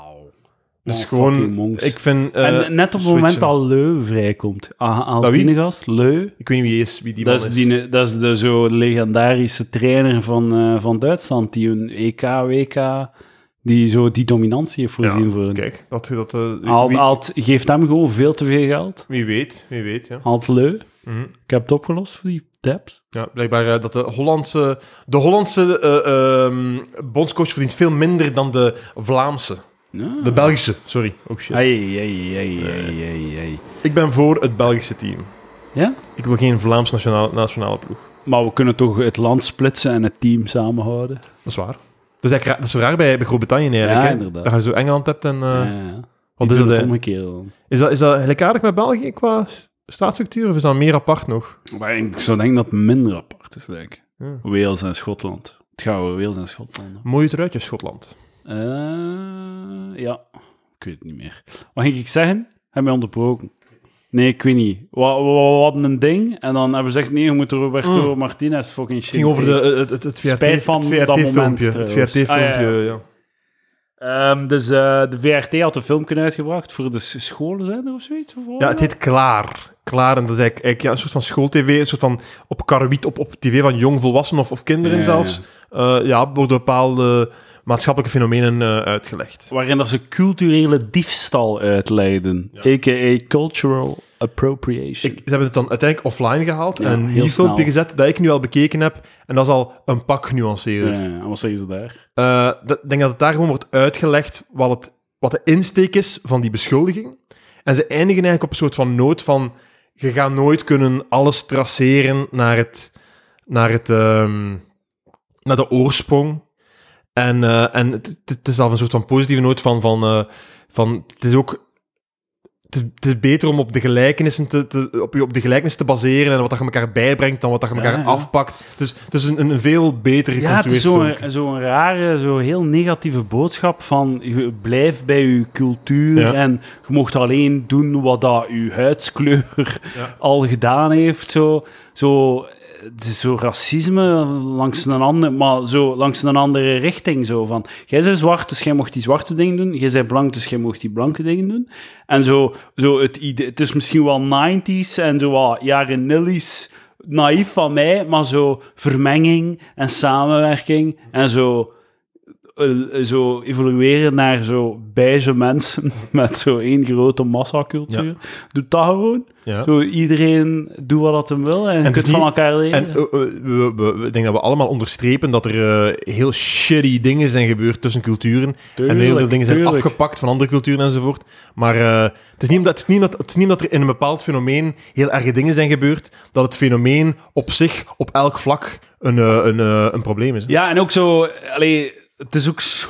[SPEAKER 2] Dus
[SPEAKER 1] Oh, fucking
[SPEAKER 2] gewoon,
[SPEAKER 1] monks.
[SPEAKER 2] ik vind... eh,
[SPEAKER 1] en net op het moment
[SPEAKER 2] switchen.
[SPEAKER 1] dat Leu vrijkomt, Ah, haalt
[SPEAKER 2] Dat wie?
[SPEAKER 1] die een gast, Leu.
[SPEAKER 2] Ik weet niet wie, is, wie die man
[SPEAKER 1] Dat is, die, dat is de zo legendarische trainer van, eh, van Duitsland, die een E EK, WK, die zo die dominantie heeft voorzien voor hen.
[SPEAKER 2] Kijk, dat, dat, eh,
[SPEAKER 1] Haalt-
[SPEAKER 2] wie,
[SPEAKER 1] haalt- geeft hem gewoon veel te veel geld.
[SPEAKER 2] wie weet, wie weet, ja.
[SPEAKER 1] Haalt Leu.
[SPEAKER 2] Mhm.
[SPEAKER 1] Ik heb het opgelost voor die debt.
[SPEAKER 2] Ja, blijkbaar eh, dat de Hollandse, de Hollandse eh, ehm, bondscoach verdient veel minder dan de Vlaamse.
[SPEAKER 1] Ja.
[SPEAKER 2] De Belgische, sorry. Oh shit.
[SPEAKER 1] Ai, ai, ai, ai, ai, ai.
[SPEAKER 2] Ik ben voor het Belgische team.
[SPEAKER 1] Ja?
[SPEAKER 2] Ik wil geen Vlaams nationale, nationale ploeg.
[SPEAKER 1] Maar we kunnen toch het land splitsen en het team samenhouden.
[SPEAKER 2] Dat is waar. Dat is, eigenlijk raar- dat is zo raar bij, bij Groot-Brittannië eigenlijk.
[SPEAKER 1] Ja,
[SPEAKER 2] hè?
[SPEAKER 1] inderdaad.
[SPEAKER 2] Dat je zo Engeland hebt en... eh,
[SPEAKER 1] Ja, ja. Die
[SPEAKER 2] wat is
[SPEAKER 1] doen
[SPEAKER 2] dat,
[SPEAKER 1] het
[SPEAKER 2] hè?
[SPEAKER 1] omgekeerd dan.
[SPEAKER 2] is dat? Is dat gelijkaardig met België qua s- staatsstructuur? Of is dat meer apart nog?
[SPEAKER 1] Maar ik zou denken dat het minder apart is, denk ik.
[SPEAKER 2] Ja.
[SPEAKER 1] Wales en Schotland. Het gaan we Wales en Schotland. doen.
[SPEAKER 2] Mooi eruit, je Schotland.
[SPEAKER 1] Eh, ja, ik weet het niet meer. Wat ging ik zeggen? Heb mij onderbroken. Nee, ik weet niet. We, we, we hadden een ding en dan hebben we gezegd, nee, we moeten Roberto Martinez fucking
[SPEAKER 2] Mm. Het
[SPEAKER 1] shit.
[SPEAKER 2] ging over de, eh, het, het, het VRT,
[SPEAKER 1] Spijt van
[SPEAKER 2] het
[SPEAKER 1] dat
[SPEAKER 2] VRT
[SPEAKER 1] moment,
[SPEAKER 2] filmpje. Het
[SPEAKER 1] trouwens.
[SPEAKER 2] VRT filmpje,
[SPEAKER 1] Ah, ja, ja.
[SPEAKER 2] ja.
[SPEAKER 1] Ehm, dus eh, de VRT had een filmpje uitgebracht voor de s- scholen, zijn er of zoiets? Of wat?
[SPEAKER 2] Ja, het heet Klaar. Klaar, en dat is eigenlijk, eigenlijk, ja, een soort van schooltv, een soort van op karwiet, op, op tv van jong volwassenen of, of kinderen
[SPEAKER 1] Ja, ja, ja.
[SPEAKER 2] zelfs. Eh, ja, worden bepaalde maatschappelijke fenomenen eh, uitgelegd.
[SPEAKER 1] Waarin dat ze culturele diefstal uitleiden. A.k.a. cultural appropriation.
[SPEAKER 2] Ik, ze hebben het dan uiteindelijk offline gehaald
[SPEAKER 1] Ja,
[SPEAKER 2] en een
[SPEAKER 1] heel
[SPEAKER 2] nieuw
[SPEAKER 1] snel.
[SPEAKER 2] filmpje gezet dat ik nu al bekeken heb. En dat is al een pak genuanceerder.
[SPEAKER 1] Ja, en wat zeggen ze daar?
[SPEAKER 2] Eh, dat- Ik denk dat het daar gewoon wordt uitgelegd wat, het, wat de insteek is van die beschuldiging. En ze eindigen eigenlijk op een soort van noot van... je gaat nooit kunnen alles traceren naar, het, naar, het, ehm, naar de oorsprong. En, eh, en het, het- het is al een soort van positieve noot van... van, eh, van het is ook... Het is, het is beter om op de gelijkenissen te, te- op, je op de gelijkenissen te baseren en wat dat je elkaar bijbrengt dan wat dat je
[SPEAKER 1] Ja,
[SPEAKER 2] elkaar
[SPEAKER 1] ja.
[SPEAKER 2] afpakt. Dus het is een, een veel
[SPEAKER 1] Ja,
[SPEAKER 2] beter
[SPEAKER 1] het is
[SPEAKER 2] geconstrueerd
[SPEAKER 1] zo'n
[SPEAKER 2] filmpje.
[SPEAKER 1] zo'n rare, zo heel negatieve boodschap van je blijf bij je cultuur
[SPEAKER 2] Ja.
[SPEAKER 1] en je mocht alleen doen wat dat je huidskleur
[SPEAKER 2] Ja.
[SPEAKER 1] al gedaan heeft. Zo, zo, het is zo racisme langs een andere, maar zo langs een andere richting. Zo van, jij bent zwart, dus jij mocht die zwarte dingen doen. Jij bent blank, dus jij mocht die blanke dingen doen. En zo, zo het idee, het is misschien wel 90s en zo wat jaren nillies, naïef van mij, maar zo vermenging en samenwerking en zo, eh, zo evolueren naar zo beige mensen met zo één grote massacultuur.
[SPEAKER 2] Ja.
[SPEAKER 1] Doet dat gewoon.
[SPEAKER 2] Ja.
[SPEAKER 1] Zo, iedereen doet wat dat hem wil en, je
[SPEAKER 2] het is
[SPEAKER 1] kunt van
[SPEAKER 2] niet-
[SPEAKER 1] elkaar leren.
[SPEAKER 2] En eh, eh, we, we- we- ik denk dat we allemaal onderstrepen dat er eh, heel shitty dingen zijn gebeurd tussen culturen. en heel veel dingen zijn
[SPEAKER 1] tuurlijk.
[SPEAKER 2] afgepakt van andere culturen enzovoort. Maar eh, het, is niet omdat, het, is niet dat, het is niet dat er in een bepaald fenomeen heel erge dingen zijn gebeurd, dat het fenomeen op zich op elk vlak een, eh, een, eh, een probleem is. hè.
[SPEAKER 1] Ja, en ook zo... Allee, het is ook zo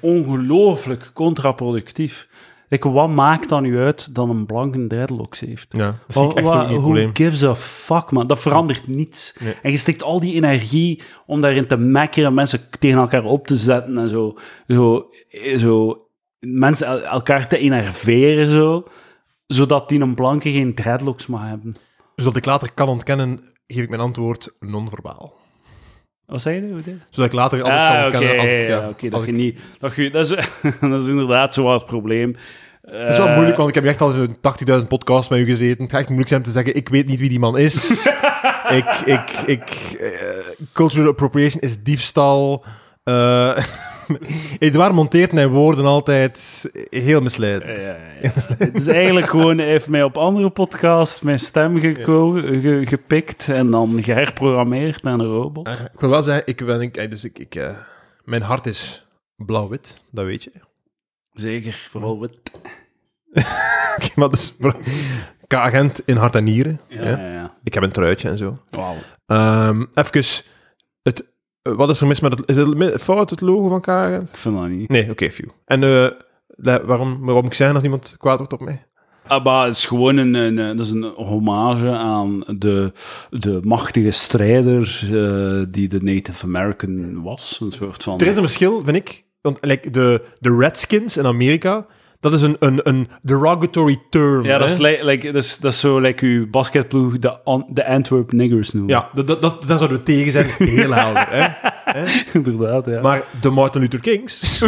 [SPEAKER 1] ongelooflijk contraproductief. Ik, wat maakt dan nu uit dat een blanke dreadlocks heeft?
[SPEAKER 2] Ja, dat zie ik echt
[SPEAKER 1] Wa- wa-
[SPEAKER 2] ook niet het
[SPEAKER 1] who
[SPEAKER 2] probleem.
[SPEAKER 1] gives a fuck, man? Dat verandert niets.
[SPEAKER 2] Nee.
[SPEAKER 1] En je steekt al die energie om daarin te mekkeren, mensen tegen elkaar op te zetten en zo. Zo, zo mensen el- elkaar te enerveren, zo. Zodat die een blanke geen dreadlocks mag hebben.
[SPEAKER 2] Zodat ik later kan ontkennen, geef ik mijn antwoord non-verbaal.
[SPEAKER 1] Wat zei je? Hoe deed je?
[SPEAKER 2] Zodat ik later altijd kan
[SPEAKER 1] Ah, oké,
[SPEAKER 2] ontkennen. als ik, ja,
[SPEAKER 1] ja, oké,
[SPEAKER 2] als
[SPEAKER 1] dat je
[SPEAKER 2] ik-
[SPEAKER 1] niet... Dat, je, dat, is, dat is inderdaad zo wat het probleem.
[SPEAKER 2] Het
[SPEAKER 1] Eh,
[SPEAKER 2] is wel moeilijk, want ik heb echt al zo'n 80.000 podcasts met u gezeten. Het gaat echt moeilijk zijn om te zeggen, ik weet niet wie die man is. ik, ik, ik, eh, cultural appropriation is diefstal. Eh Edouard monteert mijn woorden altijd heel misleidend.
[SPEAKER 1] Ja, ja, ja. Het is eigenlijk gewoon, hij heeft mij op andere podcasts mijn stem geko- ge- gepikt en dan geherprogrammeerd naar een robot.
[SPEAKER 2] Eh, Ik wil wel zeggen, ik ben, ik, eh, dus ik, ik, eh, mijn hart is blauw-wit, dat weet je.
[SPEAKER 1] Zeker, vooral wat.
[SPEAKER 2] Oké, maar dus, K-agent in hart en nieren.
[SPEAKER 1] Ja,
[SPEAKER 2] ja.
[SPEAKER 1] ja, ja.
[SPEAKER 2] Ik heb een truitje en zo.
[SPEAKER 1] Wauw.
[SPEAKER 2] Ehm even, het, eh, wat is er mis met het... Is het mi- fout, het logo van K-agent?
[SPEAKER 1] Ik vind dat niet.
[SPEAKER 2] Nee, oké, view. En eh, da- waarom, waarom moet ik zeggen dat iemand kwaad wordt op mij?
[SPEAKER 1] Ah, maar het is gewoon een, een, een- dat is een hommage aan de, de machtige strijder eh, die de Native American was. Een soort van...
[SPEAKER 2] Er is een verschil, vind ik. Want like, de, de Redskins in Amerika, dat is een, een, een derogatory term.
[SPEAKER 1] Ja, dat is,
[SPEAKER 2] hè?
[SPEAKER 1] li- like, dat is, dat is zo like uw basketploeg de, An- de Antwerp Niggers noemen.
[SPEAKER 2] Ja, dat, dat, dat, daar zouden we tegen zijn. Heel helder. Hè?
[SPEAKER 1] inderdaad. Ja.
[SPEAKER 2] Maar de Martin Luther Kings...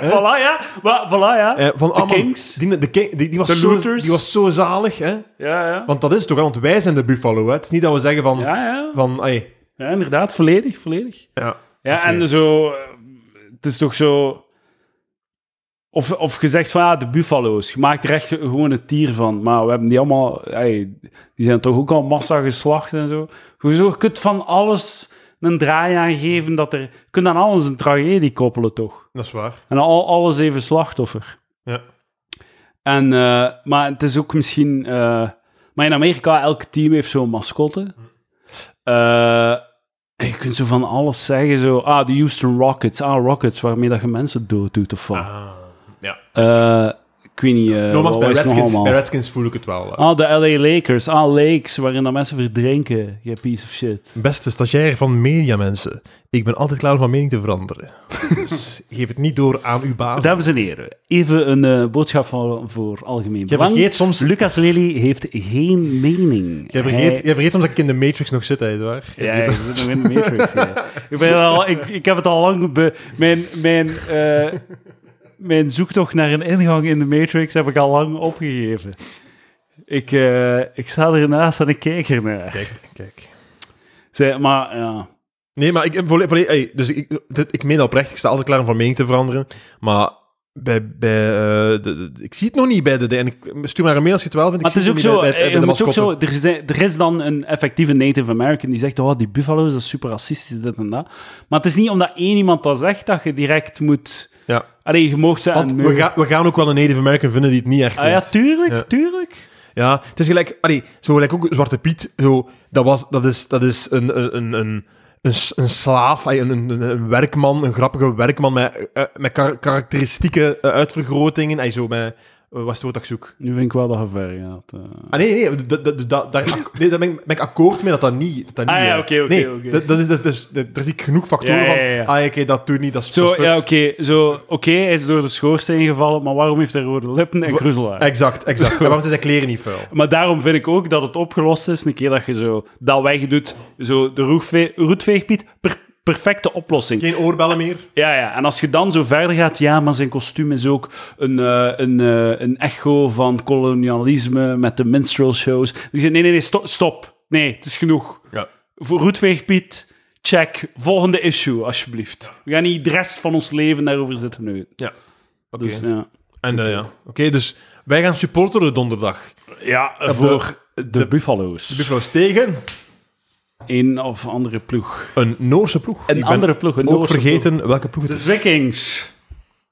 [SPEAKER 1] voilà, ja. Maar, voilà, ja.
[SPEAKER 2] eh, van allemaal-
[SPEAKER 1] Kings?
[SPEAKER 2] Die, de King- die, die,
[SPEAKER 1] De
[SPEAKER 2] was zo,
[SPEAKER 1] Luthers?
[SPEAKER 2] die was zo zalig. Hè?
[SPEAKER 1] ja, ja.
[SPEAKER 2] Want dat is het toch, hè? want wij zijn de Buffalo. Hè? Het is niet dat we zeggen van...
[SPEAKER 1] Ja, ja.
[SPEAKER 2] van ay,
[SPEAKER 1] Ja, inderdaad. Volledig, volledig.
[SPEAKER 2] ja.
[SPEAKER 1] Ja, en zo... eh, Het is toch zo... Of, of gezegd van, ah, de Buffalo's. Je maakt er echt gewoon het tier van. Maar we hebben die allemaal... ey, die zijn toch ook al massa geslacht en zo. Hoezo, je kunt van alles een draai aan geven dat er... Je kunt aan alles een tragedie koppelen, toch?
[SPEAKER 2] Dat is waar.
[SPEAKER 1] En al, alles even slachtoffer.
[SPEAKER 2] Ja.
[SPEAKER 1] En, eh, maar het is ook misschien... eh, maar in Amerika, elk team heeft zo'n mascotte. Eh, en je kunt zo van alles zeggen. Zo, ah, de Houston Rockets. Ah, Rockets, waarmee dat je mensen dood doet of wat.
[SPEAKER 2] ja.
[SPEAKER 1] Eh, ik weet niet... eh,
[SPEAKER 2] Nogmaals,
[SPEAKER 1] wat
[SPEAKER 2] Ah. bij
[SPEAKER 1] was het nog
[SPEAKER 2] Redskins, bij
[SPEAKER 1] allemaal?
[SPEAKER 2] Redskins voel ik het wel. hè.
[SPEAKER 1] Ah, de LA Lakers. Ah, Lakes, waarin dat mensen verdrinken. Je piece of shit.
[SPEAKER 2] Beste stagiair van mediamensen, ik ben altijd klaar om van mening te veranderen. Dus geef het niet door aan uw baas.
[SPEAKER 1] Dames en heren, even een eh, boodschap voor, voor algemeen
[SPEAKER 2] Jij
[SPEAKER 1] belang.
[SPEAKER 2] vergeet soms,
[SPEAKER 1] Lucas Lely heeft geen mening.
[SPEAKER 2] jij
[SPEAKER 1] Hij-
[SPEAKER 2] vergeet, jij vergeet soms dat ik in de Matrix nog zit, hè, Edouard. Jij
[SPEAKER 1] Ja,
[SPEAKER 2] vergeet
[SPEAKER 1] ik
[SPEAKER 2] dat-
[SPEAKER 1] zit nog in de Matrix. ja. ik, ben al, ik, ik heb het al lang. Be, mijn, mijn, eh, mijn zoektocht naar een ingang in de Matrix heb ik al lang opgegeven. Ik, eh, ik sta ernaast en ik kijk ernaar.
[SPEAKER 2] Kijk, kijk.
[SPEAKER 1] Zij, maar ja,
[SPEAKER 2] Nee, maar ik, heb volle- volle- ey, dus ik, dit- ik meen dat oprecht, ik sta altijd klaar om van mening te veranderen. Maar bij, bij, eh, de- de- ik zie het nog niet bij de... de- en ik, eh, stuur maar een mail als je het wel vindt.
[SPEAKER 1] maar
[SPEAKER 2] Ik
[SPEAKER 1] het is
[SPEAKER 2] zie
[SPEAKER 1] ook
[SPEAKER 2] nog
[SPEAKER 1] zo,
[SPEAKER 2] niet bij- bij-
[SPEAKER 1] eh, je
[SPEAKER 2] bij de
[SPEAKER 1] moet ook
[SPEAKER 2] mascotte.
[SPEAKER 1] zo er, is, er is dan een effectieve Native American die zegt, oh, die buffalo's, dat is super racistisch, dit en dat. Maar het is niet omdat één iemand dat zegt, dat je direct moet...
[SPEAKER 2] Ja.
[SPEAKER 1] Allee, je mocht ze...
[SPEAKER 2] Want
[SPEAKER 1] aan-
[SPEAKER 2] we, gaan we gaan ook wel een Native American vinden die het niet erg vindt.
[SPEAKER 1] Ah ja, tuurlijk,
[SPEAKER 2] Ja.
[SPEAKER 1] tuurlijk.
[SPEAKER 2] Ja, het is gelijk, allee, zo gelijk ook Zwarte Piet, zo, dat, was, dat is, dat is een, een, een, een, een, s- een slaaf, allee, een, een, een werkman, een grappige werkman met, eh, met kar- karakteristieke eh, uitvergrotingen. Allee, zo met, eh, wat is het woord dat ik zoek?
[SPEAKER 1] Nu vind ik wel dat je ver gaat. eh.
[SPEAKER 2] Ah, nee, nee, dat, dat, dus dat, daar, ak- nee, daar ben, ik, ben ik akkoord mee dat dat niet... Dat dat niet
[SPEAKER 1] Ah, ja,
[SPEAKER 2] eh,
[SPEAKER 1] oké, oké,
[SPEAKER 2] Nee,
[SPEAKER 1] oké.
[SPEAKER 2] dat, dat is, dat, is, dat, daar zie ik genoeg factoren
[SPEAKER 1] Ja, ja,
[SPEAKER 2] van.
[SPEAKER 1] ja, ja.
[SPEAKER 2] Ah, oké, dat doe je niet, dat is dat
[SPEAKER 1] Zo,
[SPEAKER 2] is
[SPEAKER 1] ja,
[SPEAKER 2] fucked.
[SPEAKER 1] oké. zo oké, hij is door de schoorsteen gevallen, maar waarom heeft hij rode lippen en
[SPEAKER 2] Wa-
[SPEAKER 1] kruiselaar?
[SPEAKER 2] Exact, exact. En waarom zijn zijn kleren niet vuil?
[SPEAKER 1] Maar daarom vind ik ook dat het opgelost is, een keer dat je zo dat wegdoet, zo de roegve- roetveegpiet, per- perfecte oplossing.
[SPEAKER 2] Geen oorbellen meer?
[SPEAKER 1] Ja, ja, en als je dan zo verder gaat, ja, maar zijn kostuum is ook een, eh, een, eh, een echo van kolonialisme met de minstrel shows. Dus je- nee, nee, nee, stop. stop. Nee, het is genoeg.
[SPEAKER 2] Ja.
[SPEAKER 1] Voor Roetweg Piet, check. Volgende issue, alsjeblieft. We gaan niet de rest van ons leven daarover zitten nu.
[SPEAKER 2] Ja. Oké.
[SPEAKER 1] Dus, ja.
[SPEAKER 2] En eh, ja, oké, dus wij gaan supporteren donderdag.
[SPEAKER 1] Ja,
[SPEAKER 2] Op
[SPEAKER 1] voor de,
[SPEAKER 2] de-
[SPEAKER 1] Buffalo's.
[SPEAKER 2] De Buffalo's tegen
[SPEAKER 1] Een of andere ploeg.
[SPEAKER 2] een Noorse ploeg.
[SPEAKER 1] Een
[SPEAKER 2] Ik ben
[SPEAKER 1] andere ploeg, een
[SPEAKER 2] ook
[SPEAKER 1] Noorse
[SPEAKER 2] vergeten welke ploeg het
[SPEAKER 1] De
[SPEAKER 2] is.
[SPEAKER 1] Vikings.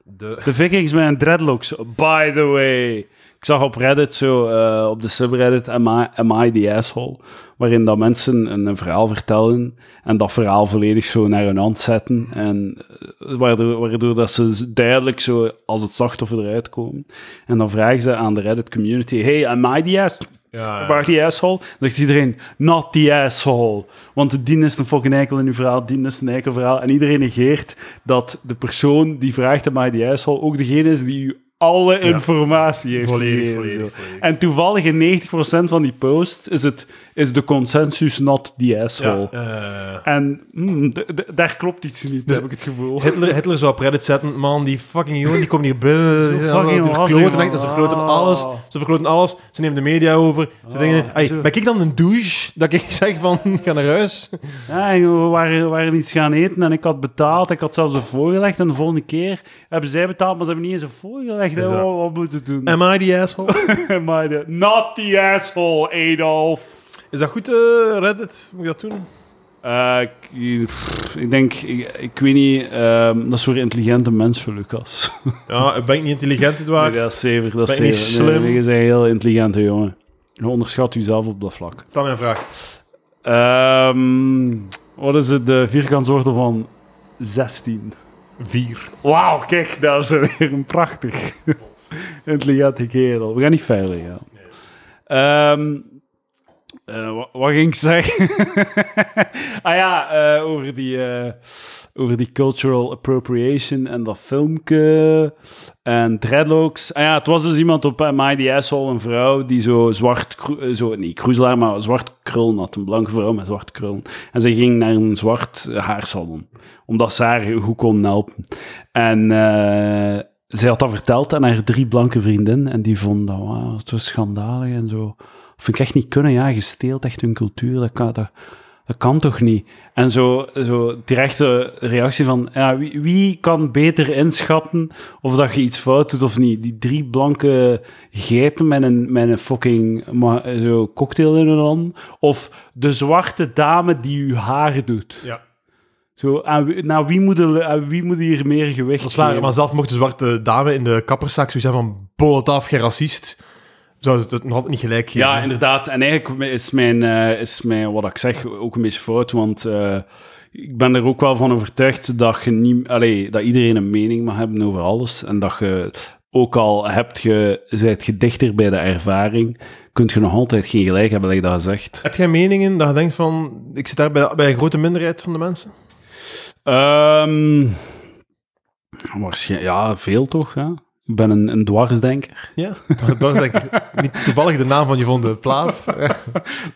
[SPEAKER 2] De...
[SPEAKER 1] De Vikings met een dreadlocks. By the way. Ik zag op Reddit, zo, eh, op de subreddit am I, am I the Asshole, waarin dat mensen een, een verhaal vertellen en dat verhaal volledig zo naar hun hand zetten. En eh, waardoor, waardoor dat ze z- duidelijk zo als het slachtoffer eruit komen. En dan vragen ze aan de Reddit community, hey, am I the asshole?
[SPEAKER 2] Ja, ja.
[SPEAKER 1] Am I the asshole? Dan zegt iedereen, not the asshole. Want dien is een fucking eikel in uw verhaal, dien is een eikel verhaal. En iedereen negeert dat de persoon die vraagt aan mij die asshole ook degene is die u alle informatie heeft
[SPEAKER 2] Volledig,
[SPEAKER 1] gegeven,
[SPEAKER 2] volledig,
[SPEAKER 1] zo.
[SPEAKER 2] volledig.
[SPEAKER 1] En toevallig in 90% van die posts is, het, is de consensus not the asshole.
[SPEAKER 2] Ja, eh,
[SPEAKER 1] En hmm, d- d- daar klopt iets niet,
[SPEAKER 2] Dus-
[SPEAKER 1] heb ik het gevoel.
[SPEAKER 2] Hitler, Hitler zou op Reddit zetten, man, die fucking jongen, die komt hier binnen.
[SPEAKER 1] Zo
[SPEAKER 2] Ja,
[SPEAKER 1] fucking
[SPEAKER 2] die
[SPEAKER 1] lastig,
[SPEAKER 2] verkloten, echt,
[SPEAKER 1] man.
[SPEAKER 2] ze verkloten alles.
[SPEAKER 1] Ah.
[SPEAKER 2] Ze verkloten alles, ze nemen de media over. Ze denken,
[SPEAKER 1] Ah,
[SPEAKER 2] hey,
[SPEAKER 1] zo.
[SPEAKER 2] ben ik dan een douche? Dat ik zeg van, ga naar huis.
[SPEAKER 1] Ja, en we waren, we waren iets gaan eten en ik had betaald. Ik had zelfs een voorgelegd. En de volgende keer hebben zij betaald, maar ze hebben niet eens een voorgelegd.
[SPEAKER 2] Is
[SPEAKER 1] Hè,
[SPEAKER 2] dat-
[SPEAKER 1] wat, wat moeten we doen?
[SPEAKER 2] Am I the asshole?
[SPEAKER 1] Maar de- Not the asshole, Adolf.
[SPEAKER 2] Is dat goed, eh, Reddit? Moet ik dat doen?
[SPEAKER 1] Eh, ik, pff, ik denk, ik, ik weet niet, ehm, dat is voor intelligente mensen, Lucas.
[SPEAKER 2] Ja, ben ik niet intelligent, het
[SPEAKER 1] Nee,
[SPEAKER 2] waar?
[SPEAKER 1] dat is zeker, dat is
[SPEAKER 2] Ben je niet
[SPEAKER 1] zeker. Nee,
[SPEAKER 2] slim?
[SPEAKER 1] nee, je bent een heel intelligente jongen. Je onderschat jezelf op dat vlak.
[SPEAKER 2] Stel mij een vraag.
[SPEAKER 1] Ehm, wat is het, de vierkantswortel van 16?
[SPEAKER 2] Vier.
[SPEAKER 1] Wauw, kijk, daar is er weer een prachtig intelligente kerel. We gaan niet verder gaan. Ehm, eh, wa- wat ging ik zeggen? ah ja, eh, over, die, eh, over die cultural appropriation en dat filmpje en dreadlocks. Ah ja, het was dus iemand op Am I the Asshole, een vrouw die zo zwart, kro- eh, zo, niet kruiselaar, maar zwart krullen had. Een blanke vrouw met zwarte krullen. En ze ging naar een zwart eh, haarsalon, omdat ze haar goed kon helpen. En eh, zij had dat verteld aan haar drie blanke vriendinnen en die vonden dat wauw, het was schandalig en zo. Vind ik echt niet kunnen, ja, gesteeld echt hun cultuur, dat kan, dat, dat kan toch niet? En zo, zo directe reactie van, ja, wie, wie kan beter inschatten of dat je iets fout doet of niet? Die drie blanke gijpen met een, met een fucking ma- zo cocktail in hun hand, of de zwarte dame die uw haar doet.
[SPEAKER 2] Ja.
[SPEAKER 1] Zo, aan, wie- naar wie moet, er- aan wie moet hier meer gewicht
[SPEAKER 2] Dat is waar,
[SPEAKER 1] geven?
[SPEAKER 2] maar zelf mocht de zwarte dame in de kapperzak zo zeggen van... Bol het af, geen racist. Zou ze het nog altijd niet gelijk geven.
[SPEAKER 1] Ja, inderdaad. En eigenlijk is mijn, eh, is mijn, wat ik zeg, ook een beetje fout. Want eh, ik ben er ook wel van overtuigd dat, je niet, allee, dat iedereen een mening mag hebben over alles. En dat je, ook al hebt je, zijt je dichter bij de ervaring, kunt je nog altijd geen gelijk hebben, dat je dat zegt.
[SPEAKER 2] Heb jij meningen dat je denkt van... Ik zit daar bij, de- bij een grote minderheid van de mensen?
[SPEAKER 1] Ehm waarschijnlijk, ja, veel toch? Ja? Ik ben een, een dwarsdenker.
[SPEAKER 2] Ja. dat, dat is denk ik niet toevallig de naam van je volgende plaats.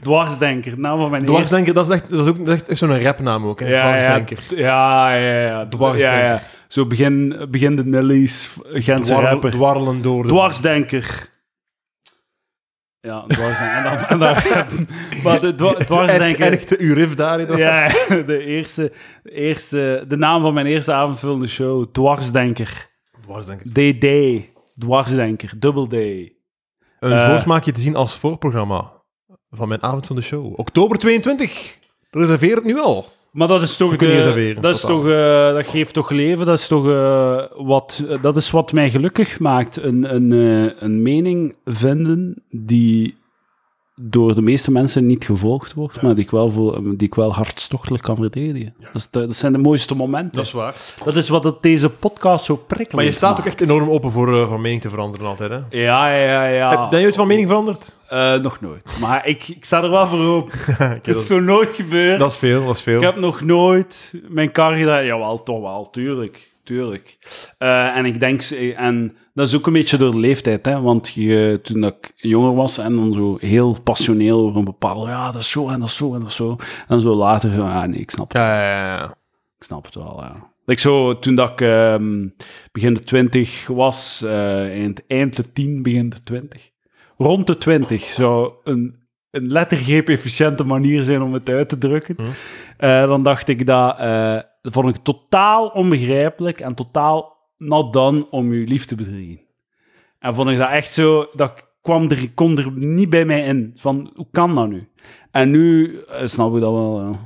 [SPEAKER 1] Dwarsdenker, naam van mijn
[SPEAKER 2] Dwarsdenker, dat is echt, dat is ook, dat is echt zo'n rapnaam ook. Hè? Dwarsdenker.
[SPEAKER 1] Ja, ja, ja. ja.
[SPEAKER 2] Dwarsdenker.
[SPEAKER 1] Ja, ja. Zo begin, begin de Nellies, Gentse
[SPEAKER 2] Dwar-
[SPEAKER 1] rapper.
[SPEAKER 2] dwarrelen door de...
[SPEAKER 1] Dwarsdenker. Ja, dwarsdenker. en dan, en dan rappen. Maar de dwa- dwarsdenker...
[SPEAKER 2] Echt, echt de urif daar. hè, dwar-
[SPEAKER 1] Ja, de eerste, de eerste... De naam van mijn eerste avondvullende show. Dwarsdenker.
[SPEAKER 2] Dwarsdenker.
[SPEAKER 1] DD. Dwarsdenker. Double D.
[SPEAKER 2] Een
[SPEAKER 1] Eh.
[SPEAKER 2] voorsmaakje te zien als voorprogramma van mijn avond van de show. Oktober 22. Reserveer het nu al.
[SPEAKER 1] Maar dat is toch.
[SPEAKER 2] kunt
[SPEAKER 1] de-
[SPEAKER 2] niet reserveren,
[SPEAKER 1] dat, is
[SPEAKER 2] totaal.
[SPEAKER 1] toch eh, dat geeft toch leven. Dat is toch eh, wat. eh, dat is wat mij gelukkig maakt. Een, een, eh, een mening vinden die door de meeste mensen niet gevolgd wordt, maar die ik, wel voel, die ik wel hartstochtelijk kan verdedigen. Dat, is de- dat zijn de mooiste momenten. Dat is,
[SPEAKER 2] waar.
[SPEAKER 1] wat het deze podcast zo prikkelend
[SPEAKER 2] Maar je staat ook
[SPEAKER 1] maakt.
[SPEAKER 2] echt enorm open voor eh, van mening te veranderen altijd, hè?
[SPEAKER 1] Ja, ja, ja.
[SPEAKER 2] Heb, ben je ooit van mening veranderd?
[SPEAKER 1] Eh, nog nooit. Maar ik, ik sta er wel voor open.
[SPEAKER 2] dat,
[SPEAKER 1] Het is zo nooit gebeurd.
[SPEAKER 2] dat is veel, dat is veel.
[SPEAKER 1] Ik heb nog nooit mijn kar gedaan. Jawel, toch wel, tuurlijk. Tuurlijk. Eh, en ik denk, en dat is ook een beetje door de leeftijd, hè? want je, toen dat ik jonger was en dan zo heel passioneel over een bepaalde, ja, dat is zo en dat is zo en dat is zo. En zo later, zo, ah nee, ik snap het,
[SPEAKER 2] Ja, ja, ja, ja.
[SPEAKER 1] ik snap het wel, ja. Ik zo, toen dat ik ehm, begin de twintig was, eh, eind, eind de tien, begin de twintig. Rond de twintig zou een, een lettergreep efficiënte manier zijn om het uit te drukken.
[SPEAKER 2] Mhm.
[SPEAKER 1] Eh, dan dacht ik dat, eh, dat vond ik totaal onbegrijpelijk en totaal not done om uw lief te bedriegen. En vond ik dat echt zo, dat ik kwam er, kon er niet bij mij in. Van, hoe kan dat nu? En nu eh, snap ik dat wel, ja.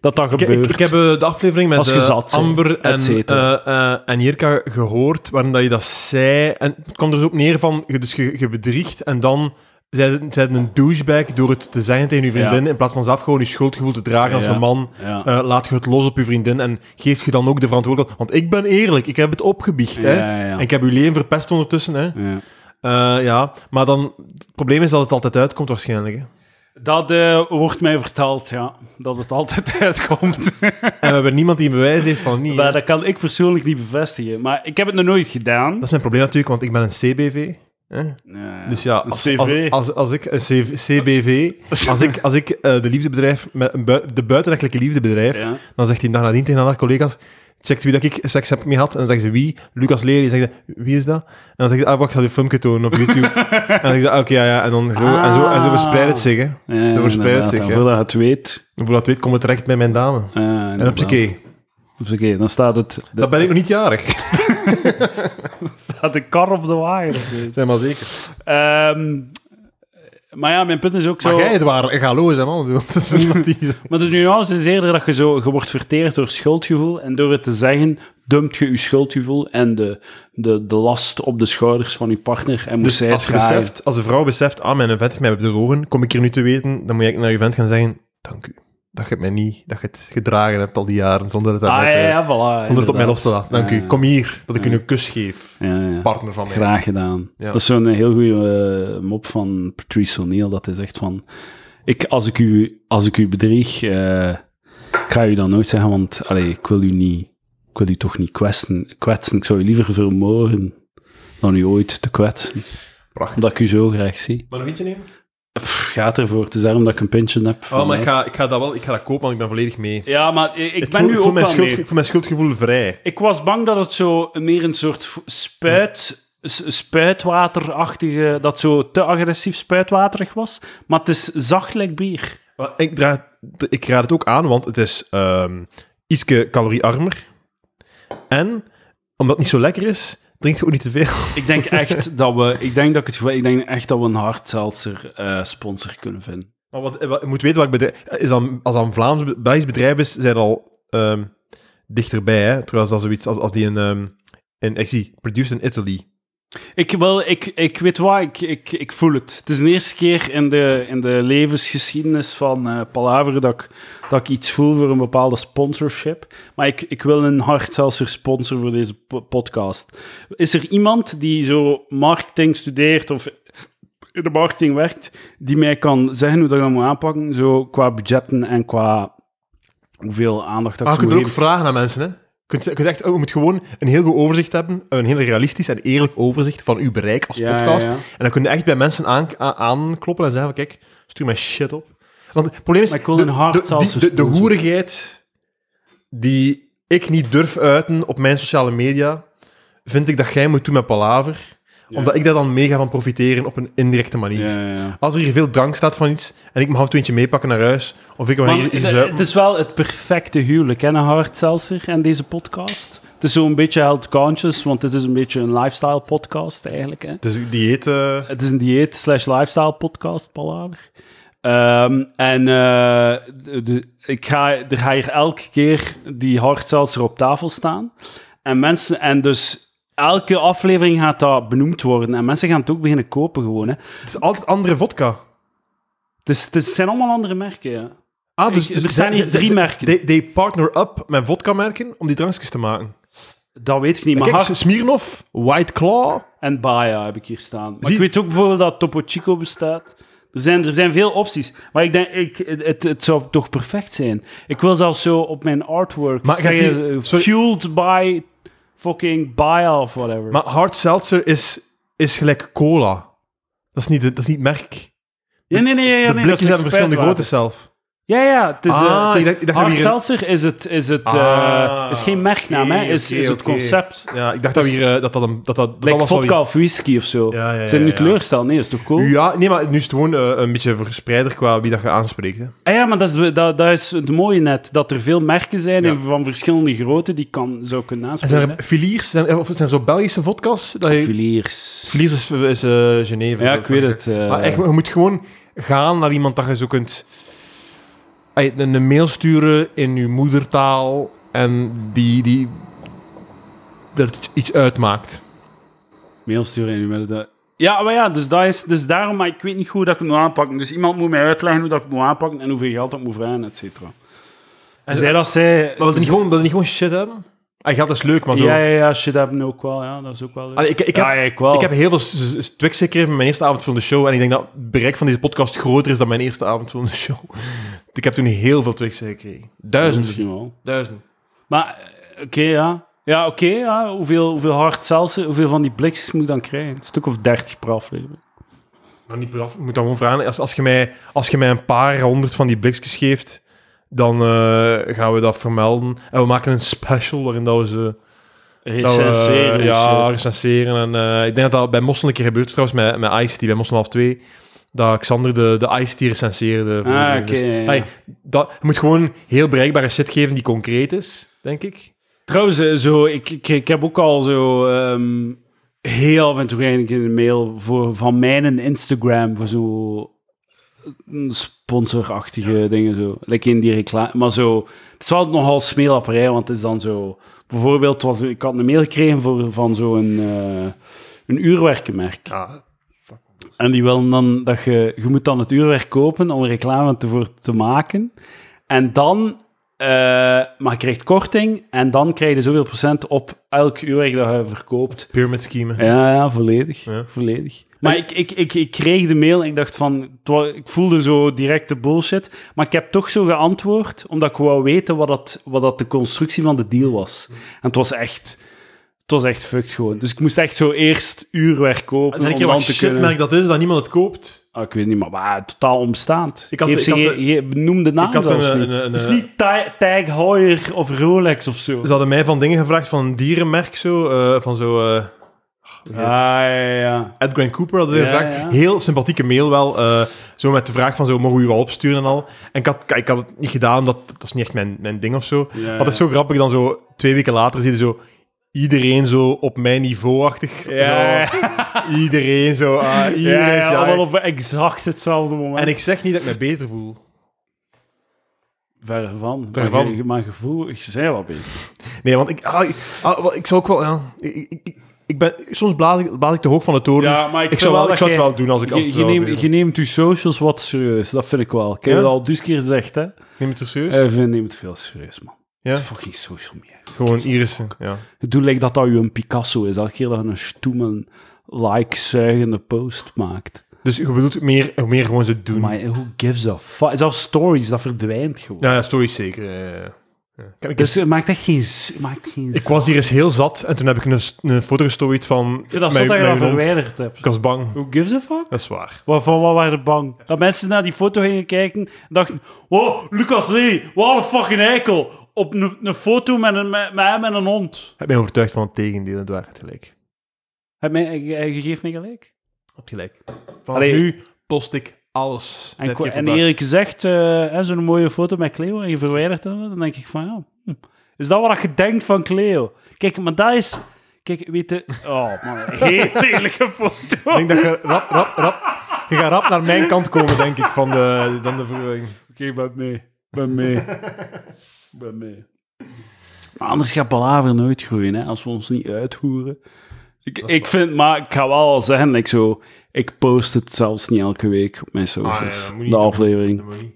[SPEAKER 1] Dat dat
[SPEAKER 2] Ik,
[SPEAKER 1] gebeurt.
[SPEAKER 2] ik, ik heb eh, de aflevering met
[SPEAKER 1] Als je
[SPEAKER 2] eh,
[SPEAKER 1] zat bent,
[SPEAKER 2] Amber en,
[SPEAKER 1] et cetera.
[SPEAKER 2] eh, eh, en Jirka gehoord, waarin dat je dat zei. En het kwam er dus op neer van, je, dus je, je bedriegt en dan zeiden zeiden een douchebag door het te zeggen tegen je vriendin, in plaats van zelf gewoon je schuldgevoel te dragen als
[SPEAKER 1] Ja.
[SPEAKER 2] een man.
[SPEAKER 1] Ja.
[SPEAKER 2] eh, laat je het los op je vriendin en geef je dan ook de verantwoordelijkheid. Want ik ben eerlijk, ik heb het opgebiecht. hè.
[SPEAKER 1] Ja, ja, ja.
[SPEAKER 2] En ik heb uw leven verpest ondertussen. Hè.
[SPEAKER 1] Ja.
[SPEAKER 2] Eh, ja, maar dan, het probleem is dat het altijd uitkomt waarschijnlijk. Hè.
[SPEAKER 1] Dat eh, wordt mij verteld, ja. Dat het altijd uitkomt.
[SPEAKER 2] En we hebben niemand die een bewijs heeft van niet. hè.
[SPEAKER 1] maar dat kan ik persoonlijk niet bevestigen. Maar ik heb het nog nooit gedaan.
[SPEAKER 2] Dat is mijn probleem natuurlijk, want ik ben een CBV. Hè?
[SPEAKER 1] Ja.
[SPEAKER 2] Dus ja,
[SPEAKER 1] Een
[SPEAKER 2] als,
[SPEAKER 1] CV.
[SPEAKER 2] Als, als, als ik een CV CBV, als ik, als ik eh, de liefdebedrijf, met een bui- de buitenrechtelijke liefdebedrijf,
[SPEAKER 1] Ja.
[SPEAKER 2] dan zegt hij dag nadien tegen haar collega's, checkt wie dat ik seks heb mee gehad, en dan zeggen ze wie, Lucas Lely, zegt hij, wie is dat? En dan zegt ze, ah, wacht, ik ga je filmpje tonen op YouTube. en dan zegt ze, ah, oké, ja, ja, en dan zo, en zo, en zo verspreidt het zich, hè.
[SPEAKER 1] Ja,
[SPEAKER 2] dat verspreidt
[SPEAKER 1] inderdaad.
[SPEAKER 2] zich,
[SPEAKER 1] En
[SPEAKER 2] hè.
[SPEAKER 1] Voordat je het weet...
[SPEAKER 2] En voordat het weet, komt het terecht bij mijn dame.
[SPEAKER 1] eh,
[SPEAKER 2] En
[SPEAKER 1] inderdaad.
[SPEAKER 2] op oké,
[SPEAKER 1] Oké, dan staat het...
[SPEAKER 2] dat ben ik nog niet jarig.
[SPEAKER 1] staat de kar op de waaier. of zoiets.
[SPEAKER 2] Zijn maar zeker.
[SPEAKER 1] Ehm, maar ja, mijn punt is ook zo... Mm.
[SPEAKER 2] Maar jij, het waren galoos, hè, man. Ik bedoel, Dat is iemand die...
[SPEAKER 1] Maar de nuance is eerder dat je zo... Je wordt verteerd door schuldgevoel. En door het te zeggen, dumpt je je schuldgevoel en de, de, de last op de schouders van je partner. En moet
[SPEAKER 2] Dus
[SPEAKER 1] zij het
[SPEAKER 2] als, je
[SPEAKER 1] dragen.
[SPEAKER 2] beseft, als de vrouw beseft, ah, mijn vent heeft mij bedrogen, kom ik hier nu te weten, dan moet je naar je vent gaan zeggen, dank u, dat je het mij niet, dat je het gedragen hebt al die jaren, zonder het,
[SPEAKER 1] Ah,
[SPEAKER 2] daaruit,
[SPEAKER 1] ja,
[SPEAKER 2] eh,
[SPEAKER 1] ja, voilà,
[SPEAKER 2] zonder het op mij
[SPEAKER 1] inderdaad.
[SPEAKER 2] los te laten. Dank
[SPEAKER 1] Ja,
[SPEAKER 2] u,
[SPEAKER 1] ja.
[SPEAKER 2] kom hier, dat ik u een kus geef,
[SPEAKER 1] Ja, ja.
[SPEAKER 2] partner van mij.
[SPEAKER 1] Graag gedaan.
[SPEAKER 2] Ja.
[SPEAKER 1] Dat is zo'n heel goede mop van Patrice O'Neill. Dat is echt van... Ik, als, ik u, als ik u bedrieg, eh, ik ga u dan nooit zeggen, want allee, ik wil u niet... Ik wil u toch niet kwetsen. kwetsen. Ik zou u liever vermoorden dan u ooit te kwetsen.
[SPEAKER 2] Prachtig.
[SPEAKER 1] Omdat ik u zo graag zie.
[SPEAKER 2] Maar nog eentje nemen?
[SPEAKER 1] Pff, gaat ervoor. Het is daarom dat ik een pintje heb.
[SPEAKER 2] Oh,
[SPEAKER 1] van
[SPEAKER 2] maar ik
[SPEAKER 1] mij.
[SPEAKER 2] ga, ik ga dat wel, ik ga dat kopen, want ik ben volledig mee.
[SPEAKER 1] Ja, maar ik, ik
[SPEAKER 2] Het
[SPEAKER 1] ben
[SPEAKER 2] voel-
[SPEAKER 1] nu
[SPEAKER 2] ik
[SPEAKER 1] ook
[SPEAKER 2] voel mijn
[SPEAKER 1] wel
[SPEAKER 2] schuld,
[SPEAKER 1] mee.
[SPEAKER 2] Ik voel mijn schuldgevoel vrij.
[SPEAKER 1] Ik was bang dat het zo meer een soort v- spuit, s- spuitwaterachtige, dat zo te agressief spuitwaterig was. Maar het is zacht like bier.
[SPEAKER 2] Maar ik, draag, ik raad het ook aan, want het is ehm ietske caloriearmer. En, omdat het niet zo lekker is, drink je ook niet te veel.
[SPEAKER 1] Ik denk echt dat we, ik denk dat ik het gevoel, ik denk echt dat we een hardseltzer eh sponsor kunnen vinden.
[SPEAKER 2] Maar wat, wat- je moet weten welk bedrijf... Is dan, als dat een Vlaams, be- Belgisch bedrijf is, zijn er al ehm, dichterbij, hè? Trouwens, dat is zoiets als, als die een... ehm in, ik zie, produced in Italy.
[SPEAKER 1] Ik, wel, ik, ik weet wat, ik, ik, ik voel het. Het is de eerste keer in de, in de levensgeschiedenis van eh Palaver dat ik, dat ik iets voel voor een bepaalde sponsorship. Maar ik, ik wil een hardzelser sponsor voor deze po- podcast. Is er iemand die zo marketing studeert of in de marketing werkt, die mij kan zeggen hoe dat ik dat moet aanpakken, zo qua budgetten en qua hoeveel aandacht dat
[SPEAKER 2] Maar
[SPEAKER 1] ik
[SPEAKER 2] Ah, je
[SPEAKER 1] ze moet
[SPEAKER 2] kunt er ook
[SPEAKER 1] geven?
[SPEAKER 2] vragen aan mensen, hè? Je, kunt, je kunt echt, je moet gewoon een heel goed overzicht hebben, een heel realistisch en eerlijk overzicht van uw bereik als
[SPEAKER 1] Ja,
[SPEAKER 2] podcast.
[SPEAKER 1] ja, ja.
[SPEAKER 2] En dan kun je echt bij mensen aan, a- aankloppen en zeggen van, kijk, stuur mij shit op. Want het probleem is,
[SPEAKER 1] Maar ik wil
[SPEAKER 2] de,
[SPEAKER 1] een hard
[SPEAKER 2] de,
[SPEAKER 1] salsa
[SPEAKER 2] die- de, de
[SPEAKER 1] sponsor.
[SPEAKER 2] hoerigheid die ik niet durf uiten op mijn sociale media, vind ik dat jij moet doen met Palaver. Omdat ik daar dan mega van profiteren op een indirecte manier.
[SPEAKER 1] Ja, ja, ja.
[SPEAKER 2] Als er hier veel drank staat van iets en ik mag af en toe eentje meepakken naar huis, of ik hem
[SPEAKER 1] Maar
[SPEAKER 2] hier iets
[SPEAKER 1] het-
[SPEAKER 2] zuipen-
[SPEAKER 1] het is wel het perfecte huwelijk, hè, een hard seltzer en deze podcast. Het is zo'n beetje health conscious, want het is een beetje een lifestyle podcast eigenlijk. Hè.
[SPEAKER 2] Dus dieet... eh,
[SPEAKER 1] Het is een dieet slash lifestyle podcast, palaver. Eh, Ehm, en eh, de- de- ik ga, er ga hier elke keer die hardseltzer op tafel staan. En mensen, en dus elke aflevering gaat dat benoemd worden. En mensen gaan het ook beginnen kopen gewoon. Hè. Dus
[SPEAKER 2] Het is altijd andere vodka.
[SPEAKER 1] Het, is, het zijn allemaal andere merken. Ja.
[SPEAKER 2] Ah,
[SPEAKER 1] Ik- er zijn hier drie merken.
[SPEAKER 2] They, they partner up met vodka-merken om die drankjes te maken.
[SPEAKER 1] Dat weet ik niet. Maar
[SPEAKER 2] Kijk,
[SPEAKER 1] hard
[SPEAKER 2] Smirnoff, White Claw.
[SPEAKER 1] en Baja heb ik hier staan. Maar
[SPEAKER 2] Zie-
[SPEAKER 1] ik weet ook bijvoorbeeld dat Topo Chico bestaat. Er zijn, er zijn veel opties. Maar ik denk, ik, het, het zou toch perfect zijn. Ik wil zelfs zo op mijn artwork
[SPEAKER 2] Maar je hebt
[SPEAKER 1] zeggen,
[SPEAKER 2] die-
[SPEAKER 1] eh,
[SPEAKER 2] sorry.
[SPEAKER 1] fueled by fucking Baja of whatever.
[SPEAKER 2] Maar hard seltzer is, is gelijk cola. Dat is niet, het- dat is niet merk.
[SPEAKER 1] nee, nee, nee. Ja,
[SPEAKER 2] de
[SPEAKER 1] nee, dat
[SPEAKER 2] blikjes
[SPEAKER 1] is
[SPEAKER 2] hebben verschillende
[SPEAKER 1] expertwater.
[SPEAKER 2] grootte zelf.
[SPEAKER 1] Ja, ja. Het is, eh,
[SPEAKER 2] Ah,
[SPEAKER 1] het is,
[SPEAKER 2] ik dacht- ik dacht dat
[SPEAKER 1] hard
[SPEAKER 2] we hier een-
[SPEAKER 1] seltzer is het, is het eh,
[SPEAKER 2] Ah,
[SPEAKER 1] is geen merknaam, hè.
[SPEAKER 2] oké,
[SPEAKER 1] Is, is
[SPEAKER 2] oké,
[SPEAKER 1] het
[SPEAKER 2] oké.
[SPEAKER 1] concept. Dus-
[SPEAKER 2] Ja, ik dacht dat, we hier, eh, dat dat een... Dat, dat, dat
[SPEAKER 1] Like
[SPEAKER 2] was wel
[SPEAKER 1] vodka of whisky of zo.
[SPEAKER 2] Ja, ja, ja,
[SPEAKER 1] Zijn nu
[SPEAKER 2] ja, ja.
[SPEAKER 1] teleurgesteld? Nee, is toch cool?
[SPEAKER 2] weer- Ja, nee, maar nu is het gewoon eh, een beetje verspreider qua wie dat je aanspreekt. Hè.
[SPEAKER 1] Ah ja, maar dat is, de- dat, dat is het mooie net. Dat er veel merken zijn
[SPEAKER 2] Ja.
[SPEAKER 1] en van verschillende grootte die kan, zou kunnen
[SPEAKER 2] En
[SPEAKER 1] aanspreken.
[SPEAKER 2] zijn er filiers? Zijn, er- of zijn er zo Belgische vodka's? Dat
[SPEAKER 1] hè?
[SPEAKER 2] je,
[SPEAKER 1] Filiers.
[SPEAKER 2] filiers is, is eh, Geneve.
[SPEAKER 1] Ja, ik weet het. eh.
[SPEAKER 2] Maar echt, je moet gewoon gaan naar iemand dat je zo kunt... Ey, Een een mail sturen in je moedertaal en die... die dat het iets uitmaakt.
[SPEAKER 1] mail sturen en u met het... Ja, maar ja, dus, dat is, dus daarom, maar ik weet niet goed hoe dat ik het moet aanpakken. Dus iemand moet mij uitleggen hoe dat ik het moet aanpakken en hoeveel geld dat moet vragen, et cetera. En zij dat zij...
[SPEAKER 2] Maar wil je niet gewoon, wil je niet gewoon shit hebben? Ah, geld is leuk, maar zo...
[SPEAKER 1] Ja, ja, ja, shit hebben ook wel. Ja, dat is ook wel leuk.
[SPEAKER 2] Allee, ik, ik, heb,
[SPEAKER 1] ja, ik wel.
[SPEAKER 2] ik heb heel veel s- s- s- Twix gekregen met mijn eerste avond van de show. En ik denk dat het bereik van deze podcast groter is dan mijn eerste avond van de show. Ik heb toen heel veel Twix gekregen. Duizenden.
[SPEAKER 1] Misschien wel.
[SPEAKER 2] Duizenden.
[SPEAKER 1] Maar, eh, oké, ja. Ja, oké, ja. Hoeveel, hoeveel hard zelfs, hoeveel van die blikjes moet ik dan krijgen? Een stuk of 30 per aflevering.
[SPEAKER 2] Nou, niet per af. Ik moet dan gewoon vragen. Als, als, je mij, als je mij een paar honderd van die blikjes geeft, dan eh, gaan we dat vermelden. En we maken een special waarin dat we ze... dat we, eh,
[SPEAKER 1] Recenseren.
[SPEAKER 2] ja,
[SPEAKER 1] ja,
[SPEAKER 2] recenseren. En, eh, ik denk dat dat bij Mossel een keer gebeurd is trouwens, met, met Ice-T, bij Mossel half 2. Dat Xander de, de Ice-T recenseerde. voor
[SPEAKER 1] Ah,
[SPEAKER 2] de-
[SPEAKER 1] oké, ja, ja.
[SPEAKER 2] Ai, dat, je moet gewoon heel bereikbare shit geven die concreet is, denk ik.
[SPEAKER 1] Trouwens, eh, zo, ik, ik, ik heb ook al zo ehm, heel af en toe eigenlijk in de mail voor, van mijn Instagram voor zo eh, sponsorachtige dingen zo. Lekker in die reclame. Maar zo, het is wel nogal smeelapperij, want het is dan zo... Bijvoorbeeld, was, ik had een mail gekregen voor, van zo'n eh een uurwerkenmerk.
[SPEAKER 2] Ja,
[SPEAKER 1] En die willen dan dat je, je moet dan het uurwerk kopen om reclame te- voor te maken. En dan, eh, maar je krijgt korting en dan krijg je zoveel procent op elk uurwerk dat je verkoopt.
[SPEAKER 2] pyramid scheme.
[SPEAKER 1] Ja, ja, volledig.
[SPEAKER 2] Ja.
[SPEAKER 1] volledig. Maar ik, ik, ik, ik kreeg de mail en ik dacht van, het wa- ik voelde zo direct de bullshit. Maar ik heb toch zo geantwoord, omdat ik wou weten wat dat, wat dat de constructie van de deal was. En het was echt, het was echt fucked gewoon. Dus ik moest echt zo eerst uurwerk kopen.
[SPEAKER 2] Er zijn
[SPEAKER 1] om
[SPEAKER 2] een keer
[SPEAKER 1] dan
[SPEAKER 2] wat
[SPEAKER 1] te kunnen-
[SPEAKER 2] shitmerk dat is, dat niemand het koopt.
[SPEAKER 1] Ah, ik weet niet, maar waar, totaal onbestaand.
[SPEAKER 2] Ik
[SPEAKER 1] Ik
[SPEAKER 2] had-
[SPEAKER 1] had,
[SPEAKER 2] ik
[SPEAKER 1] ze
[SPEAKER 2] had-
[SPEAKER 1] ge- ge- noem de naam
[SPEAKER 2] ik had
[SPEAKER 1] zelfs
[SPEAKER 2] een-
[SPEAKER 1] niet.
[SPEAKER 2] een- een-
[SPEAKER 1] Het is niet Ti- Tag Heuer of Rolex of zo.
[SPEAKER 2] Ze hadden mij van dingen gevraagd van een dierenmerk, zo, eh, van zo... eh, hoe heet het?
[SPEAKER 1] ja, ja.
[SPEAKER 2] Ed Grant Cooper hadden ze
[SPEAKER 1] Ja,
[SPEAKER 2] gevraagd.
[SPEAKER 1] ja.
[SPEAKER 2] Heel sympathieke mail wel. eh, zo met de vraag van zo, mogen we u wel opsturen en al. En ik had, ik had het niet gedaan, dat, dat is niet echt mijn, mijn ding of zo.
[SPEAKER 1] Ja,
[SPEAKER 2] maar het is
[SPEAKER 1] ja.
[SPEAKER 2] zo grappig, dan zo twee weken later zie je zo... Iedereen zo op mijn niveau-achtig.
[SPEAKER 1] Ja,
[SPEAKER 2] Zo, Iedereen zo. ah, iedereen
[SPEAKER 1] ja,
[SPEAKER 2] is- ja,
[SPEAKER 1] allemaal op exact hetzelfde moment.
[SPEAKER 2] En ik zeg niet dat ik me beter voel.
[SPEAKER 1] Verre van.
[SPEAKER 2] Verre
[SPEAKER 1] maar,
[SPEAKER 2] van.
[SPEAKER 1] je- maar gevoel, ik zei wat beter.
[SPEAKER 2] Nee, want ik... Ah, ik- ah, wel, ik zou ook wel... Ja, ik, ik- ik, ik ben, soms blaas ik, blaas ik te hoog van de toren.
[SPEAKER 1] Ja, maar ik vind
[SPEAKER 2] zou,
[SPEAKER 1] wel
[SPEAKER 2] wel, ik
[SPEAKER 1] dat
[SPEAKER 2] zou het
[SPEAKER 1] jij-
[SPEAKER 2] wel doen als ik... Als
[SPEAKER 1] Je,
[SPEAKER 2] het
[SPEAKER 1] je,
[SPEAKER 2] wel
[SPEAKER 1] neemt-
[SPEAKER 2] weer-
[SPEAKER 1] je neemt je socials wat serieus, dat vind ik wel. Ik heb
[SPEAKER 2] Ja?
[SPEAKER 1] het al dus keer gezegd, hè.
[SPEAKER 2] Neem het er serieus?
[SPEAKER 1] Eh, vind- neem het veel serieus, man.
[SPEAKER 2] Ja?
[SPEAKER 1] Het is fucking social media.
[SPEAKER 2] Gewoon Irissen. Ja.
[SPEAKER 1] Het doet lijkt dat dat je een Picasso is. Elke keer dat je een stoemen, like-zuigende post maakt.
[SPEAKER 2] Dus je bedoelt meer, meer gewoon ze doen.
[SPEAKER 1] Maar who gives a fuck? Zelfs stories, dat verdwijnt gewoon.
[SPEAKER 2] Ja, ja stories zeker. ja, ja, ja. Ja. Kijk, ik,
[SPEAKER 1] Dus het maakt echt geen... z- het Maakt geen z-
[SPEAKER 2] ik was hier eens heel zat en toen heb ik een, s- een foto gestoord van.
[SPEAKER 1] Ik vind dat zot dat je dat verwijderd hebt.
[SPEAKER 2] Ik was bang.
[SPEAKER 1] Who gives a fuck?
[SPEAKER 2] Dat is waar.
[SPEAKER 1] Waarvan wat waren bang? Dat mensen naar die foto gingen kijken en dachten... Wow, Lucas Lee, wat een fucking eikel. Op een een foto met, een, met, met hem en een hond.
[SPEAKER 2] Ik ben overtuigd van het tegendeel en waar het gelijk.
[SPEAKER 1] Heb mij, je, je geeft me gelijk.
[SPEAKER 2] Op gelijk. Vanaf
[SPEAKER 1] Allee.
[SPEAKER 2] nu post ik alles.
[SPEAKER 1] En,
[SPEAKER 2] Vijf
[SPEAKER 1] kwa-
[SPEAKER 2] keer per
[SPEAKER 1] en
[SPEAKER 2] dag.
[SPEAKER 1] eerlijk gezegd, eh, hè, zo'n mooie foto met Cleo en je verwijdert dat, dan denk ik van ja, hm, is dat wat je denkt van Cleo? Kijk, maar dat is. Kijk, weet je. Oh man, een heel lelijke foto.
[SPEAKER 2] Ik denk dat je rap, rap, rap. je gaat rap naar mijn kant komen, denk ik, van de, dan de verwarring.
[SPEAKER 1] Oké, ik ben mee. Ik ben mee. Ik ben mee. Maar anders gaat Palaver nooit groeien, hè, als we ons niet uithoeren. Ik,
[SPEAKER 2] Dat is
[SPEAKER 1] ik vind, maar ik ga wel zeggen, ik, zo, ik post het zelfs niet elke week op mijn
[SPEAKER 2] Ah, ja,
[SPEAKER 1] socials,
[SPEAKER 2] dat moet je
[SPEAKER 1] de
[SPEAKER 2] niet
[SPEAKER 1] aflevering.
[SPEAKER 2] doen. Dat moet je niet.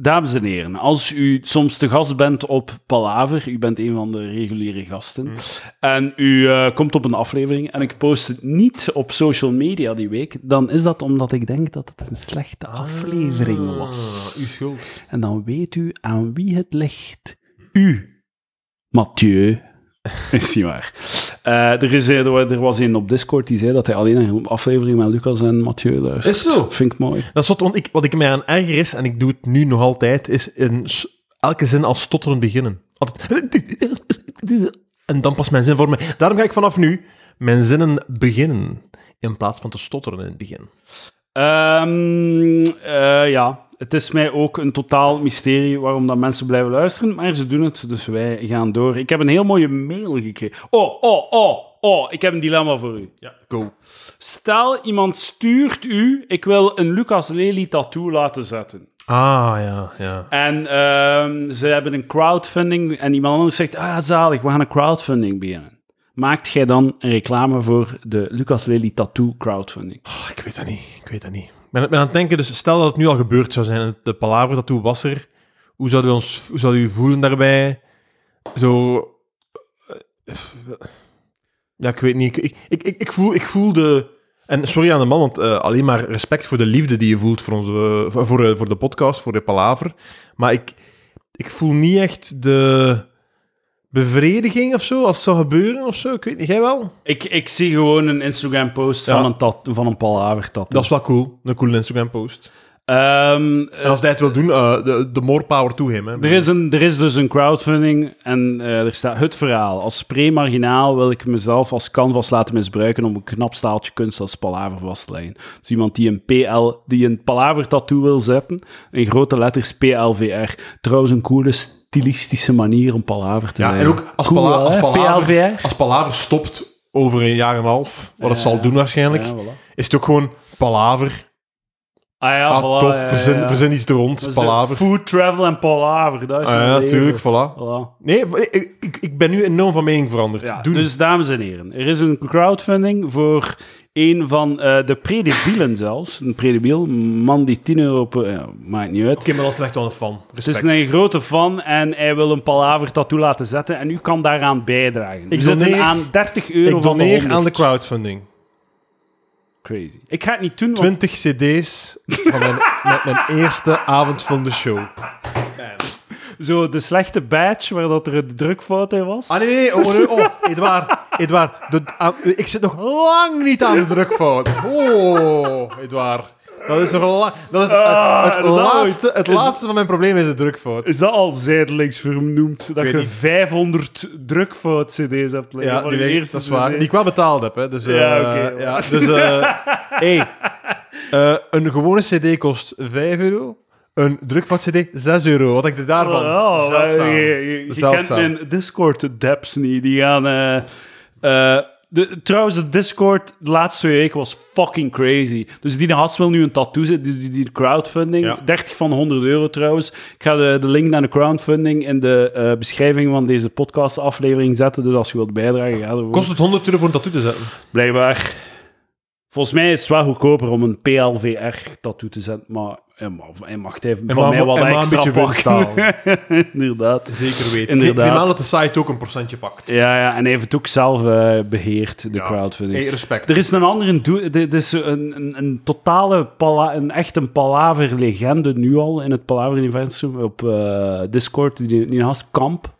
[SPEAKER 1] Dames en heren, als u soms te gast bent op Palaver, u bent een van de reguliere gasten,
[SPEAKER 2] Mm.
[SPEAKER 1] en u eh, komt op een aflevering en ik post het niet op social media die week, dan is dat omdat ik denk dat het een slechte aflevering was.
[SPEAKER 2] Ah, uw schuld.
[SPEAKER 1] En dan weet u aan wie het ligt. U, Mathieu. Is niet waar. Eh, er, is, eh, er, wa- er was een op Discord die zei dat hij alleen een aflevering met Lucas en Mathieu luistert.
[SPEAKER 2] Is zo?
[SPEAKER 1] Vind ik mooi.
[SPEAKER 2] Dat is wat, want ik, wat ik mij aan erger is, en ik doe het nu nog altijd, is in s- elke zin als stotterend beginnen. Altijd. En dan pas mijn zin voor me. Daarom ga ik vanaf nu mijn zinnen beginnen, in plaats van te stotteren in het begin.
[SPEAKER 1] Ehm, eh, ja, het is mij ook een totaal mysterie waarom dat mensen blijven luisteren, maar ze doen het, dus wij gaan door. Ik heb een heel mooie mail gekregen. Oh, oh, oh, oh, ik heb een dilemma voor u.
[SPEAKER 2] Ja, go.
[SPEAKER 1] Stel, iemand stuurt u, ik wil een Lucas Lely tattoo laten zetten.
[SPEAKER 2] Ah, ja, ja.
[SPEAKER 1] En ehm, ze hebben een crowdfunding en iemand anders zegt, ah zalig, we gaan een crowdfunding beginnen. Maakt jij dan een reclame voor de Lucas Lely Tattoo crowdfunding?
[SPEAKER 2] Ah, ik weet dat niet, ik weet dat niet. Ik ben, ik ben aan het denken, dus stel dat het nu al gebeurd zou zijn, de palaver dat toen was er, hoe zouden we ons hoe zouden we u voelen daarbij? Zo... eh, Ja, ik weet niet. Ik, ik, ik, ik voel, ik voel de... En sorry aan de man, want eh, alleen maar respect voor de liefde die je voelt voor, onze, voor, voor, eh, voor de podcast, voor de palaver. Maar ik, ik voel niet echt de bevrediging of zo, als het zou gebeuren of zo. Ik weet niet, jij wel?
[SPEAKER 1] Ik, ik zie gewoon een Instagram-post
[SPEAKER 2] Ja.
[SPEAKER 1] van een, tat, van een palaver tattoo.
[SPEAKER 2] Dat is wel cool, een coole Instagram-post.
[SPEAKER 1] Ehm, eh,
[SPEAKER 2] En als hij het wil doen, eh, de, de more power to him. Hè.
[SPEAKER 1] er, is een, er is dus een crowdfunding en eh, er staat het verhaal. Als spreemarginaal wil ik mezelf als canvas laten misbruiken om een knap staaltje kunst als palaver vast te leggen. Dus iemand die een PL, die een palaver tattoo wil zetten, in grote letters PLVR. Trouwens een coole stilistische manier om palaver te
[SPEAKER 2] ja,
[SPEAKER 1] zijn.
[SPEAKER 2] en ook als,
[SPEAKER 1] Cool
[SPEAKER 2] Pala-
[SPEAKER 1] wel,
[SPEAKER 2] als,
[SPEAKER 1] hè?
[SPEAKER 2] palaver,
[SPEAKER 1] PLVR.
[SPEAKER 2] als Palaver stopt over een jaar en een half, wat het
[SPEAKER 1] Ja.
[SPEAKER 2] zal doen waarschijnlijk,
[SPEAKER 1] Ja, voilà.
[SPEAKER 2] is het ook gewoon Palaver.
[SPEAKER 1] Ah ja,
[SPEAKER 2] Ah,
[SPEAKER 1] voilà,
[SPEAKER 2] tof,
[SPEAKER 1] ja, ja,
[SPEAKER 2] verzin,
[SPEAKER 1] ja.
[SPEAKER 2] verzin iets er rond,
[SPEAKER 1] Dat is de
[SPEAKER 2] Palaver.
[SPEAKER 1] Food, travel en palaver, dat is
[SPEAKER 2] Ah,
[SPEAKER 1] mijn
[SPEAKER 2] ja,
[SPEAKER 1] leven.
[SPEAKER 2] tuurlijk, voilà.
[SPEAKER 1] Voilà.
[SPEAKER 2] Nee, v- ik, ik, ik ben nu enorm van mening veranderd.
[SPEAKER 1] Ja,
[SPEAKER 2] Doen.
[SPEAKER 1] Dus dames en heren, er is een crowdfunding voor een van eh, de predebielen zelfs. Een predebiel, een man die 10 euro per... ja, maakt niet uit.
[SPEAKER 2] Oké, maar dat is echt wel een fan.
[SPEAKER 1] Het
[SPEAKER 2] Respect.
[SPEAKER 1] is een grote fan en hij wil een palaver tattoo laten zetten en u kan daaraan bijdragen. We
[SPEAKER 2] Ik
[SPEAKER 1] zitten
[SPEAKER 2] doneer-
[SPEAKER 1] aan 30 euro
[SPEAKER 2] ik
[SPEAKER 1] van de
[SPEAKER 2] doneer aan de
[SPEAKER 1] 100.
[SPEAKER 2] crowdfunding.
[SPEAKER 1] Crazy. Ik ga het niet doen, want
[SPEAKER 2] 20 cd's van mijn, met mijn eerste avond van de show.
[SPEAKER 1] zo de slechte badge waar dat er een drukfout in was.
[SPEAKER 2] Ah nee, nee, oh, nee, oh Edouard, Edouard, de- aan- ik zit nog lang niet aan de drukfout. Oh, Edouard. Dat is nog la- dat is het,
[SPEAKER 1] Ah,
[SPEAKER 2] het, het
[SPEAKER 1] dat
[SPEAKER 2] laatste,
[SPEAKER 1] ooit.
[SPEAKER 2] het
[SPEAKER 1] Is-
[SPEAKER 2] laatste van mijn probleem is de drukfout.
[SPEAKER 1] Is dat al zijdelings vernoemd? Dat
[SPEAKER 2] weet
[SPEAKER 1] je
[SPEAKER 2] niet.
[SPEAKER 1] 500 drukfout-cd's hebt liggen
[SPEAKER 2] Ja,
[SPEAKER 1] van
[SPEAKER 2] die
[SPEAKER 1] je
[SPEAKER 2] weet ik,
[SPEAKER 1] eerste
[SPEAKER 2] dat is waar.
[SPEAKER 1] CD.
[SPEAKER 2] Die ik wel betaald heb, hè. Dus, eh,
[SPEAKER 1] Ja, oké,
[SPEAKER 2] ja, dus, eh, hey, eh, een gewone cd kost 5 euro, een drukfout cd 6 euro. Wat denk je daarvan?
[SPEAKER 1] Oh, maar
[SPEAKER 2] Zeldzaam.
[SPEAKER 1] Je, je- je kent
[SPEAKER 2] Zeldzaam.
[SPEAKER 1] mijn Discord-deps niet. Die gaan... eh, eh, de, trouwens, de Discord de laatste twee weken was fucking crazy. Dus die gast wil nu een tattoo zetten, die, die, die crowdfunding.
[SPEAKER 2] Ja.
[SPEAKER 1] 30 van de 100 euro trouwens. Ik ga de, de link naar de crowdfunding in de eh, beschrijving van deze podcast-aflevering zetten. Dus als je wilt bijdragen, ga ervoor.
[SPEAKER 2] Kost het 100 euro voor een tattoo te zetten?
[SPEAKER 1] Blijkbaar. Volgens mij is het wel goedkoper om een PLVR-tattoo te zetten, maar hij mag, hij mag even van
[SPEAKER 2] maar-
[SPEAKER 1] mij wat
[SPEAKER 2] en maar een
[SPEAKER 1] extra
[SPEAKER 2] beetje winst halen.
[SPEAKER 1] pakken. Inderdaad.
[SPEAKER 2] Zeker weten.
[SPEAKER 1] Inderdaad.
[SPEAKER 2] Ik neem aan dat de site ook een procentje pakt.
[SPEAKER 1] Ja, ja, en hij heeft het ook zelf eh, beheerd, de crowdfunding.
[SPEAKER 2] Hey, respect.
[SPEAKER 1] Er is een andere... doe- Dit is een, een, een totale... Pala een echt een palaver-legende nu al in het Palaver-universum op eh, Discord. Die, die gast Kamp,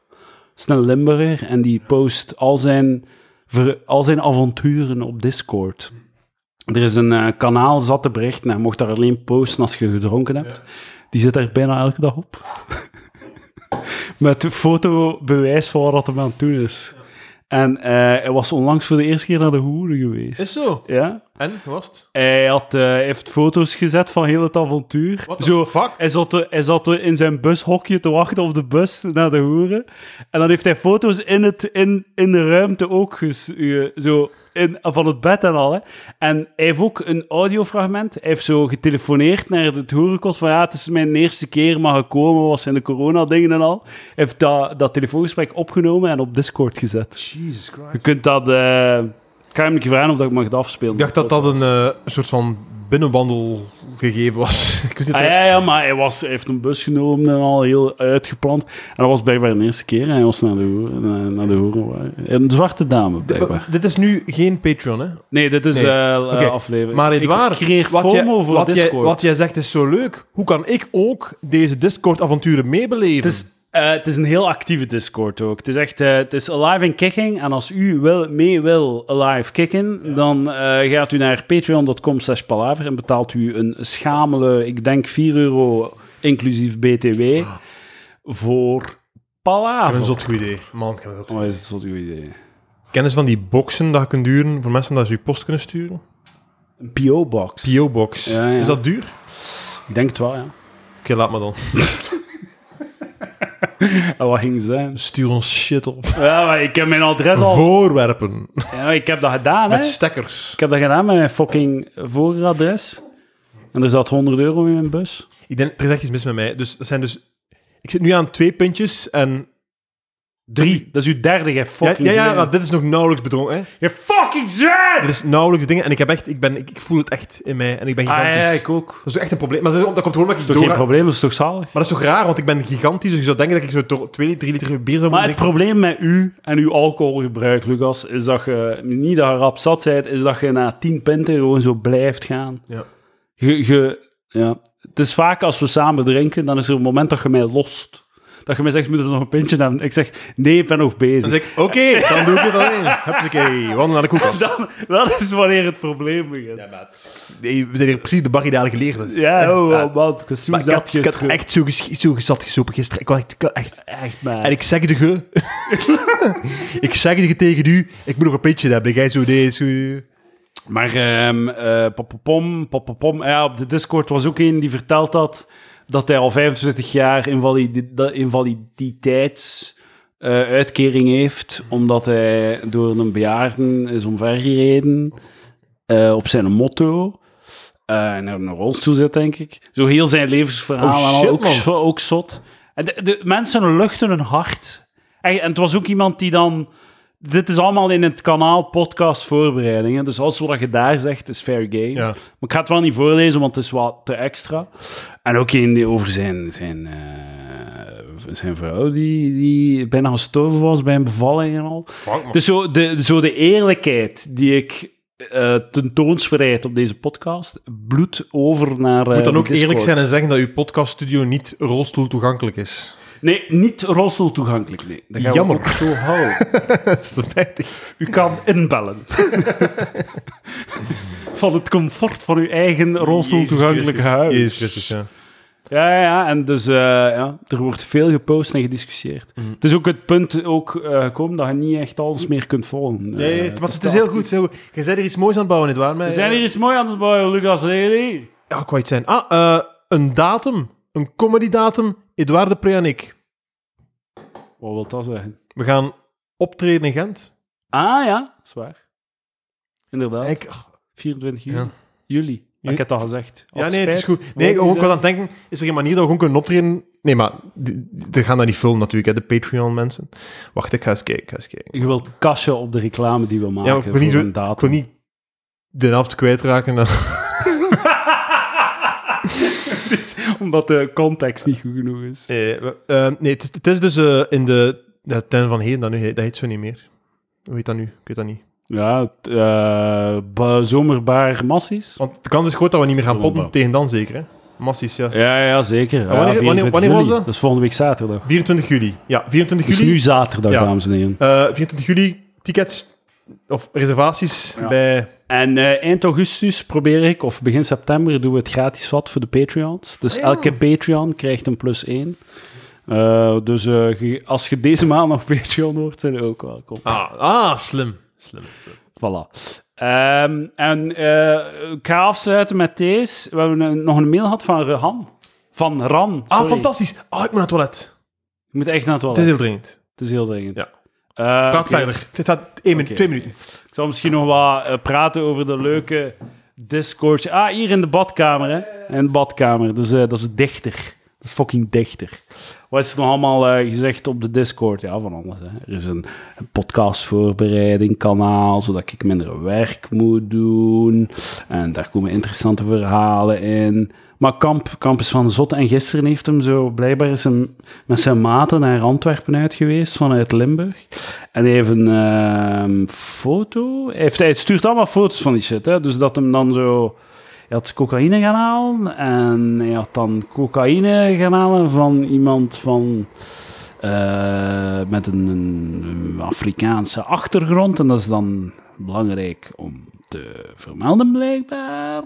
[SPEAKER 1] is een Limburger, en die post al zijn, ver- al zijn avonturen op Discord. Er is een eh, kanaal zat te berichten. Hij mocht daar alleen posten als je gedronken hebt. Die zit daar bijna elke dag op. Met fotobewijs van wat er aan het doen is. En eh, hij was onlangs voor de eerste keer naar de hoeren geweest.
[SPEAKER 2] Is zo.
[SPEAKER 1] Ja?
[SPEAKER 2] En, hoe was het?
[SPEAKER 1] Hij had, eh, hij heeft foto's gezet van heel het avontuur.
[SPEAKER 2] What the
[SPEAKER 1] Zo,
[SPEAKER 2] fuck?
[SPEAKER 1] hij zat, te- hij zat in zijn bushokje te wachten op de bus naar de hoeren. En dan heeft hij foto's in, het, in, in de ruimte ook ges, eh, zo in, van het bed en al. Hè. En hij heeft ook een audiofragment. Hij heeft zo getelefoneerd naar het hoerenkost van ja, het is mijn eerste keer maar gekomen, was in de corona-dingen en al. Hij heeft dat, dat telefoongesprek opgenomen en op Discord gezet.
[SPEAKER 2] Jesus Christ.
[SPEAKER 1] Je kunt dat... eh, ik ga hem een keer vragen of dat ik mag afspelen.
[SPEAKER 2] Ik dacht dat dat een eh, soort van binnenwandelgegeven was. ik wist niet
[SPEAKER 1] Ah,
[SPEAKER 2] dat-
[SPEAKER 1] ja, ja, maar hij, was, hij heeft een bus genomen en al heel uitgeplant. En dat was blijkbaar de eerste keer. En hij was naar de hoeren. Naar, naar de hoeren waar- een zwarte dame, blijkbaar.
[SPEAKER 2] Dit is nu geen Patreon, hè?
[SPEAKER 1] Nee, dit is
[SPEAKER 2] Nee.
[SPEAKER 1] eh eh,
[SPEAKER 2] Oké,
[SPEAKER 1] aflevering.
[SPEAKER 2] Maar het
[SPEAKER 1] ik
[SPEAKER 2] waar,
[SPEAKER 1] creëer FOMO voor
[SPEAKER 2] wat, jij,
[SPEAKER 1] Discord.
[SPEAKER 2] wat jij zegt is zo leuk. Hoe kan ik ook deze Discord-avonturen meebeleven?
[SPEAKER 1] het, is, eh, het is een heel actieve Discord ook. Het is echt eh, het is alive en kicking. En als u wil, mee wil alive kicken, dan eh, gaat u naar patreon.com slash palaver en betaalt u een schamele, ik denk 4 euro inclusief BTW, voor
[SPEAKER 2] Ah. ik heb een
[SPEAKER 1] palaver.
[SPEAKER 2] zot goed idee. Man, ik heb een zot goed idee.
[SPEAKER 1] Oh, is het zo'n goed idee.
[SPEAKER 2] Kennis van die boxen dat je kunt duren voor mensen dat ze je post kunnen sturen?
[SPEAKER 1] Een PO-box.
[SPEAKER 2] PO-box.
[SPEAKER 1] Ja, ja.
[SPEAKER 2] Is dat duur?
[SPEAKER 1] Ik denk het wel, ja.
[SPEAKER 2] Oké, laat maar dan.
[SPEAKER 1] En wat ging het zijn?
[SPEAKER 2] Stuur ons shit op.
[SPEAKER 1] Ja, maar ik heb mijn adres al...
[SPEAKER 2] Voorwerpen.
[SPEAKER 1] Ja, maar ik heb dat gedaan, hè.
[SPEAKER 2] Met stekkers.
[SPEAKER 1] Ik heb dat gedaan met mijn fucking vorige adres. En er zat 100 euro in mijn bus.
[SPEAKER 2] Ik denk, er is echt iets mis met mij. Dus, dat zijn dus... Ik zit nu aan twee puntjes en...
[SPEAKER 1] Drie. Dat is uw derde, je
[SPEAKER 2] Ja,
[SPEAKER 1] fucking
[SPEAKER 2] ja, ja,
[SPEAKER 1] zwijnen.
[SPEAKER 2] maar dit is nog nauwelijks bedrongen. Hè.
[SPEAKER 1] Je fucking zwijnen!
[SPEAKER 2] Dit is nauwelijks dingen en ik, heb echt, ik, ben, ik, ik voel het echt in mij en ik ben
[SPEAKER 1] Ah,
[SPEAKER 2] gigantisch.
[SPEAKER 1] ja, ja, ik ook.
[SPEAKER 2] Dat is toch echt een probleem. Maar dat, is, dat komt gewoon omdat ik
[SPEAKER 1] Toch
[SPEAKER 2] door...
[SPEAKER 1] geen probleem, dat is toch zalig?
[SPEAKER 2] Maar dat is toch raar, want ik ben gigantisch. Dus je zou denken dat ik zo toch 2, 3 liter bier zou
[SPEAKER 1] Maar
[SPEAKER 2] moeten
[SPEAKER 1] het
[SPEAKER 2] drinken.
[SPEAKER 1] probleem met u en uw alcoholgebruik, Lucas, is dat je niet dat je rap zat bent, is dat je na tien pinten gewoon zo blijft gaan.
[SPEAKER 2] Ja.
[SPEAKER 1] Je, je, ja. Het is vaak als we samen drinken, dan is er een moment dat je mij lost. Dat je mij zegt, moet er nog een pintje hebben? Ik zeg, nee, ik ben nog bezig.
[SPEAKER 2] Dan zeg Dus ik, oké, dan doe ik het alleen. Hupsakee, wandelen naar de koelkast.
[SPEAKER 1] dat, dat is wanneer het probleem begint. Ja,
[SPEAKER 2] Nee, we zijn hier precies de barrière geleerd.
[SPEAKER 1] oh, oh, man, ik was zo
[SPEAKER 2] Maar ik
[SPEAKER 1] zat
[SPEAKER 2] had, ik had
[SPEAKER 1] gisteren.
[SPEAKER 2] echt zo, ges- zo zat gesopen gisteren. Ik was echt... ik was echt-
[SPEAKER 1] Echt, man.
[SPEAKER 2] En ik zegde ge... ik zegde ge tegen u, ik moet nog een pintje hebben. En Jij zo, nee, zo...
[SPEAKER 1] Maar ehm eh papapom, papapom. Ja, op de Discord was ook een die verteld had dat hij al 25 jaar invalide, dat invaliditeits... eh, uitkering heeft, omdat hij door een bejaarden is omvergereden eh, op zijn motto. Eh, en er een rolstoel zit, denk ik. Zo heel zijn levensverhaal
[SPEAKER 2] Oh,
[SPEAKER 1] en al,
[SPEAKER 2] shit,
[SPEAKER 1] ook,
[SPEAKER 2] man.
[SPEAKER 1] zo- ook zot. En de, de mensen luchten hun hart. En, en het was ook iemand die dan... Dit is allemaal in het kanaal podcast voorbereidingen. Dus alles wat je daar zegt is fair game.
[SPEAKER 2] Ja.
[SPEAKER 1] Maar ik ga het wel niet voorlezen, want het is wat te extra. En ook in die over zijn, zijn, eh, zijn vrouw die, die bijna gestorven was bij een bevalling en al. Dus zo de, zo de eerlijkheid die ik eh tentoonspreid op deze podcast, bloedt over naar. eh,
[SPEAKER 2] Moet dan ook
[SPEAKER 1] Discord.
[SPEAKER 2] eerlijk zijn en zeggen dat uw podcaststudio niet rolstoel toegankelijk is.
[SPEAKER 1] Nee, niet rolstoel toegankelijk. Nee. Dat gaan we
[SPEAKER 2] Jammer.
[SPEAKER 1] ook zo houden.
[SPEAKER 2] Dat is spijtig.
[SPEAKER 1] U kan inbellen. van het comfort van uw eigen rolstoel toegankelijk
[SPEAKER 2] Jezus Christus.
[SPEAKER 1] huis.
[SPEAKER 2] Jezus Christus, ja.
[SPEAKER 1] Ja, ja, ja. En dus eh, ja, er wordt veel gepost en gediscussieerd.
[SPEAKER 2] Mm.
[SPEAKER 1] Het is ook het punt ook, eh, gekomen dat je niet echt alles meer kunt volgen.
[SPEAKER 2] Nee,
[SPEAKER 1] Eh,
[SPEAKER 2] het- maar het is
[SPEAKER 1] totaal.
[SPEAKER 2] heel goed. Heel goed. Je bent er iets moois aan het bouwen, nietwaar? Maar,
[SPEAKER 1] We zijn hier eens mooi aan het bouwen, Lucas Lely.
[SPEAKER 2] Ja, ik wou iets zijn. Ah, eh, een datum. Een comedydatum. Edouard de Pre en ik.
[SPEAKER 1] Wat wil dat zeggen?
[SPEAKER 2] We gaan optreden in Gent.
[SPEAKER 1] Ah ja, zwaar. Inderdaad.
[SPEAKER 2] Ik, oh,
[SPEAKER 1] 24 juli.
[SPEAKER 2] Ja.
[SPEAKER 1] Juli.
[SPEAKER 2] Ju-
[SPEAKER 1] Ik heb het al gezegd.
[SPEAKER 2] ja,
[SPEAKER 1] Had
[SPEAKER 2] nee, het is
[SPEAKER 1] spijt.
[SPEAKER 2] goed. Nee, ik
[SPEAKER 1] Wat
[SPEAKER 2] ook
[SPEAKER 1] is
[SPEAKER 2] was aan het denken. Is er een manier dat we gewoon kunnen optreden? Nee, maar die- die- die gaan dat niet filmen natuurlijk, hè, de Patreon-mensen. Wacht, ik ga eens kijken. Ik ga eens kijken.
[SPEAKER 1] dat? Je wilt kassen op de reclame die we maken.
[SPEAKER 2] Ja, maar ik wil niet,
[SPEAKER 1] voor
[SPEAKER 2] zo,
[SPEAKER 1] een datum.
[SPEAKER 2] ik wil niet de helft kwijtraken. Dan.
[SPEAKER 1] Omdat de context niet goed genoeg is.
[SPEAKER 2] Eh, we- eh, nee, het is, het is dus eh, in de, de tuin van Heden. Dat, nu, heet- dat heet zo niet meer. Hoe heet dat nu? Ik weet dat niet.
[SPEAKER 1] Ja, t- eh, ba- zomerbaar massies.
[SPEAKER 2] Want de kans is groot dat we niet meer gaan
[SPEAKER 1] Gewoon
[SPEAKER 2] potten
[SPEAKER 1] wel.
[SPEAKER 2] tegen dan zeker, hè? Massies, ja.
[SPEAKER 1] Ja, ja, zeker. Ja,
[SPEAKER 2] wanneer- wanneer-
[SPEAKER 1] 24
[SPEAKER 2] wanneer was
[SPEAKER 1] juli.
[SPEAKER 2] dat?
[SPEAKER 1] Dat is volgende week zaterdag.
[SPEAKER 2] 24 juli. Ja, 24
[SPEAKER 1] Dus
[SPEAKER 2] juli.
[SPEAKER 1] nu zaterdag,
[SPEAKER 2] Ja.
[SPEAKER 1] dames en heren.
[SPEAKER 2] Eh, 24 juli, tickets of reservaties
[SPEAKER 1] Ja.
[SPEAKER 2] bij...
[SPEAKER 1] En eh, eind augustus probeer ik, of begin september, doen we het gratis vat voor de Patreons. Dus
[SPEAKER 2] Ah, ja.
[SPEAKER 1] elke Patreon krijgt een plus één. Eh, dus eh, ge- als je deze maand nog Patreon wordt, zijn je ook welkom.
[SPEAKER 2] Ah, ah slim. Slim.
[SPEAKER 1] Voilà. Eh, Ehm, en eh ik ga afsluiten met deze. We hebben een- nog een mail gehad van Rehan. Van Ran.
[SPEAKER 2] Ah,
[SPEAKER 1] sorry.
[SPEAKER 2] fantastisch. Ah, ik moet naar het toilet.
[SPEAKER 1] Ik moet echt naar het
[SPEAKER 2] Het is
[SPEAKER 1] toilet.
[SPEAKER 2] heel dringend.
[SPEAKER 1] Het is heel dringend.
[SPEAKER 2] Ja.
[SPEAKER 1] Eh,
[SPEAKER 2] Praat
[SPEAKER 1] oké.
[SPEAKER 2] verder. Het gaat één minuut,
[SPEAKER 1] Oké.
[SPEAKER 2] twee minuten.
[SPEAKER 1] Ik zal misschien nog wat eh, praten over de leuke Discord. Ah, hier in de badkamer, hè? In de badkamer. Dus eh, dat is dichter. Dat is fucking dichter. Wat is er nog allemaal eh, gezegd op de Discord? Ja, van alles. Hè. Er is een, een podcastvoorbereiding kanaal, zodat ik minder werk moet doen. En daar komen interessante verhalen in. Maar Kamp, Kamp is van zot. En gisteren heeft hem zo... Blijkbaar is hem met zijn maten naar Antwerpen uit geweest, vanuit Limburg. En hij heeft een ehm, foto... Hij, heeft, hij stuurt allemaal foto's van die shit, hè. Dus dat hem dan zo... Hij had cocaïne gaan halen en hij had dan cocaïne gaan halen van iemand van, eh, met een, een Afrikaanse achtergrond. En dat is dan belangrijk om te vermelden, blijkbaar.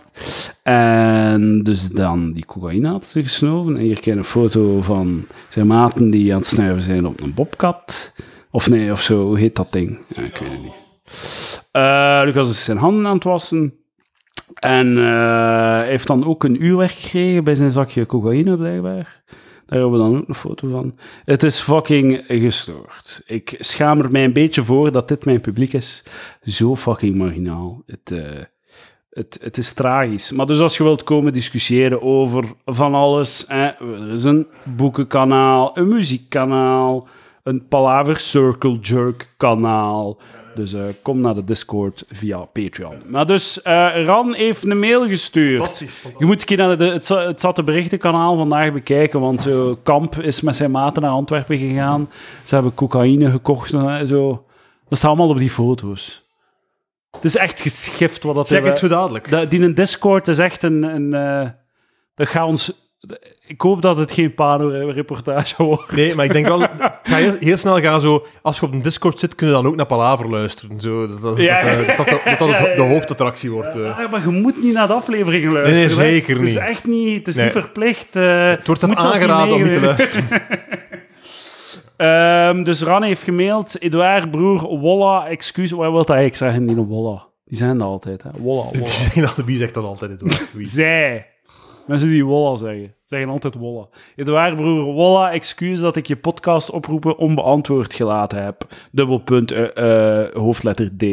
[SPEAKER 1] En dus dan die cocaïne had ze gesnoven. En hier ken je een foto van zijn maten die aan het snuiven zijn op een bobcat. Of nee, of zo, hoe heet dat ding? Ja, ik weet het niet. Eh, Lucas is zijn handen aan het wassen. En eh, hij heeft dan ook een uurwerk gekregen bij zijn zakje cocaïne, blijkbaar. Daar hebben we dan ook een foto van. Het is fucking gestoord. Ik schaam er mij een beetje voor dat dit mijn publiek is. Zo fucking marginaal. Het, eh, het, het is tragisch. Maar dus als je wilt komen discussiëren over van alles. Hè, er is een boekenkanaal, een muziekkanaal, een Palaver Circle Jerk kanaal. Dus eh, kom naar de Discord via Patreon. Maar dus, eh, Ran heeft een mail gestuurd. Je moet een keer naar de, het, za- het Zatte Berichtenkanaal vandaag bekijken, want zo, Kamp is met zijn maten naar Antwerpen gegaan. Ze hebben cocaïne gekocht en eh, zo. Dat staat allemaal op die foto's. Het is echt geschift wat dat
[SPEAKER 2] Zeg
[SPEAKER 1] er- eh,
[SPEAKER 2] het zo dadelijk.
[SPEAKER 1] dat, die een Discord is echt een. een eh, dat gaat ons. Ik hoop dat het geen Pano-reportage wordt.
[SPEAKER 2] Nee, maar ik denk wel... Het gaat heel, heel snel gaan zo... Als je op een Discord zit, kun je dan ook naar Palaver luisteren. Zo, dat, dat,
[SPEAKER 1] Ja.
[SPEAKER 2] dat, eh, dat, dat, dat het ho- de hoofdattractie wordt. eh.
[SPEAKER 1] Ah, maar je moet niet naar de afleveringen luisteren.
[SPEAKER 2] Nee, nee,
[SPEAKER 1] hè.
[SPEAKER 2] zeker
[SPEAKER 1] Het is
[SPEAKER 2] niet.
[SPEAKER 1] echt niet, het is
[SPEAKER 2] Nee.
[SPEAKER 1] niet verplicht. eh,
[SPEAKER 2] Het wordt dan
[SPEAKER 1] moet zelfs
[SPEAKER 2] aangeraden om niet te
[SPEAKER 1] meegewerkt.
[SPEAKER 2] luisteren.
[SPEAKER 1] Ehm, dus Ran heeft gemaild. Eduard, broer, Wolla, excuus. Wat wil dat eigenlijk zeggen? Die een Wolla. Die zijn dat altijd, hè? Wolla,
[SPEAKER 2] Ik
[SPEAKER 1] Wolla.
[SPEAKER 2] zeg dat de bie zegt dat altijd. Hoor. Wie?
[SPEAKER 1] Zij. Mensen die Wolla zeggen, zeggen altijd Wolla. Eduard broer, Wolla, excuus dat ik je podcast oproepen onbeantwoord gelaten heb. Dubbelpunt, eh, eh, hoofdletter D.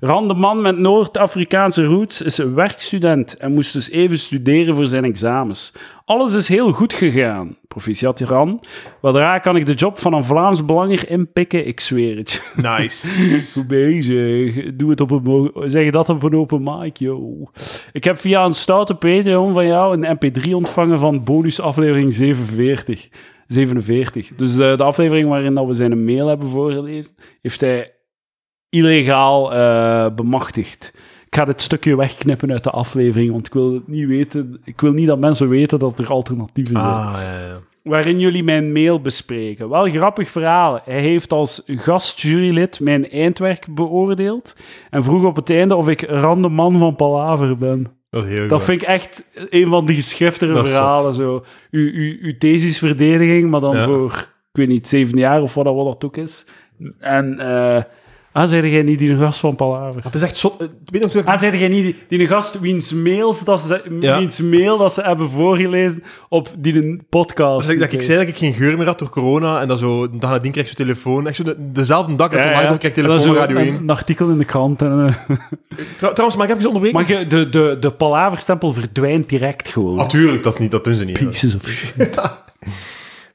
[SPEAKER 1] Ran, de man met Noord-Afrikaanse roots, is een werkstudent en moest dus even studeren voor zijn examens. Alles is heel goed gegaan. Proficiat, Ran. Weldra kan ik de job van een Vlaams belanger inpikken, ik zweer het je.
[SPEAKER 2] Nice.
[SPEAKER 1] Goed bezig. Doe het op een, mo- zeg dat op een open mic, yo. Ik heb via een stoute Patreon van jou een mp3 ontvangen van bonus aflevering 47. 47. Dus de, de aflevering waarin dat we zijn mail hebben voorgelezen, heeft hij illegaal eh, bemachtigd. Ik ga dit stukje wegknippen uit de aflevering, want ik wil het niet weten. Ik wil niet dat mensen weten dat er alternatieven zijn
[SPEAKER 2] Ah, ja, ja.
[SPEAKER 1] waarin jullie mijn mail bespreken. Wel grappig verhaal. Hij heeft als gastjurylid mijn eindwerk beoordeeld en vroeg op het einde of ik rande man van Palaver ben.
[SPEAKER 2] Dat is heel goed.
[SPEAKER 1] Dat vind ik echt een van de geschriftere
[SPEAKER 2] Dat is zot.
[SPEAKER 1] verhalen. Zo. U, u, uw thesisverdediging, maar dan
[SPEAKER 2] Ja.
[SPEAKER 1] voor, ik weet niet, zeven jaar of wat dat, wat dat ook is. En, eh ah, zei jij niet die een gast van Palaver?
[SPEAKER 2] Het is echt zot. eh, Ik weet nog toen ik-
[SPEAKER 1] Ah, zei jij niet die, die een gast wiens, mails dat ze,
[SPEAKER 2] Ja.
[SPEAKER 1] wiens mail dat ze hebben voorgelezen op die een podcast?
[SPEAKER 2] dat ik- dat ik zei dat ik geen geur meer had door corona en dat zo een dag nadien krijg je telefoon. Echt zo de- dezelfde dag dat
[SPEAKER 1] Ja,
[SPEAKER 2] het online
[SPEAKER 1] ja.
[SPEAKER 2] komt, krijg je telefoon
[SPEAKER 1] Dat is
[SPEAKER 2] Radio
[SPEAKER 1] een-
[SPEAKER 2] 1.
[SPEAKER 1] Een artikel in de krant. En, eh.
[SPEAKER 2] Trou- trouwens, mag ik even onderbreken?
[SPEAKER 1] Maar je, de, de, de palaverstempel verdwijnt direct gewoon.
[SPEAKER 2] Natuurlijk, dat, is niet, dat doen ze niet.
[SPEAKER 1] Pieces of shit.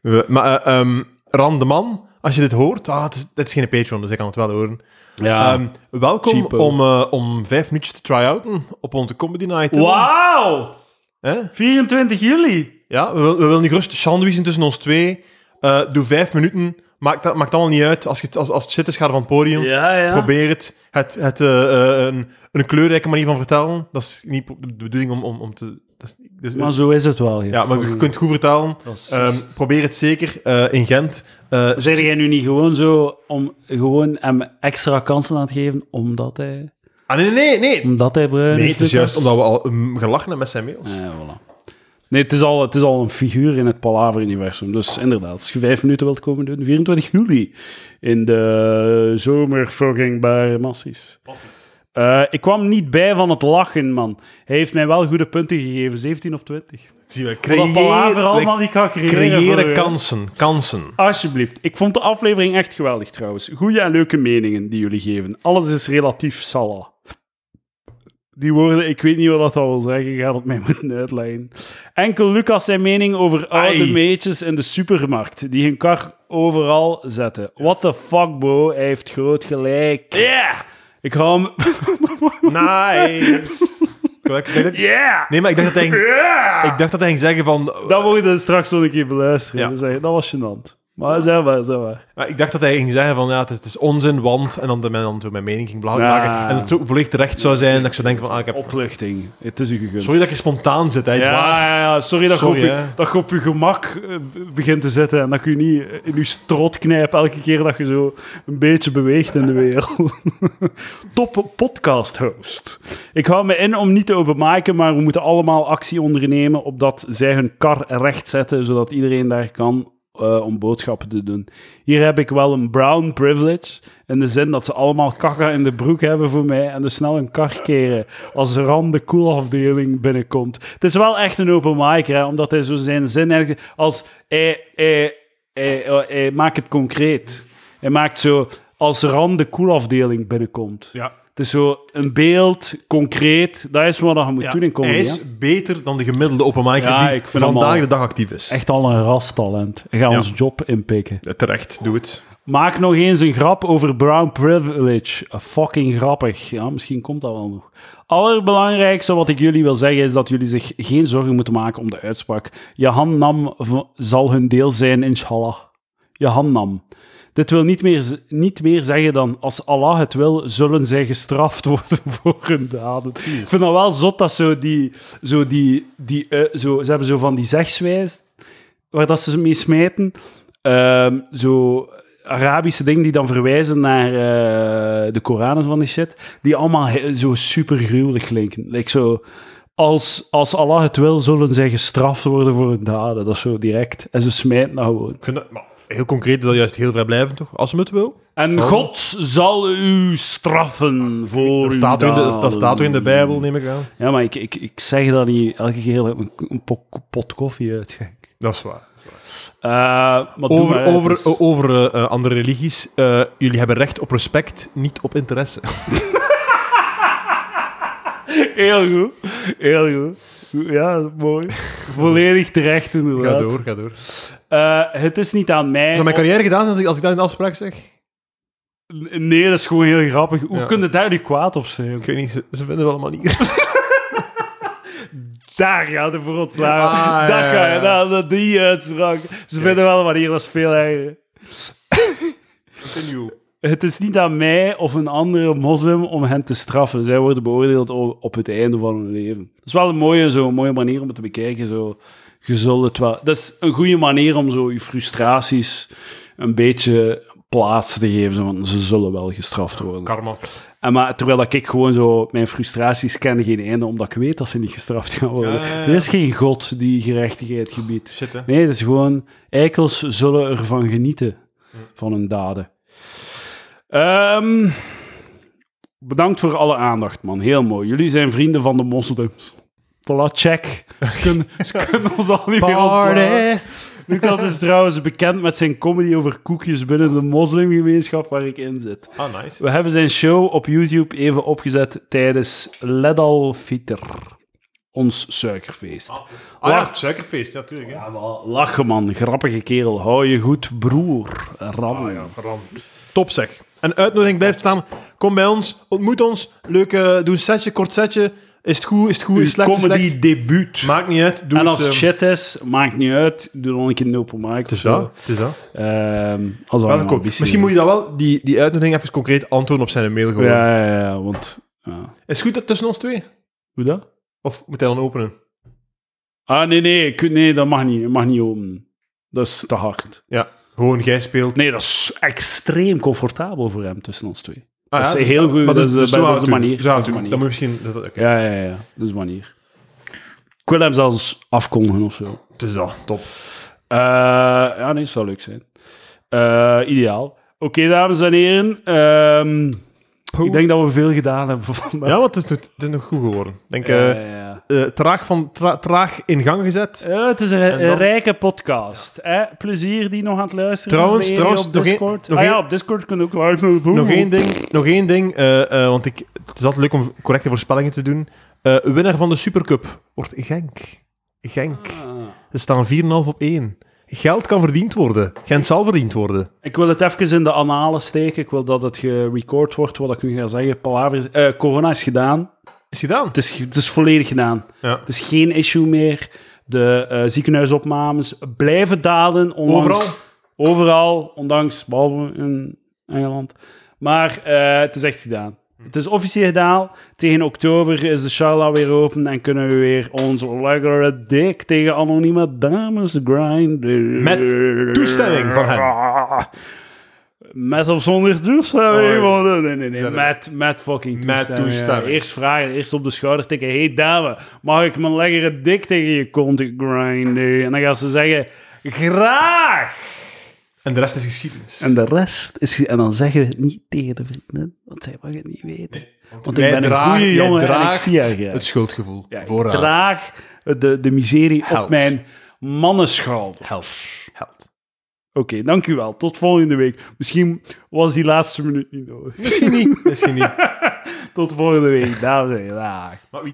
[SPEAKER 2] We- Maar eh, ehm, Ran de Man, als je dit hoort... Ah, het is, dit is geen Patreon, dus ik kan het wel horen.
[SPEAKER 1] Ja.
[SPEAKER 2] Ehm, welkom
[SPEAKER 1] Ah, cheapo.
[SPEAKER 2] om, eh, om vijf minuutjes te try-outen op onze Comedy Night.
[SPEAKER 1] Wauw!
[SPEAKER 2] Hè?
[SPEAKER 1] 24 juli.
[SPEAKER 2] Ja, we, wil- we willen niet rustig sandwichen tussen ons twee. Eh, doe vijf minuten. Maakt, dat, maakt allemaal niet uit. Als, je, het- als, als het shit is, ga er van het podium.
[SPEAKER 1] Ja, ja.
[SPEAKER 2] Probeer het. Het, het eh, eh, een, een kleurrijke manier van vertellen. Dat is niet pro- de bedoeling om, om, om te... Dat is, dus-
[SPEAKER 1] Maar zo is het wel. hier.
[SPEAKER 2] ja, maar je kunt goed vertellen. Ehm,
[SPEAKER 1] Racist.
[SPEAKER 2] probeer het zeker eh, in Gent. Eh,
[SPEAKER 1] Zeg jij nu niet gewoon zo om gewoon hem extra kansen aan te geven omdat hij,
[SPEAKER 2] ah, nee, nee, nee.
[SPEAKER 1] omdat hij bruin
[SPEAKER 2] Nee,
[SPEAKER 1] is?
[SPEAKER 2] het is juist omdat we al mm, gelachen hebben met zijn mails.
[SPEAKER 1] Eh, voilà. Nee, het is, al, het is al een figuur in het Palaver-universum. Dus inderdaad, als je vijf minuten wilt komen doen, 24 juli. In de zomer fucking bij Massies. Eh, ik kwam niet bij van het lachen, man. Hij heeft mij wel goede punten gegeven, 17 op 20.
[SPEAKER 2] Zie je,
[SPEAKER 1] Wat dat
[SPEAKER 2] creëer,
[SPEAKER 1] palaver allemaal
[SPEAKER 2] we
[SPEAKER 1] niet ga creëren. voor
[SPEAKER 2] creëren
[SPEAKER 1] u.
[SPEAKER 2] kansen. Kansen.
[SPEAKER 1] Alsjeblieft. Ik vond de aflevering echt geweldig trouwens. Goede en leuke meningen die jullie geven. Alles is relatief sala. Die woorden, ik weet niet wat dat wil zeggen. Je gaat het mij moeten uitleggen. Enkel Lucas zijn mening over oude
[SPEAKER 2] Ai.
[SPEAKER 1] meisjes in de supermarkt. Die hun kar overal zetten. What the fuck, bro. Hij heeft groot gelijk.
[SPEAKER 2] Yeah!
[SPEAKER 1] Ik hou hem...
[SPEAKER 2] Nice! Correct, zeg ik?
[SPEAKER 1] Yeah!
[SPEAKER 2] Nee, maar ik dacht dat hij, ging-
[SPEAKER 1] Yeah!
[SPEAKER 2] ik dacht dat hij ging zeggen van...
[SPEAKER 1] Dat moet je straks nog een keer beluisteren.
[SPEAKER 2] Ja.
[SPEAKER 1] Dat is echt- Dat was gênant. Maar zeg maar, zeg maar.
[SPEAKER 2] Maar ik dacht dat hij ging zeggen van ja, het is, het is onzin, want... En dan dat men dan zo mijn mening ging
[SPEAKER 1] Ja.
[SPEAKER 2] bla- maken. En dat het zo volledig terecht zou zijn. Dat ik zou denken van, ah, ik heb...
[SPEAKER 1] Opluchting. Het is u gegund.
[SPEAKER 2] Sorry dat je spontaan zit, hè. het
[SPEAKER 1] Ja,
[SPEAKER 2] waar.
[SPEAKER 1] ja, ja, sorry dat
[SPEAKER 2] Sorry,
[SPEAKER 1] je op,
[SPEAKER 2] hè.
[SPEAKER 1] je, dat je op je gemak eh, begint te zitten en dat ik je niet in je strot knijp elke keer dat je zo een beetje beweegt in de wereld. Top podcast host. Ik hou me in om niet te openmaken, maar we moeten allemaal actie ondernemen opdat zij hun kar recht zetten, zodat iedereen daar kan eh, om boodschappen te doen. Hier heb ik wel een brown privilege, in de zin dat ze allemaal kakka in de broek hebben voor mij en dus snel een kar keren als Ram de koelafdeling binnenkomt. Het is wel echt een open mic, hè, omdat hij zo zijn zin ergens- als hij, hij, hij, hij, hij maakt het concreet. Hij maakt zo als Ram de koelafdeling binnenkomt.
[SPEAKER 2] Ja.
[SPEAKER 1] Het is zo een beeld, concreet. Dat is wat je moet doen in comedy.
[SPEAKER 2] hij is
[SPEAKER 1] hè.
[SPEAKER 2] beter dan de gemiddelde open micer
[SPEAKER 1] Ja,
[SPEAKER 2] die
[SPEAKER 1] ik vind hem
[SPEAKER 2] vandaag
[SPEAKER 1] al-
[SPEAKER 2] de dag actief is.
[SPEAKER 1] Echt al een rastalent. Hij gaat ons job inpikken.
[SPEAKER 2] Ja, Terecht, doe het.
[SPEAKER 1] Maak nog eens een grap over brown privilege. Ah, Fucking grappig. Ja, misschien komt dat wel nog. Allerbelangrijkste wat ik jullie wil zeggen is dat jullie zich geen zorgen moeten maken om de uitspraak. Jahan Nam v- zal hun deel zijn, inshallah. Jahan Nam. Dit wil niet meer, z- niet meer zeggen dan als Allah het wil, zullen zij gestraft worden voor hun daden. Ik vind dat wel zot dat zo die, zo die, die eh, zo, ze hebben zo van die zegswijs waar dat ze mee smijten. Ehm, zo Arabische dingen die dan verwijzen naar eh, de Koranen van die shit, die allemaal he- zo super gruwelijk klinken. Like zo, als, als Allah het wil, zullen zij gestraft worden voor hun daden. Dat is zo direct. En ze smijten dat gewoon.
[SPEAKER 2] Ik vind dat- maar heel concreet is dat juist heel vrijblijvend, toch? Als hem het wil.
[SPEAKER 1] En God zal u straffen voor uw
[SPEAKER 2] Dat
[SPEAKER 1] eh,
[SPEAKER 2] staat, toch in de,
[SPEAKER 1] daden.
[SPEAKER 2] dat staat toch in de Bijbel, neem ik aan.
[SPEAKER 1] Ja, maar ik, ik, ik zeg dat niet elke keer dat ik een, een po- pot koffie uitschenk.
[SPEAKER 2] Dat is waar.
[SPEAKER 1] Eh, maar doe
[SPEAKER 2] Over,
[SPEAKER 1] maar, het
[SPEAKER 2] over,
[SPEAKER 1] is-
[SPEAKER 2] o- over eh, eh, andere religies. eh, jullie hebben recht op respect, niet op interesse.
[SPEAKER 1] Heel goed. Heel goed. Ja, mooi. Volledig terecht, inderdaad.
[SPEAKER 2] ga door, ga door. Zou
[SPEAKER 1] Eh, het is niet aan mij.
[SPEAKER 2] mijn carrière gedaan zijn als ik, als ik dat in de afspraak zeg?
[SPEAKER 1] Oh, Nee, dat is gewoon heel grappig. Hoe
[SPEAKER 2] Ja.
[SPEAKER 1] kun je daar nu kwaad op zijn?
[SPEAKER 2] Ik weet niet, ze, ze vinden wel een manier.
[SPEAKER 1] Daar ga je voor ontslagen.
[SPEAKER 2] Ah,
[SPEAKER 1] dat
[SPEAKER 2] ja,
[SPEAKER 1] ga je,
[SPEAKER 2] ja.
[SPEAKER 1] dat- dat- die uitspraak. Ze vinden wel een manier, dat is veel erger.
[SPEAKER 2] Continue.
[SPEAKER 1] Het is niet aan mij of een andere moslim om hen te straffen. Zij worden beoordeeld o- op het einde van hun leven. Dat is wel een mooie, zo, een mooie manier om het te bekijken. Zo. Je zult het wel... Dat is een goede manier om zo je frustraties een beetje plaats te geven. zo, Want ze zullen wel gestraft worden.
[SPEAKER 2] Karma.
[SPEAKER 1] En maar, terwijl dat ik gewoon zo... Mijn frustraties kennen geen einde, omdat ik weet dat ze niet gestraft gaan worden.
[SPEAKER 2] Ja, ja, ja.
[SPEAKER 1] Er is geen god die gerechtigheid gebiedt.
[SPEAKER 2] Shit, hè.
[SPEAKER 1] Nee, het is gewoon... Eikels zullen ervan genieten. Van hun daden. Ehm, bedankt voor alle aandacht, man. Heel mooi. Jullie zijn vrienden van de moslims. Voilà, check. Ze kunnen, ze kunnen ons al niet meer ontslaan.
[SPEAKER 2] Party.
[SPEAKER 1] Lucas is trouwens bekend met zijn comedy over koekjes binnen de moslimgemeenschap waar ik in zit.
[SPEAKER 2] Ah, nice.
[SPEAKER 1] We hebben zijn show op YouTube even opgezet tijdens Ledal Fitr, ons suikerfeest.
[SPEAKER 2] Ah ja, het suikerfeest, natuurlijk.
[SPEAKER 1] Ja, wel, Lachen man, grappige kerel, hou je goed broer, ram.
[SPEAKER 2] Ah, Top zeg. En uitnodiging blijft staan. Kom bij ons, ontmoet ons. Leuk, eh, doe een setje, kort setje. Is het goed, is het goed, is het slecht, is het
[SPEAKER 1] comedy
[SPEAKER 2] slecht.
[SPEAKER 1] debuut.
[SPEAKER 2] Maakt niet uit. Doe
[SPEAKER 1] en
[SPEAKER 2] het,
[SPEAKER 1] als
[SPEAKER 2] ehm,
[SPEAKER 1] shit is, maakt niet uit. Doe dan een keer een open mic. Ehm,
[SPEAKER 2] Het is dat. Het is dat.
[SPEAKER 1] als dat
[SPEAKER 2] Wel
[SPEAKER 1] een
[SPEAKER 2] kom.
[SPEAKER 1] ambitie
[SPEAKER 2] Misschien
[SPEAKER 1] is.
[SPEAKER 2] moet je dat wel, die, die uitnodiging, even concreet antwoorden op zijn mail gewoon.
[SPEAKER 1] Ja, ja, ja, want... ja.
[SPEAKER 2] Is het goed dat tussen ons twee?
[SPEAKER 1] Hoe dat?
[SPEAKER 2] Of moet hij dan openen?
[SPEAKER 1] Ah, nee, nee. ik- nee, dat mag niet. Het mag niet open. Dat is te hard.
[SPEAKER 2] Ja, gewoon jij speelt.
[SPEAKER 1] Nee, dat is extreem comfortabel voor hem tussen ons twee.
[SPEAKER 2] Ah,
[SPEAKER 1] dat is heel goed.
[SPEAKER 2] maar dus
[SPEAKER 1] Dat is- dat
[SPEAKER 2] zo
[SPEAKER 1] is
[SPEAKER 2] gaan we
[SPEAKER 1] de
[SPEAKER 2] het doen.
[SPEAKER 1] manier.
[SPEAKER 2] Zo gaan we
[SPEAKER 1] Dat is de manier.
[SPEAKER 2] het doen. Dan moet je misschien... Dat, oké.
[SPEAKER 1] Ja, ja, ja. Dat is manier. Ik wil hem zelfs afkondigen of zo.
[SPEAKER 2] Het is dat. Top.
[SPEAKER 1] Eh, ja, nee, zou leuk zijn. Eh, ideaal. Oké, dames en heren. ehm, Ik denk dat we veel gedaan hebben vandaag.
[SPEAKER 2] Ja, want het is, nog- het is nog goed geworden. Ik Denk, eh,
[SPEAKER 1] Ja, ja, ja.
[SPEAKER 2] eh, traag, van, tra- traag in gang gezet.
[SPEAKER 1] Eh, het is een,
[SPEAKER 2] En dan-
[SPEAKER 1] een rijke podcast. hè. Plezier die nog aan het luisteren
[SPEAKER 2] Trouwens,
[SPEAKER 1] is. de ene
[SPEAKER 2] trouwens,
[SPEAKER 1] op
[SPEAKER 2] nog één-
[SPEAKER 1] Discord.
[SPEAKER 2] nog
[SPEAKER 1] ah ja,
[SPEAKER 2] één-
[SPEAKER 1] op Discord kunnen we ook live naar de boel.
[SPEAKER 2] Nog één ding, nog één ding eh, eh, want ik, het is altijd leuk om correcte voorspellingen te doen. Eh, winnaar van de Supercup wordt Genk. Genk.
[SPEAKER 1] Ah.
[SPEAKER 2] Ze staan 4,5 op 1. Geld kan verdiend worden. Gent zal verdiend worden.
[SPEAKER 1] Ik wil het even in de analen steken. Ik wil dat het gerecord wordt, wat ik nu ga zeggen. Palaver is- eh, corona is gedaan.
[SPEAKER 2] Is gedaan.
[SPEAKER 1] Het is, ge- het is volledig gedaan.
[SPEAKER 2] Ja.
[SPEAKER 1] Het is geen issue meer. De eh, ziekenhuisopnames blijven dalen. Ondanks,
[SPEAKER 2] Overal?
[SPEAKER 1] Overal, ondanks, behalve in Engeland. Maar eh, het is echt gedaan.
[SPEAKER 2] Hm.
[SPEAKER 1] Het is officieel gedaan. Tegen oktober is de charla weer open en kunnen we weer onze lekkere dik tegen anonieme dames grinden.
[SPEAKER 2] Met toestemming van hen.
[SPEAKER 1] Met of zonder toestemming?
[SPEAKER 2] Oh,
[SPEAKER 1] want- nee, nee, nee, nee.
[SPEAKER 2] Zijn er-
[SPEAKER 1] Met, met fucking
[SPEAKER 2] Met
[SPEAKER 1] toestemming. ja.
[SPEAKER 2] toestemming.
[SPEAKER 1] Eerst vragen, eerst op de schouder tikken. hey, dame, mag ik mijn lekkere dik tegen je kont grinden? En dan gaan ze zeggen, graag!
[SPEAKER 2] En de rest is geschiedenis.
[SPEAKER 1] En de rest is... En dan zeggen we het niet tegen de vrienden, want zij mag het niet weten. want ik
[SPEAKER 2] Jij
[SPEAKER 1] ben een
[SPEAKER 2] draagt-
[SPEAKER 1] goeie
[SPEAKER 2] jij
[SPEAKER 1] jongen en ik
[SPEAKER 2] draagt
[SPEAKER 1] zie haar graag.
[SPEAKER 2] het schuldgevoel. eh,
[SPEAKER 1] Ja, ik
[SPEAKER 2] vooraan.
[SPEAKER 1] draag de, de miserie op
[SPEAKER 2] Held.
[SPEAKER 1] mijn mannenschouder.
[SPEAKER 2] Held. Held.
[SPEAKER 1] Oké, dank u wel. Tot volgende week. Misschien was die laatste minuut niet nodig.
[SPEAKER 2] Misschien niet. Misschien niet.
[SPEAKER 1] Tot volgende week, dames en heren. Dag.
[SPEAKER 2] Maar wie-